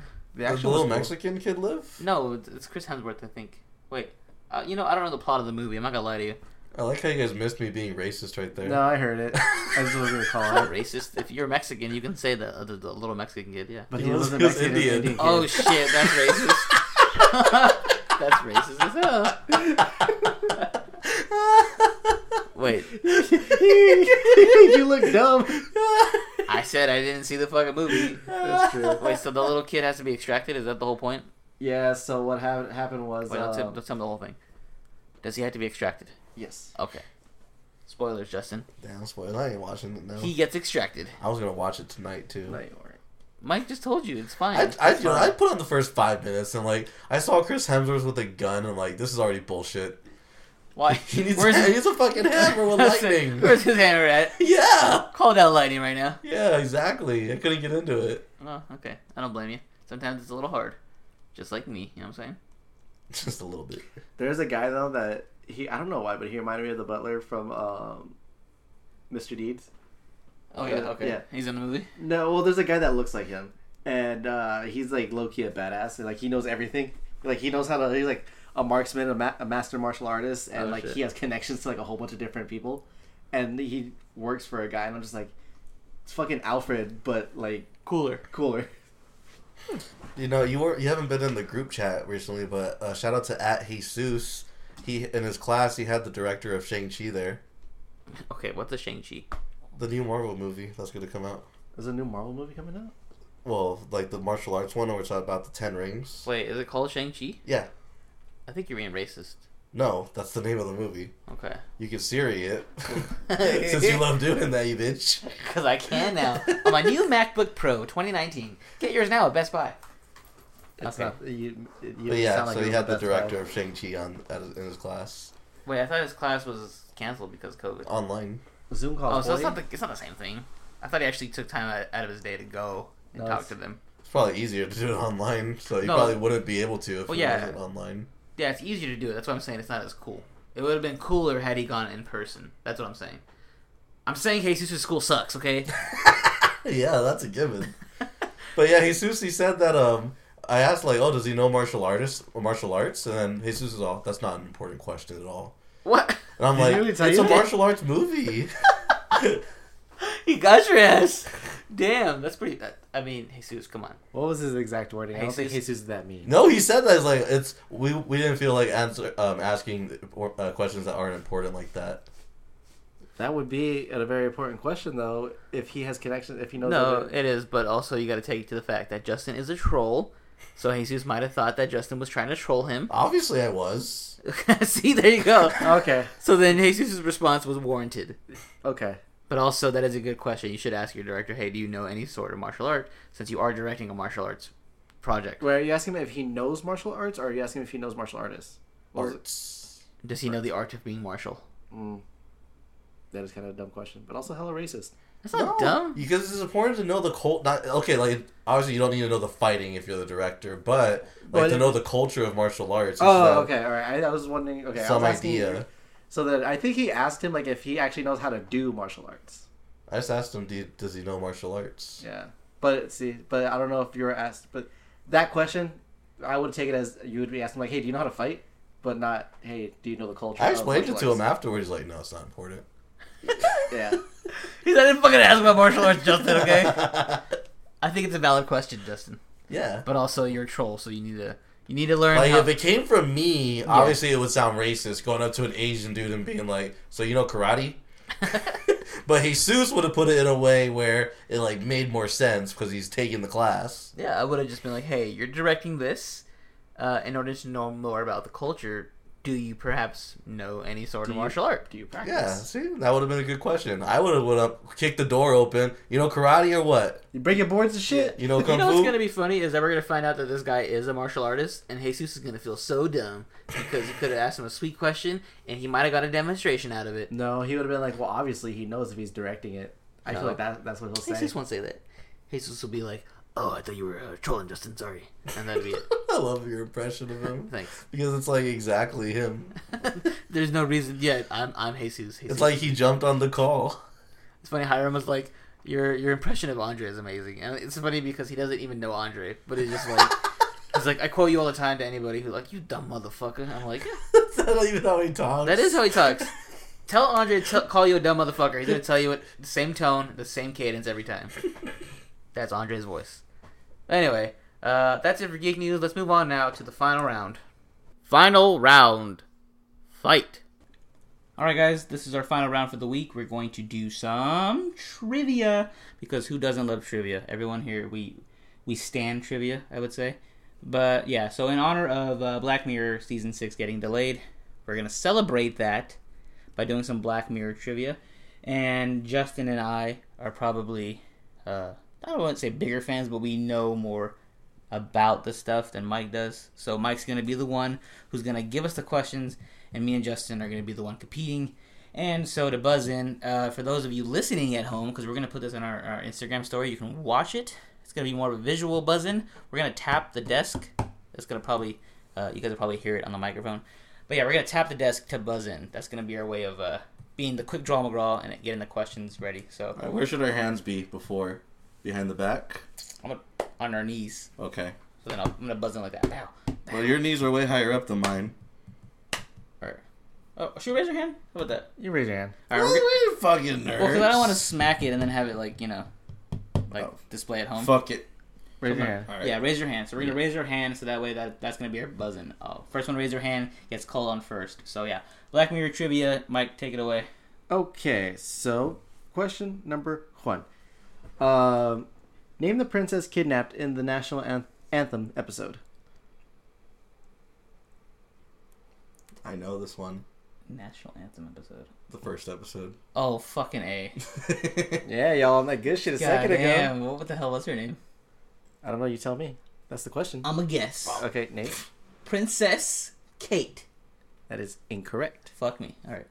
Did The action the little was cool. Mexican kid live? no, it's- it's Chris Hemsworth, I think. Wait, uh, you know I don't know the plot of the movie. I'm not gonna lie to you. I like how you guys missed me being racist right there. No, I heard it. I just wasn't gonna call Not it. racist. If you're Mexican, you can say the, the, the little Mexican kid. Yeah. But He he, was- was, not he was Mexican. Indian. Indian. Indian Oh kid. shit, that's racist. that's racist as hell. Wait, you look dumb. I said I didn't see the fucking movie. That's true. Wait, so the little kid has to be extracted? Is that the whole point? Yeah. So what ha- happened was, Wait, let's, uh, um, let's sum the whole thing. Does he have to be extracted? yes, Okay. Spoilers, Justin. Damn spoiler! I ain't watching it now. He gets extracted. I was gonna watch it tonight too. No, you weren't. Mike just told you it's fine. I, I, you know, I put on the first five minutes and like I saw Chris Hemsworth with a gun and like this is already bullshit. Why? He needs, where's, he his, needs a fucking hammer with lightning. where's his hammer at? yeah, Call down lightning right now. yeah, exactly. I couldn't get into it. Oh, okay. I don't blame you. Sometimes it's a little hard. Just like me, you know what I'm saying? Just a little bit. There's a guy though that he I don't know why, but he reminded me of the butler from um, Mr. Deeds. Oh, yeah, okay. He's in the movie? No, well, there's a guy that looks like him, and uh, he's like low key a badass, and like he knows everything. Like he knows how to. He's like a marksman, a, ma- a master martial artist, and Oh, like shit. he has connections to like a whole bunch of different people, and he works for a guy, and I'm just like, it's fucking Alfred, but like Cooler. cooler. You know, you were you haven't been in the group chat recently, but uh, shout out to at Jesus. he in his class he had the director of Shang Chi there, Okay, what's a Shang Chi? the new Marvel movie that's going to come out. There's a new Marvel movie coming out. Well, like the martial arts one, which is about the Ten Rings. Wait, is it called Shang Chi? Yeah, I think you're being racist. no, that's the name of the movie. Okay, You can Siri it since you love doing that, you bitch. because I can now on my new MacBook Pro 2019. Get yours now at Best Buy. It's Okay. not, you, you But yeah, sound like so it he was had the best director vibe. of Shang Chi on at his, in his class Wait, I thought his class was canceled because COVID. Oh, online. Zoom call. Oh, so it's not the it's not the same thing. I thought he actually took time out- out of his day to go and No, talk it's- to them. It's probably easier to do it online, so you No. probably wouldn't be able to if Well, it yeah. wasn't online. Yeah, it's easier to do it. That's what I'm saying. It's not as cool. It would have been cooler had he gone in person. That's what I'm saying. I'm saying Jesus' school sucks. Okay. Yeah, that's a given. but yeah, Jesus he said that um I asked like, oh, does he know martial artists or martial arts? And then Jesus is all that's not an important question at all. what? And I'm Did he really like, tell it's a you that?" martial arts movie. He got your ass. Damn, that's pretty. That, I mean, Jesus, come on. What was his exact wording? I don't think Jesus. Jesus is that mean. no, he said that. It's like it's we we didn't feel like answer um asking uh, questions that aren't important like that. That would be a very important question, though. If he has connection, if he knows. No, other- it is, but also you got to take to the fact that Justin is a troll. So Jesus might have thought that Justin was trying to troll him. Obviously, I was. See, there you go. Okay. So then Jesus' response was warranted. Okay. But also, that is a good question. You should ask your director, hey, do you know any sort of martial art? Since you are directing a martial arts project, Wait, are you asking him if he knows martial arts, or are you asking him if he knows martial artists? Or Arts. does he know the art of being martial? that is kind of a dumb question, but also hella racist. That's not dumb. Because it's important to know the cult. Not okay. Like obviously, you don't need to know the fighting if you're the director, but like But- to know the culture of martial arts. you should Oh, have okay, all right. I, I was wondering. Okay, Some I was asking idea. you- so that I think he asked him like if he actually knows how to do martial arts. I just asked him, Do you, does he know martial arts? Yeah, but see, but I don't know if you were asked, but that question, I would take it as you would be asking like, hey, do you know how to fight? But not, hey, do you know the culture? I of Uh, explained it to martial him arts?" afterwards. He's like, no, it's not important. Yeah. He's I didn't fucking ask about martial arts, Justin, okay? I think it's a valid question, Justin. Yeah. But also, you're a troll, so you need to you need to learn Like how... if it came from me, obviously it would sound racist going up to an Asian dude and being like, "So you know karate?" but Jesus would have put it in a way where it like made more sense because he's taking the class. Yeah, I would have just been like, "Hey, you're directing this. Uh, in order to know more about the culture, do you perhaps know any sort of you- martial art?" do you practice? Yeah, see, that would have been a good question. I would have went up, kicked the door open. You know karate or what? You break your boards and shit. You know You kung know what's fu. gonna be funny is that we're gonna find out that this guy is a martial artist, and Jesus is gonna feel so dumb because you could have asked him a sweet question, and he might have got a demonstration out of it. No, he would have been like, well, obviously he knows if he's directing it. I No. feel like that, that's what he'll say. Jesus won't say that. Jesus will be like, "Oh, I thought you were uh, trolling Justin. Sorry," and that'd be it. I love your impression of him Thanks. because it's like exactly him. There's no reason. Yeah, I'm I'm Jesus. Jesus. It's like he jumped on the call. It's funny, Hiram was like, "Your your impression of Andre is amazing," and it's funny because he doesn't even know Andre, but he's just like, he's like, "I quote you all the time to anybody who like you dumb motherfucker." I'm like, "Yeah, That's not even how he talks. that is how he talks." Tell Andre to t- call you a dumb motherfucker. He's gonna tell you it the same tone, the same cadence every time. That's Andre's voice. Anyway, uh, that's it for geek news. Let's move on now to the final round. Final round, fight. All right, guys, this is our final round for the week. We're going to do some trivia because who doesn't love trivia? Everyone here, we we stand trivia, I would say. But yeah, so in honor of uh, Black Mirror season six getting delayed, we're gonna celebrate that by doing some Black Mirror trivia. And Justin and I are probably uh, I don't want to say bigger fans, but we know more about the stuff than Mike does. So Mike's going to be the one who's going to give us the questions, and me and Justin are going to be the one competing. And so to buzz in, uh, for those of you listening at home, because we're going to put this on our, our Instagram story, you can watch it. It's going to be more of a visual buzz in. We're going to tap the desk. That's going to probably, uh, you guys will probably hear it on the microphone. But yeah, we're going to tap the desk to buzz in. That's going to be our way of uh, being the quick draw McGraw and getting the questions ready. So All right, where should our hands be before? Behind the back? I'm gonna, on our knees. Okay. So then I'll, I'm going to buzz in like that. Pow. Well, your knees are way higher up than mine. Alright. Oh, should we raise your hand? How about that? You raise your hand. Alright, Well, we're good. you fucking nerds. Well, because I don't want to smack it and then have it, like, you know, like, Oh. display at home. Fuck it. Raise your Come on. hand. All right. Yeah, raise your hand. So we're gonna raise your hand, so that way that that's gonna be our buzzing. Oh, first one to raise your hand gets called on first. So yeah, Black Mirror trivia. Mike, take it away. Okay, so question number one. Um, name the princess kidnapped in the national an- anthem episode. I know this one. National anthem episode. The first episode. Oh fucking a. Yeah, y'all, I'm that good shit a second ago. Goddamn, what, what the hell was her name? I don't know. You tell me. That's the question. I'm a guess. Okay, Nate, Princess Kate. that is incorrect. Fuck me. All right.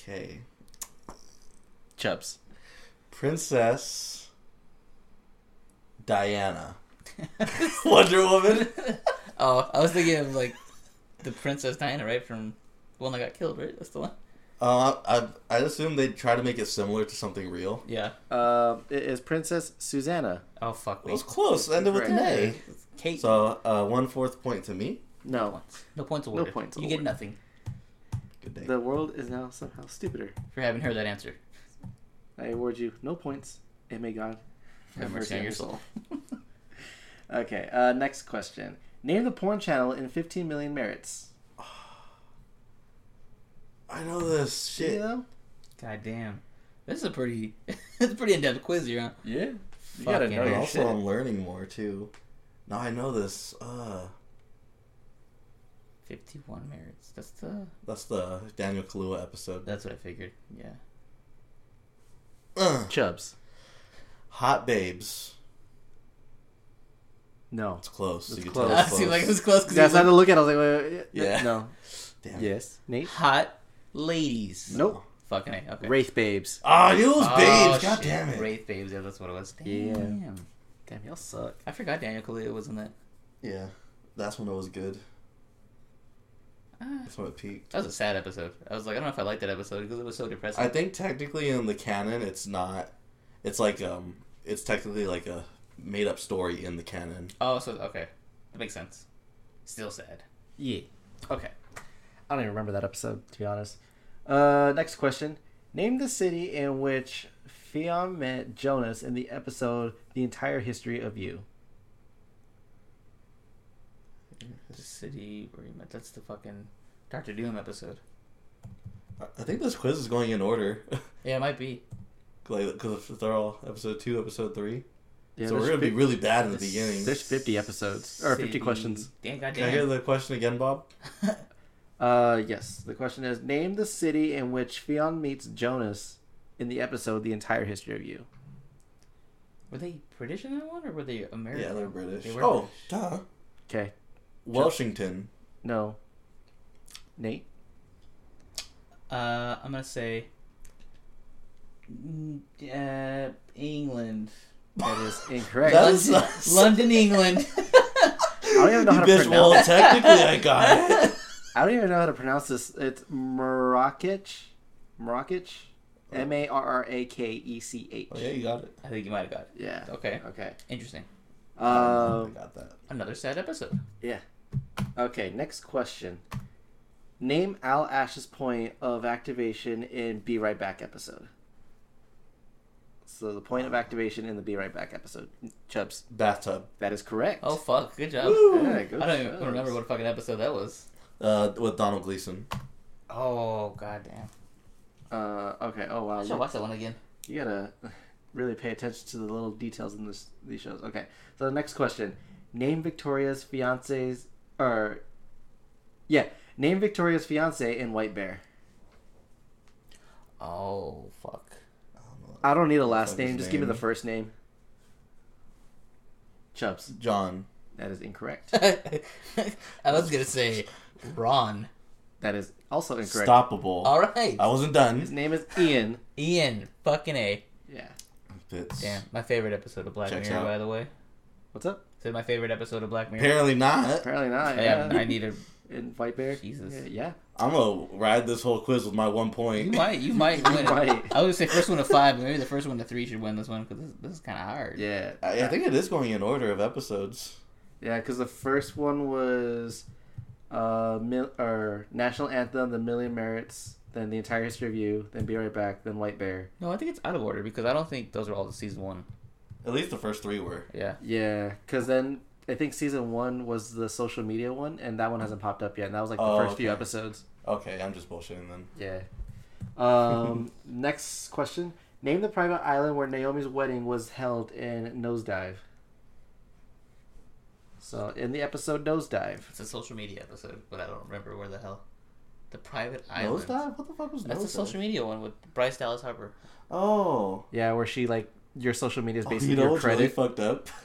okay. Chubs. Princess Diana. Wonder Woman. Oh, I was thinking of like the Princess Diana, right? From the one that got killed, right? That's the one. Uh, I I assume they try to make it similar to something real. Yeah. Um, it is Princess Susanna. Oh fuck It me. was close. Ended with an A. Kate. So uh, one fourth point to me. No, no points awarded. points You awarded. get nothing Good day. the world is now somehow stupider. for having heard that answer. I award you no points, and may God have mercy on your soul. Okay, uh, next question. Name the porn channel in 15 million merits. I know this shit. Yeah. God damn. This is a pretty it's a pretty in depth quiz here, huh? yeah. You gotta Fucking know And your hell. also, shit. I'm learning more too. Now I know this. Uh, Fifty one merits. That's the that's the Daniel Kalua episode. that's what I figured. Yeah. Ugh. Chubs. Hot babes. No. It's close. It's you can close. tell That it's seemed like it close. was close because That's that's not like, to look at. I was like, wait, wait, wait, Yeah. no. Damn it. Yes. Nate. hot ladies. Nope. Fucking A. Okay. Wraith babes. Ah, oh, you those Oh, babes. God shit. damn it. Wraith babes. Yeah, that's what it was. Yeah. Damn. Damn, y'all suck. I forgot Daniel Kaluuya was in that. Yeah, that's when it was good. Ah. Ah. That's when it peaked. That was a sad episode. I was like, I don't know if I liked that episode because it was so depressing. I think technically in the canon, it's not. It's like um, it's technically like a made up story in the canon. oh, so okay, that makes sense. Still sad. Yeah. Okay. I don't even remember that episode, to be honest. Uh, next question. Name the city in which Fionn met Jonas in the episode The Entire History of You. The city where you met. That's the fucking Doctor Doom episode. I- I think this quiz is going in order, Yeah, it might be. because they're all episode two, episode three. Yeah, so we're gonna be really bad in the beginning. There's 50 episodes, or 50 City- questions. Damn, Can I hear goddamn. the question again, Bob? Uh, yes. The question is Name the city in which Fionn meets Jonas in the episode The Entire History of You. Were they British in that one, or were they American? Yeah, they're British. They were oh, duh. Okay. Washington. No. Nate? Uh, I'm gonna say. mm, Uh, England. That is incorrect. That London, is not- London, England. I don't even know how to Bitch, pronounce well, technically I got it. I don't even know how to pronounce this. It's Marrakech. Marrakech? M A R R A K E C H. Oh, yeah, you got it. I think you might have got it. Yeah. Okay. Okay. Interesting. I Um, got that. Another sad episode. yeah. Okay, next question. Name Al Ash's point of activation in Be Right Back episode. So the point of activation in the Be Right Back episode. Chubs. Bathtub. That is correct. Oh fuck! Good job. Yeah, good I don't even chubs. remember what fucking episode that was. Uh, with Donald Gleason. Oh goddamn! Uh, okay. Oh wow. I should watch that one again. You gotta really pay attention to the little details in this these shows. Okay, so the next question: Name Victoria's fiance's or yeah, name Victoria's fiance in White Bear. Oh fuck! I don't need a last Fuck name. his Just give me name. the first name. Chubbs. John. That is incorrect. I was gonna say Ron. That is also incorrect. Stoppable. All right, I wasn't His done. name is Ian. Ian. Fucking a. Yeah. Fitz. Damn, my favorite episode of Black Checks Mirror, out. by the way. What's up? Is it my favorite episode of Black Mirror? Apparently not. Apparently not. Yeah, Yeah. I need a. in White Bear. Jesus. Yeah. yeah. I'm gonna ride this whole quiz with my one point. You might, you might win. might. I was gonna say first one to five, but maybe the first one to three should win this one because this, this is kind of hard. Yeah. I, I think it is going in order of episodes. Yeah, because the first one was uh, mil- or National Anthem, The Million Merits, then The Entire History of You, then Be Right Back, then White Bear. No, I think it's out of order because I don't think those are all the season one. At least the first three were. Yeah. Yeah, because then I think season one was the social media one, and that one hasn't popped up yet. And that was like the Oh, first few okay. episodes. Okay, I'm just bullshitting then. Yeah. Um, next question: Name the private island where Naomi's wedding was held in Nosedive. So in the episode Nosedive, It's a social media episode, but I don't remember where the hell. The private island. Nosedive? What the fuck was That's Nosedive? a social media one with Bryce Dallas Harper. Oh. yeah, where she like your social media is Oh, basically you know your what's really credit. fucked up?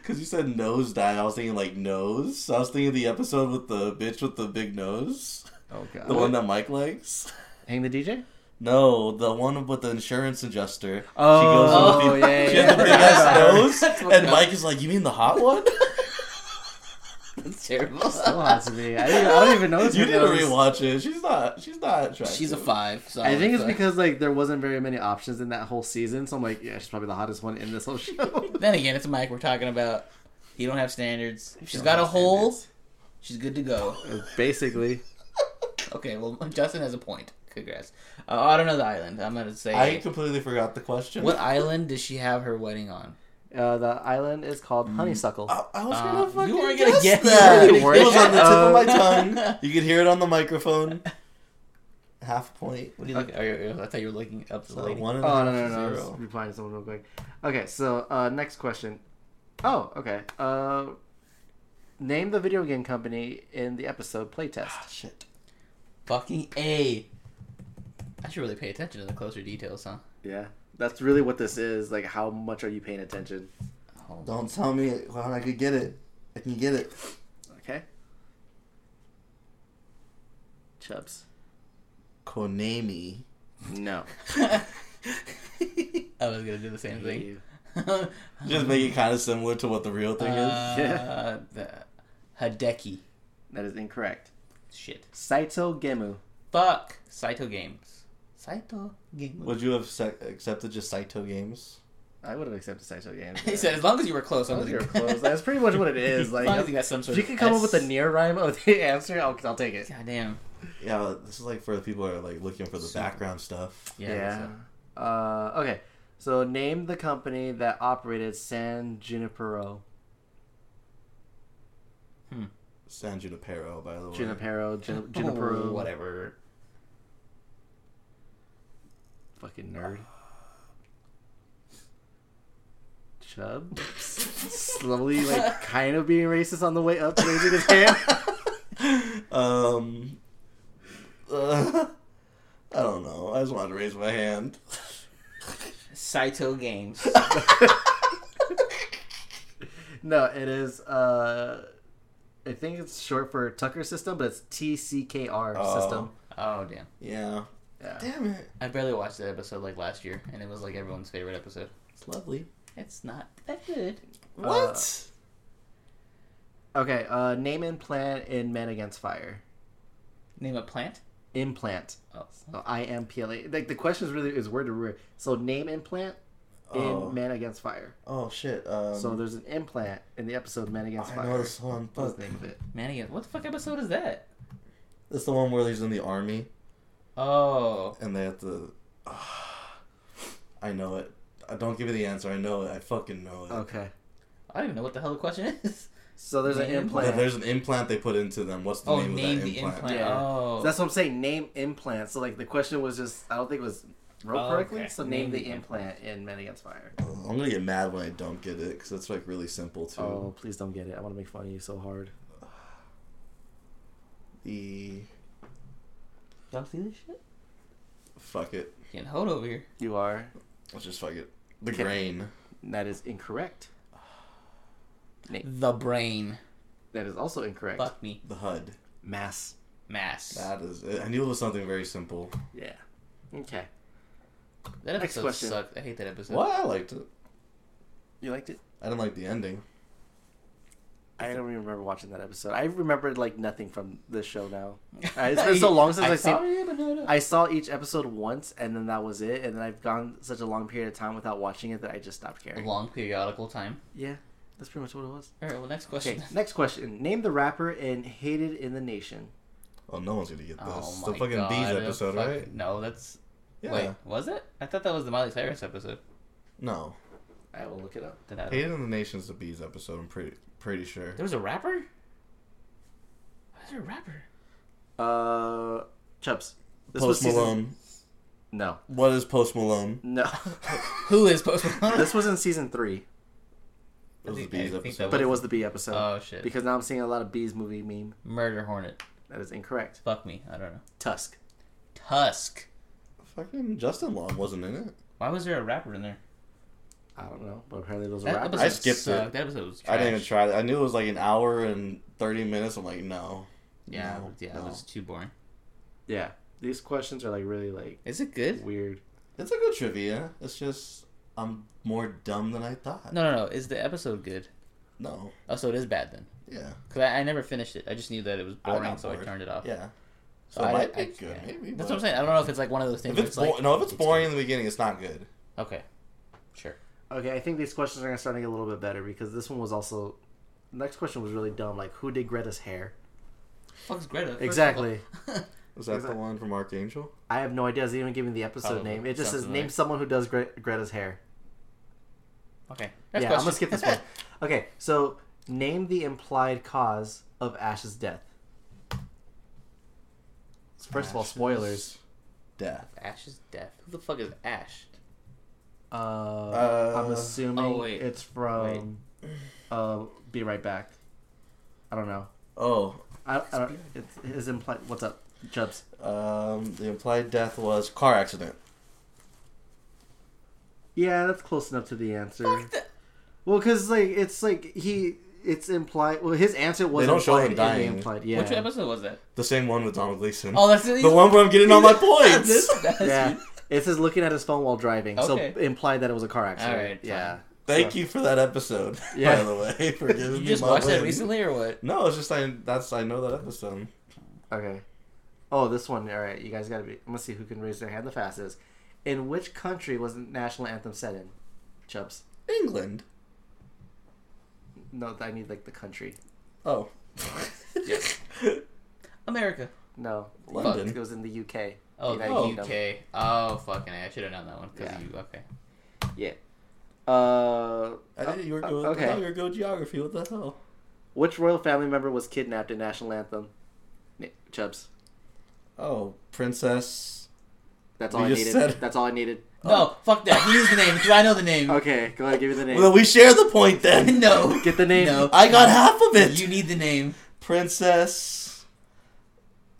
Because you said nosedive, I was thinking like nose. So I was thinking the episode with the bitch with the big nose, oh god! the one that Mike likes. Hang the DJ. No, the one with the insurance adjuster. Oh, she goes with yeah, the, she yeah, has the yeah. big ass nose, That's fucked and up. Mike is like, "You mean the hot one?" That's terrible. Still hot to me. I, didn't, I don't even know. you need to rewatch it. She's not. She's not. Attractive. She's a five. So I think it's uh, because like there wasn't very many options in that whole season, so I'm like, yeah, she's probably the hottest one in this whole show. Then again, it's Mike we're talking about. You don't have standards. If she's don't got a have hole. standards. She's good to go. Basically, Okay, well, Justin has a point. Congrats. Uh, I don't know the island. I'm gonna say. I completely forgot the question. What island does she have her wedding on? uh, the island is called Honeysuckle. I, I was Uh, gonna fucking you are guess gonna get that. you It were gonna was on the tip of my guess tongue. You could hear it on the microphone. Half point. What do you look? Oh, you're- you're- I thought you were looking up to the Like lady. Uh, one and a Oh half no no no! I was zero. replying to someone real quick. Okay, so uh, next question. Oh, okay. Uh, name the video game company in the episode playtest. Shit. Fucking a. I should really pay attention to the closer details, huh? Yeah, that's really what this is. Like, how much are you paying attention? Don't tell me when I could get it. I can get it. Okay. Chubs. Konami. No. I was gonna do the same thing. Just make it kind of similar to what the real thing Uh, is. Yeah. the Hideki. That is incorrect. Shit. Saito Gemu. Fuck. Saito Games. Saito Games. Would you have sec- accepted just Saito Games? I would have accepted Saito Games. he said, as long as you were close, I'm Those gonna are close. That's pretty much what it is. as long as you Like, got some if sort you of can come up with a S. near rhyme of the answer, I'll, I'll take it. God damn. Yeah, but this is like for the people who are like looking for the background stuff. Yeah. I think Yeah. so. Uh, okay. So name the company that operated San Junipero. San Junipero, by the way. Junipero. Jun- Junipero. Oh, whatever. Fucking nerd. Chubb. Slowly, like, kind of being racist on the way up, raising his hand. Um, uh, I don't know. I just wanted to raise my hand. Saito Games. No, it is. Uh, I think it's short for Tucker System, but it's TCKR Oh. System. oh damn. Yeah. Yeah. Damn it. I barely watched that episode like last year, and it was like everyone's favorite episode. It's lovely. It's not that good. Uh, What? Okay. Uh, name implant in Men Against Fire. Name a plant? Implant. Oh. So I am PLA. Like the question is really is word to word. So name implant in Oh. Man Against Fire. oh shit. Um, so there's an implant in the episode Man Against I Fire. know this one, What's but the name of it? Man again. What the fuck episode is that? it's the one where he's in the army Oh. and they have to. I know it. I don't give you the answer. I know it. I fucking know it. Okay. I don't even know what the hell the question is. So there's an Name Yeah, implant. there's an implant they put into them. What's the Oh, name, name of that the implant? implant. Yeah. Oh. That's what I'm saying. Name implant. So like the question was just I don't think it was wrote Oh, correctly. okay. So name, the implant, in Men Against Fire. Ugh, I'm gonna get mad when I don't get it because it's like really simple too. Oh, please don't get it. I want to make fun of you so hard. The Y'all see this shit? fuck it. Getting hold over here. You are. Let's just fuck it. The Okay. grain. That is incorrect. The brain. That is also incorrect. Fuck me. The HUD. Mass. Mass. That is it. I knew it was something very simple. Yeah. Okay. That Next episode question. sucked. I hate that episode. Well, I liked it. You liked it? I didn't like the ending. I don't even remember watching that episode. I remember like nothing from this show now. Uh, it's been so long since I I've seen. saw it, but no, no. I saw each episode once, and then that was it. And then I've gone such a long period of time without watching it that I just stopped caring. Long periodical time. Yeah, that's pretty much what it was. All right. Well, next question. Okay, next question. Name the rapper in "Hated in the Nation." Oh, no one's gonna get this. Oh It's my the fucking god. bees episode, Fuck- right? No, that's Yeah. wait. Was it? I thought that was the Miley Cyrus episode. No. I will look it up. That I, Hated in the Nation's the Bees episode. I'm pretty pretty sure. there was a rapper. Why is there a rapper? Uh, Chubbs. This Post season- Malone. No, What is Post Malone? no. Who is Post Malone? this was in season three, It was I the think- Bees I think episode. that but it was the B episode. Oh shit! Because now I'm seeing a lot of bees movie meme. Murder Hornet. That is incorrect. Fuck me. I don't know. Tusk. Tusk. Fucking Justin Long wasn't in it. Why was there a rapper in there? I don't know, but apparently those are That rappers. episode I skipped it. sucked. That episode was trash. I didn't even try that. I knew it was like an hour and thirty minutes. I'm like, no. Yeah, No, yeah, no. it was too boring. Yeah, these questions are like really like Is it good? weird. It's a good trivia. It's just I'm more dumb than I thought. No, no, no. Is the episode good? No. Oh, so it is bad then. Yeah. Because I, I never finished it. I just knew that it was I got boring, so I bored. turned it off. Yeah. So So it I- might I- be good, yeah. maybe. That's but- what I'm saying. I don't know if it's like one of those things. If where it's, like, bo- no, if it's good. boring in the beginning, it's not good. Okay, sure. Okay, I think these questions are gonna start to get a little bit better because this one was also. Next question was really dumb. Like, who did Greta's hair? Fuck's Greta. first of Exactly. all. Was that the Exact- one from Archangel? I have no idea. Does it even give me the episode Probably. name? It just Sounds says name familiar. someone who does Gre- Greta's hair. okay. Next yeah, I'm question. gonna skip this one. Okay, so name the implied cause of Ash's death. First of all, spoilers. Death. Ash's death. Who the fuck is Ash? Uh, Uh, I'm assuming oh, wait. it's from. Uh, be right back. I don't know. Oh, I, I don't, it's, it's implied. What's up, Chubbs? um, the implied death was car accident. Yeah, that's close enough to the answer. Well, because like it's like he, it's implied. Well, his answer was They don't show implied him in the dying. implied. Yeah. Which episode was that? The same one with Donald Gleason. Oh, that's it. the one where I'm getting all my points. This- that's Yeah. it. It says looking at his phone while driving, so Okay. implied that it was a car accident. Alright, fine. yeah. Thank you for that episode. Yeah. By the way, for giving You me just my watched that win. recently or what? No, it's just I. That's I know that episode. Okay. Oh, this one. All right, you guys got to be. I'm gonna see who can raise their hand the fastest. In which country was the national anthem set in? Chubbs. England. No, I need like the country. Oh. America. No, London. It goes in the UK. Oh, United the Kingdom. UK. Oh, fucking! A, I should have known that one because Yeah. you. Okay. Yeah. Uh, I didn't. You were uh, going. okay. I thought you were going geography. What the hell? Which royal family member was kidnapped in national anthem? Ni- Chubbs. Oh, princess. That's We all I just needed. said- That's all I needed. No, fuck that. He used the name. Do I know the name? Okay, go ahead, give me the name. Well, we share the point then. No. Get the name. No. I got half of it. You need the name. Princess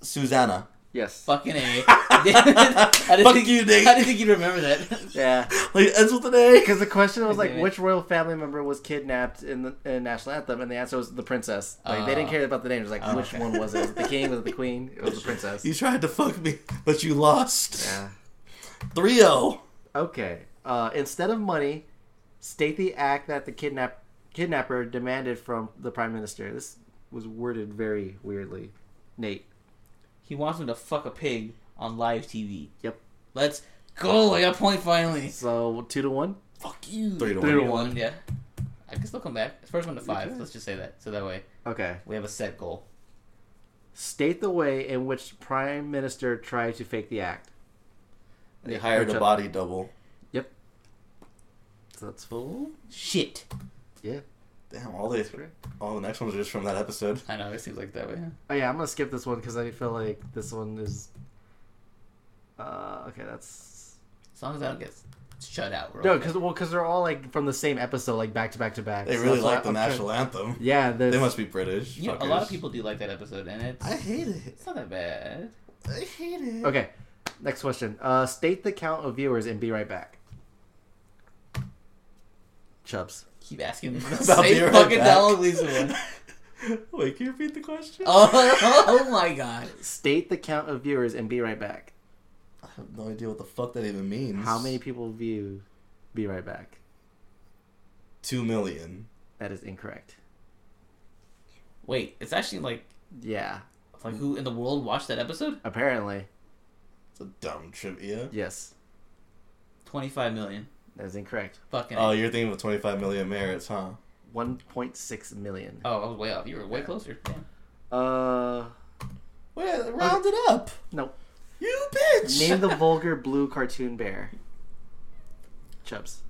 Susanna. Yes. Fucking A. I didn't Fuck think, you, Nick. I didn't think you'd remember that. Yeah. Like it ends with an A. Because the question was like, Damn it. which royal family member was kidnapped in the in national anthem, and the answer was the princess. Like they didn't Uh, care about the name. It was like, oh, which okay. one was it? Was it the king? Was it the queen? It was the princess. Ah. You tried to fuck me, but you lost. Yeah. Three oh. zero. Okay. Uh, instead of money, state the act that the kidnap kidnapper demanded from the prime minister. This was worded very weirdly. Nate. He wants him to fuck a pig on live TV. Yep. Let's go. I got a point finally. So two to one. Fuck you. Three to Three one. to one. Yeah. I guess they'll come back. First one to five. Let's just say that. So that way Okay. we have a set goal. State the way in which prime minister tried to fake the act. They hired Which a up- body double. Yep. So that's full. Shit. Yeah. Damn, all the all the next ones are just from that episode. I know. It seems like that way. huh? Oh yeah, I'm gonna skip this one because I feel like this one is. Uh, okay, that's As long as I don't get shut out. We're no, okay. because well, because they're all like from the same episode, like back to back to back. They So really that's why like the I'm trying- national anthem. Yeah, that's, They must be British. You know, a fuckers. lot of people do like that episode, and it's I hate it. it's not that bad. I hate it. Okay, next question. Uh, state the count of viewers and be right back. Chubs. Keep asking me the I'll be same right fucking back. Donald Gleason one. Wait, can you repeat the question? Oh, oh my god. State the count of viewers and be right back. I have no idea what the fuck that even means. How many people view? Be right back. Two million. That is incorrect. Wait, it's actually like Yeah, like who in the world watched that episode? apparently It's a dumb trivia. yes. Twenty five million. That is incorrect. Fucking. Oh, Oh, you're thinking of 25 million merits, huh? One point six million. oh, I was way off. You were way closer. Damn. Uh, Well, round it up. no. You bitch. Name the vulgar blue cartoon bear. Chubs.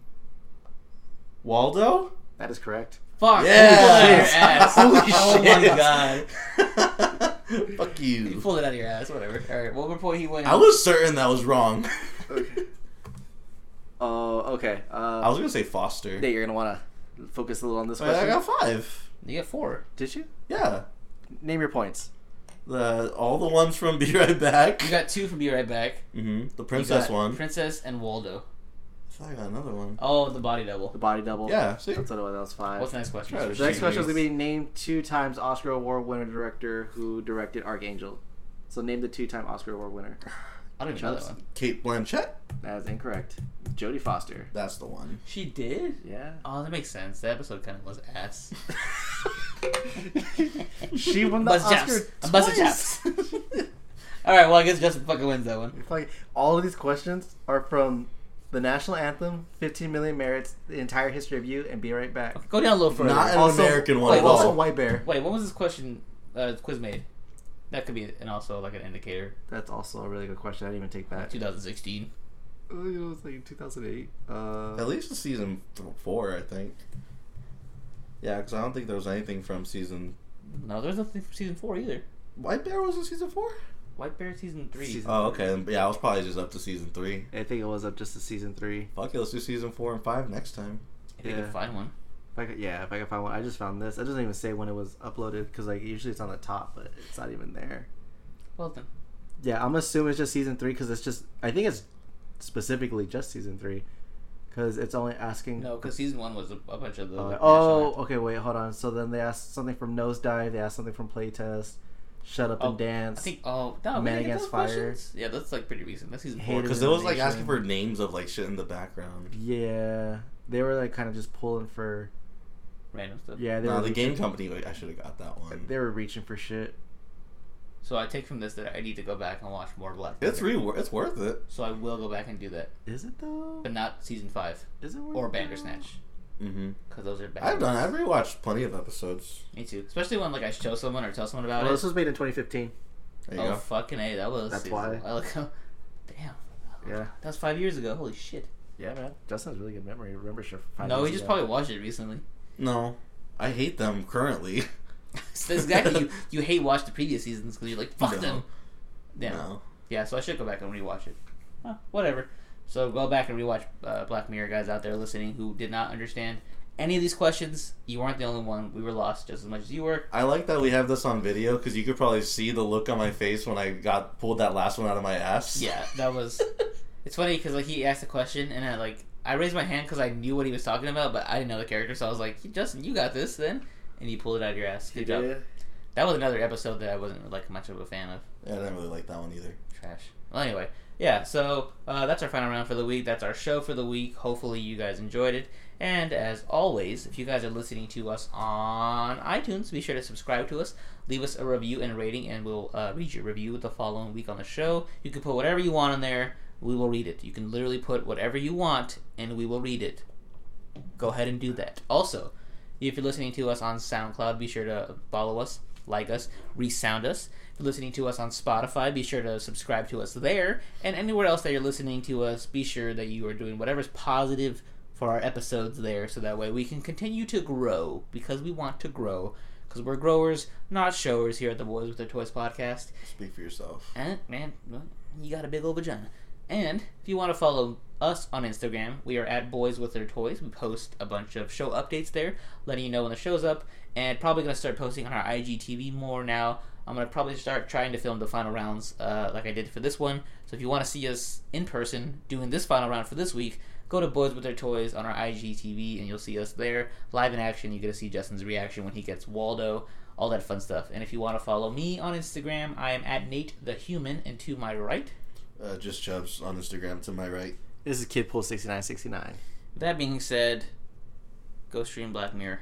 Waldo? That is correct. Fuck. Yeah. Pull it out of your ass. Oh my God. Oh Fuck You you. pulled it out of your ass. Whatever. All right. Well, before he went, I was certain that was wrong. Oh, okay. Uh, I was gonna say Foster. Nate, you're gonna wanna focus a little on this Wait, I question. got five. you get four. Did you Yeah. name your points? The all the ones from Be Right Back. You got two from Be Right Back. hmm The You princess got one. Princess and Waldo. I thought I got another one. Oh, the body double. The body double. Yeah. See. That's another one. That was five. What's the next question? Trash. The next question is Jeez. gonna be name two times Oscar Award winner director who directed Archangel. So name the two time Oscar Award winner. I don't even know that one. Kate Blanchett. That is incorrect. Jodie Foster. That's the one. She did. Yeah. Oh, that makes sense. That episode kind of was ass. She won the Buzz Oscar. chaps. I'm buzzing chaps. All right. Well, I guess Justin fucking wins that one. Like all of these questions are from the national anthem, 15 million merits, the entire history of you, and be right back. Go down a little further. Not an Also- oh, American one wait, at all. also Also, White Bear. Wait, when was this question uh, quiz made? That could be and also like an indicator. That's also a really good question. I didn't even take that. 2016. It was like 2008. Uh, At least the season th- four, I think. Yeah, because I don't think there was anything from season. No, there's nothing for season four either. White Bear was in season four. White Bear season three. Season- Oh, okay. then- Yeah, I was probably just up to season three. I think it was up just to season three. Fuck it, let's do season four and five next time. if you yeah. can find one. If I could, yeah, if I could find one, I just found this. It doesn't even say when it was uploaded because like usually it's on the top, but it's not even there. Well then, Yeah, I'm assuming it's just season three because it's just. I think it's specifically just season three because it's only asking. no, because season one was a, a bunch of the. Uh, national oh, anthem. okay, wait, hold on. So then they asked something from Nosedive. They asked something from Playtest. Shut up Oh, and dance. I think. Oh, no, Man Man Against Against Fire. Fire. Yeah, that's like pretty recent. That's season four. Hated Because it was like asking for names of like shit in the background. yeah, they were like kind of just pulling for. Random stuff. Yeah, they Nah, were. the game company. I should have got that one. They were reaching for shit. So I take from this that I need to go back and watch more Black. It's Panther. re- wor- It's worth it. So I will go back and do that, Is it though? but not season five Is it worth or it? Bandersnatch hmm because those are bad. I've done. I've rewatched plenty of episodes. Me too. Especially when like I show someone or tell someone about it. Well, Oh, this was made in 2015. There you Oh go. fucking a! That was That's season- why. I look- Damn, Yeah, that was five years ago. Holy shit! yeah, man. Justin's really good memory. Remember shit. from five no, years we just ago. probably watched it recently. no, I hate them currently. so exactly, you, you hate watch the previous seasons because you're like fuck No. them. Damn. No. Yeah, so I should go back and rewatch it. Huh, whatever. So go back and rewatch uh, Black Mirror, guys out there listening who did not understand any of these questions. You weren't the only one. We were lost just as much as you were. I like that we have this on video because you could probably see the look on my face when I got pulled that last one out of my ass. Yeah, that was. it's funny because like he asked a question and I like I raised my hand because I knew what he was talking about, but I didn't know the character, so I was like, "Justin, you got this." Then and you pulled it out of your ass. Good job. That was another episode that I wasn't like much of a fan of. Yeah, I didn't really like that one either. Trash. Well, anyway, yeah. So uh, that's our final round for the week. That's our show for the week. Hopefully, you guys enjoyed it. And as always, if you guys are listening to us on iTunes, be sure to subscribe to us, leave us a review and a rating, and we'll uh, read your review the following week on the show. You can put whatever you want in there. We will read it. You can literally put whatever you want, and we will read it. Go ahead and do that. Also, if you're listening to us on SoundCloud, be sure to follow us, like us, resound us. If you're listening to us on Spotify, be sure to subscribe to us there. And anywhere else that you're listening to us, be sure that you are doing whatever's positive for our episodes there so that way we can continue to grow because we want to grow. Because we're growers, not showers here at the Boys with Their Toys podcast. Speak for yourself. And man, you got a big old vagina. And if you want to follow us on Instagram, we are at Boys with Their Toys. We post a bunch of show updates there, letting you know when the show's up, and probably gonna start posting on our IGTV more now. I'm gonna probably start trying to film the final rounds, uh, like I did for this one. So if you want to see us in person doing this final round for this week, go to Boys with Their Toys on our IGTV, and you'll see us there live in action. You get to see Justin's reaction when he gets Waldo all that fun stuff. And if you want to follow me on Instagram, I am at Nate the Human, and to my right. Uh, just Chubbs on Instagram to my right. This is Kidpool6969. That being said, go stream Black Mirror.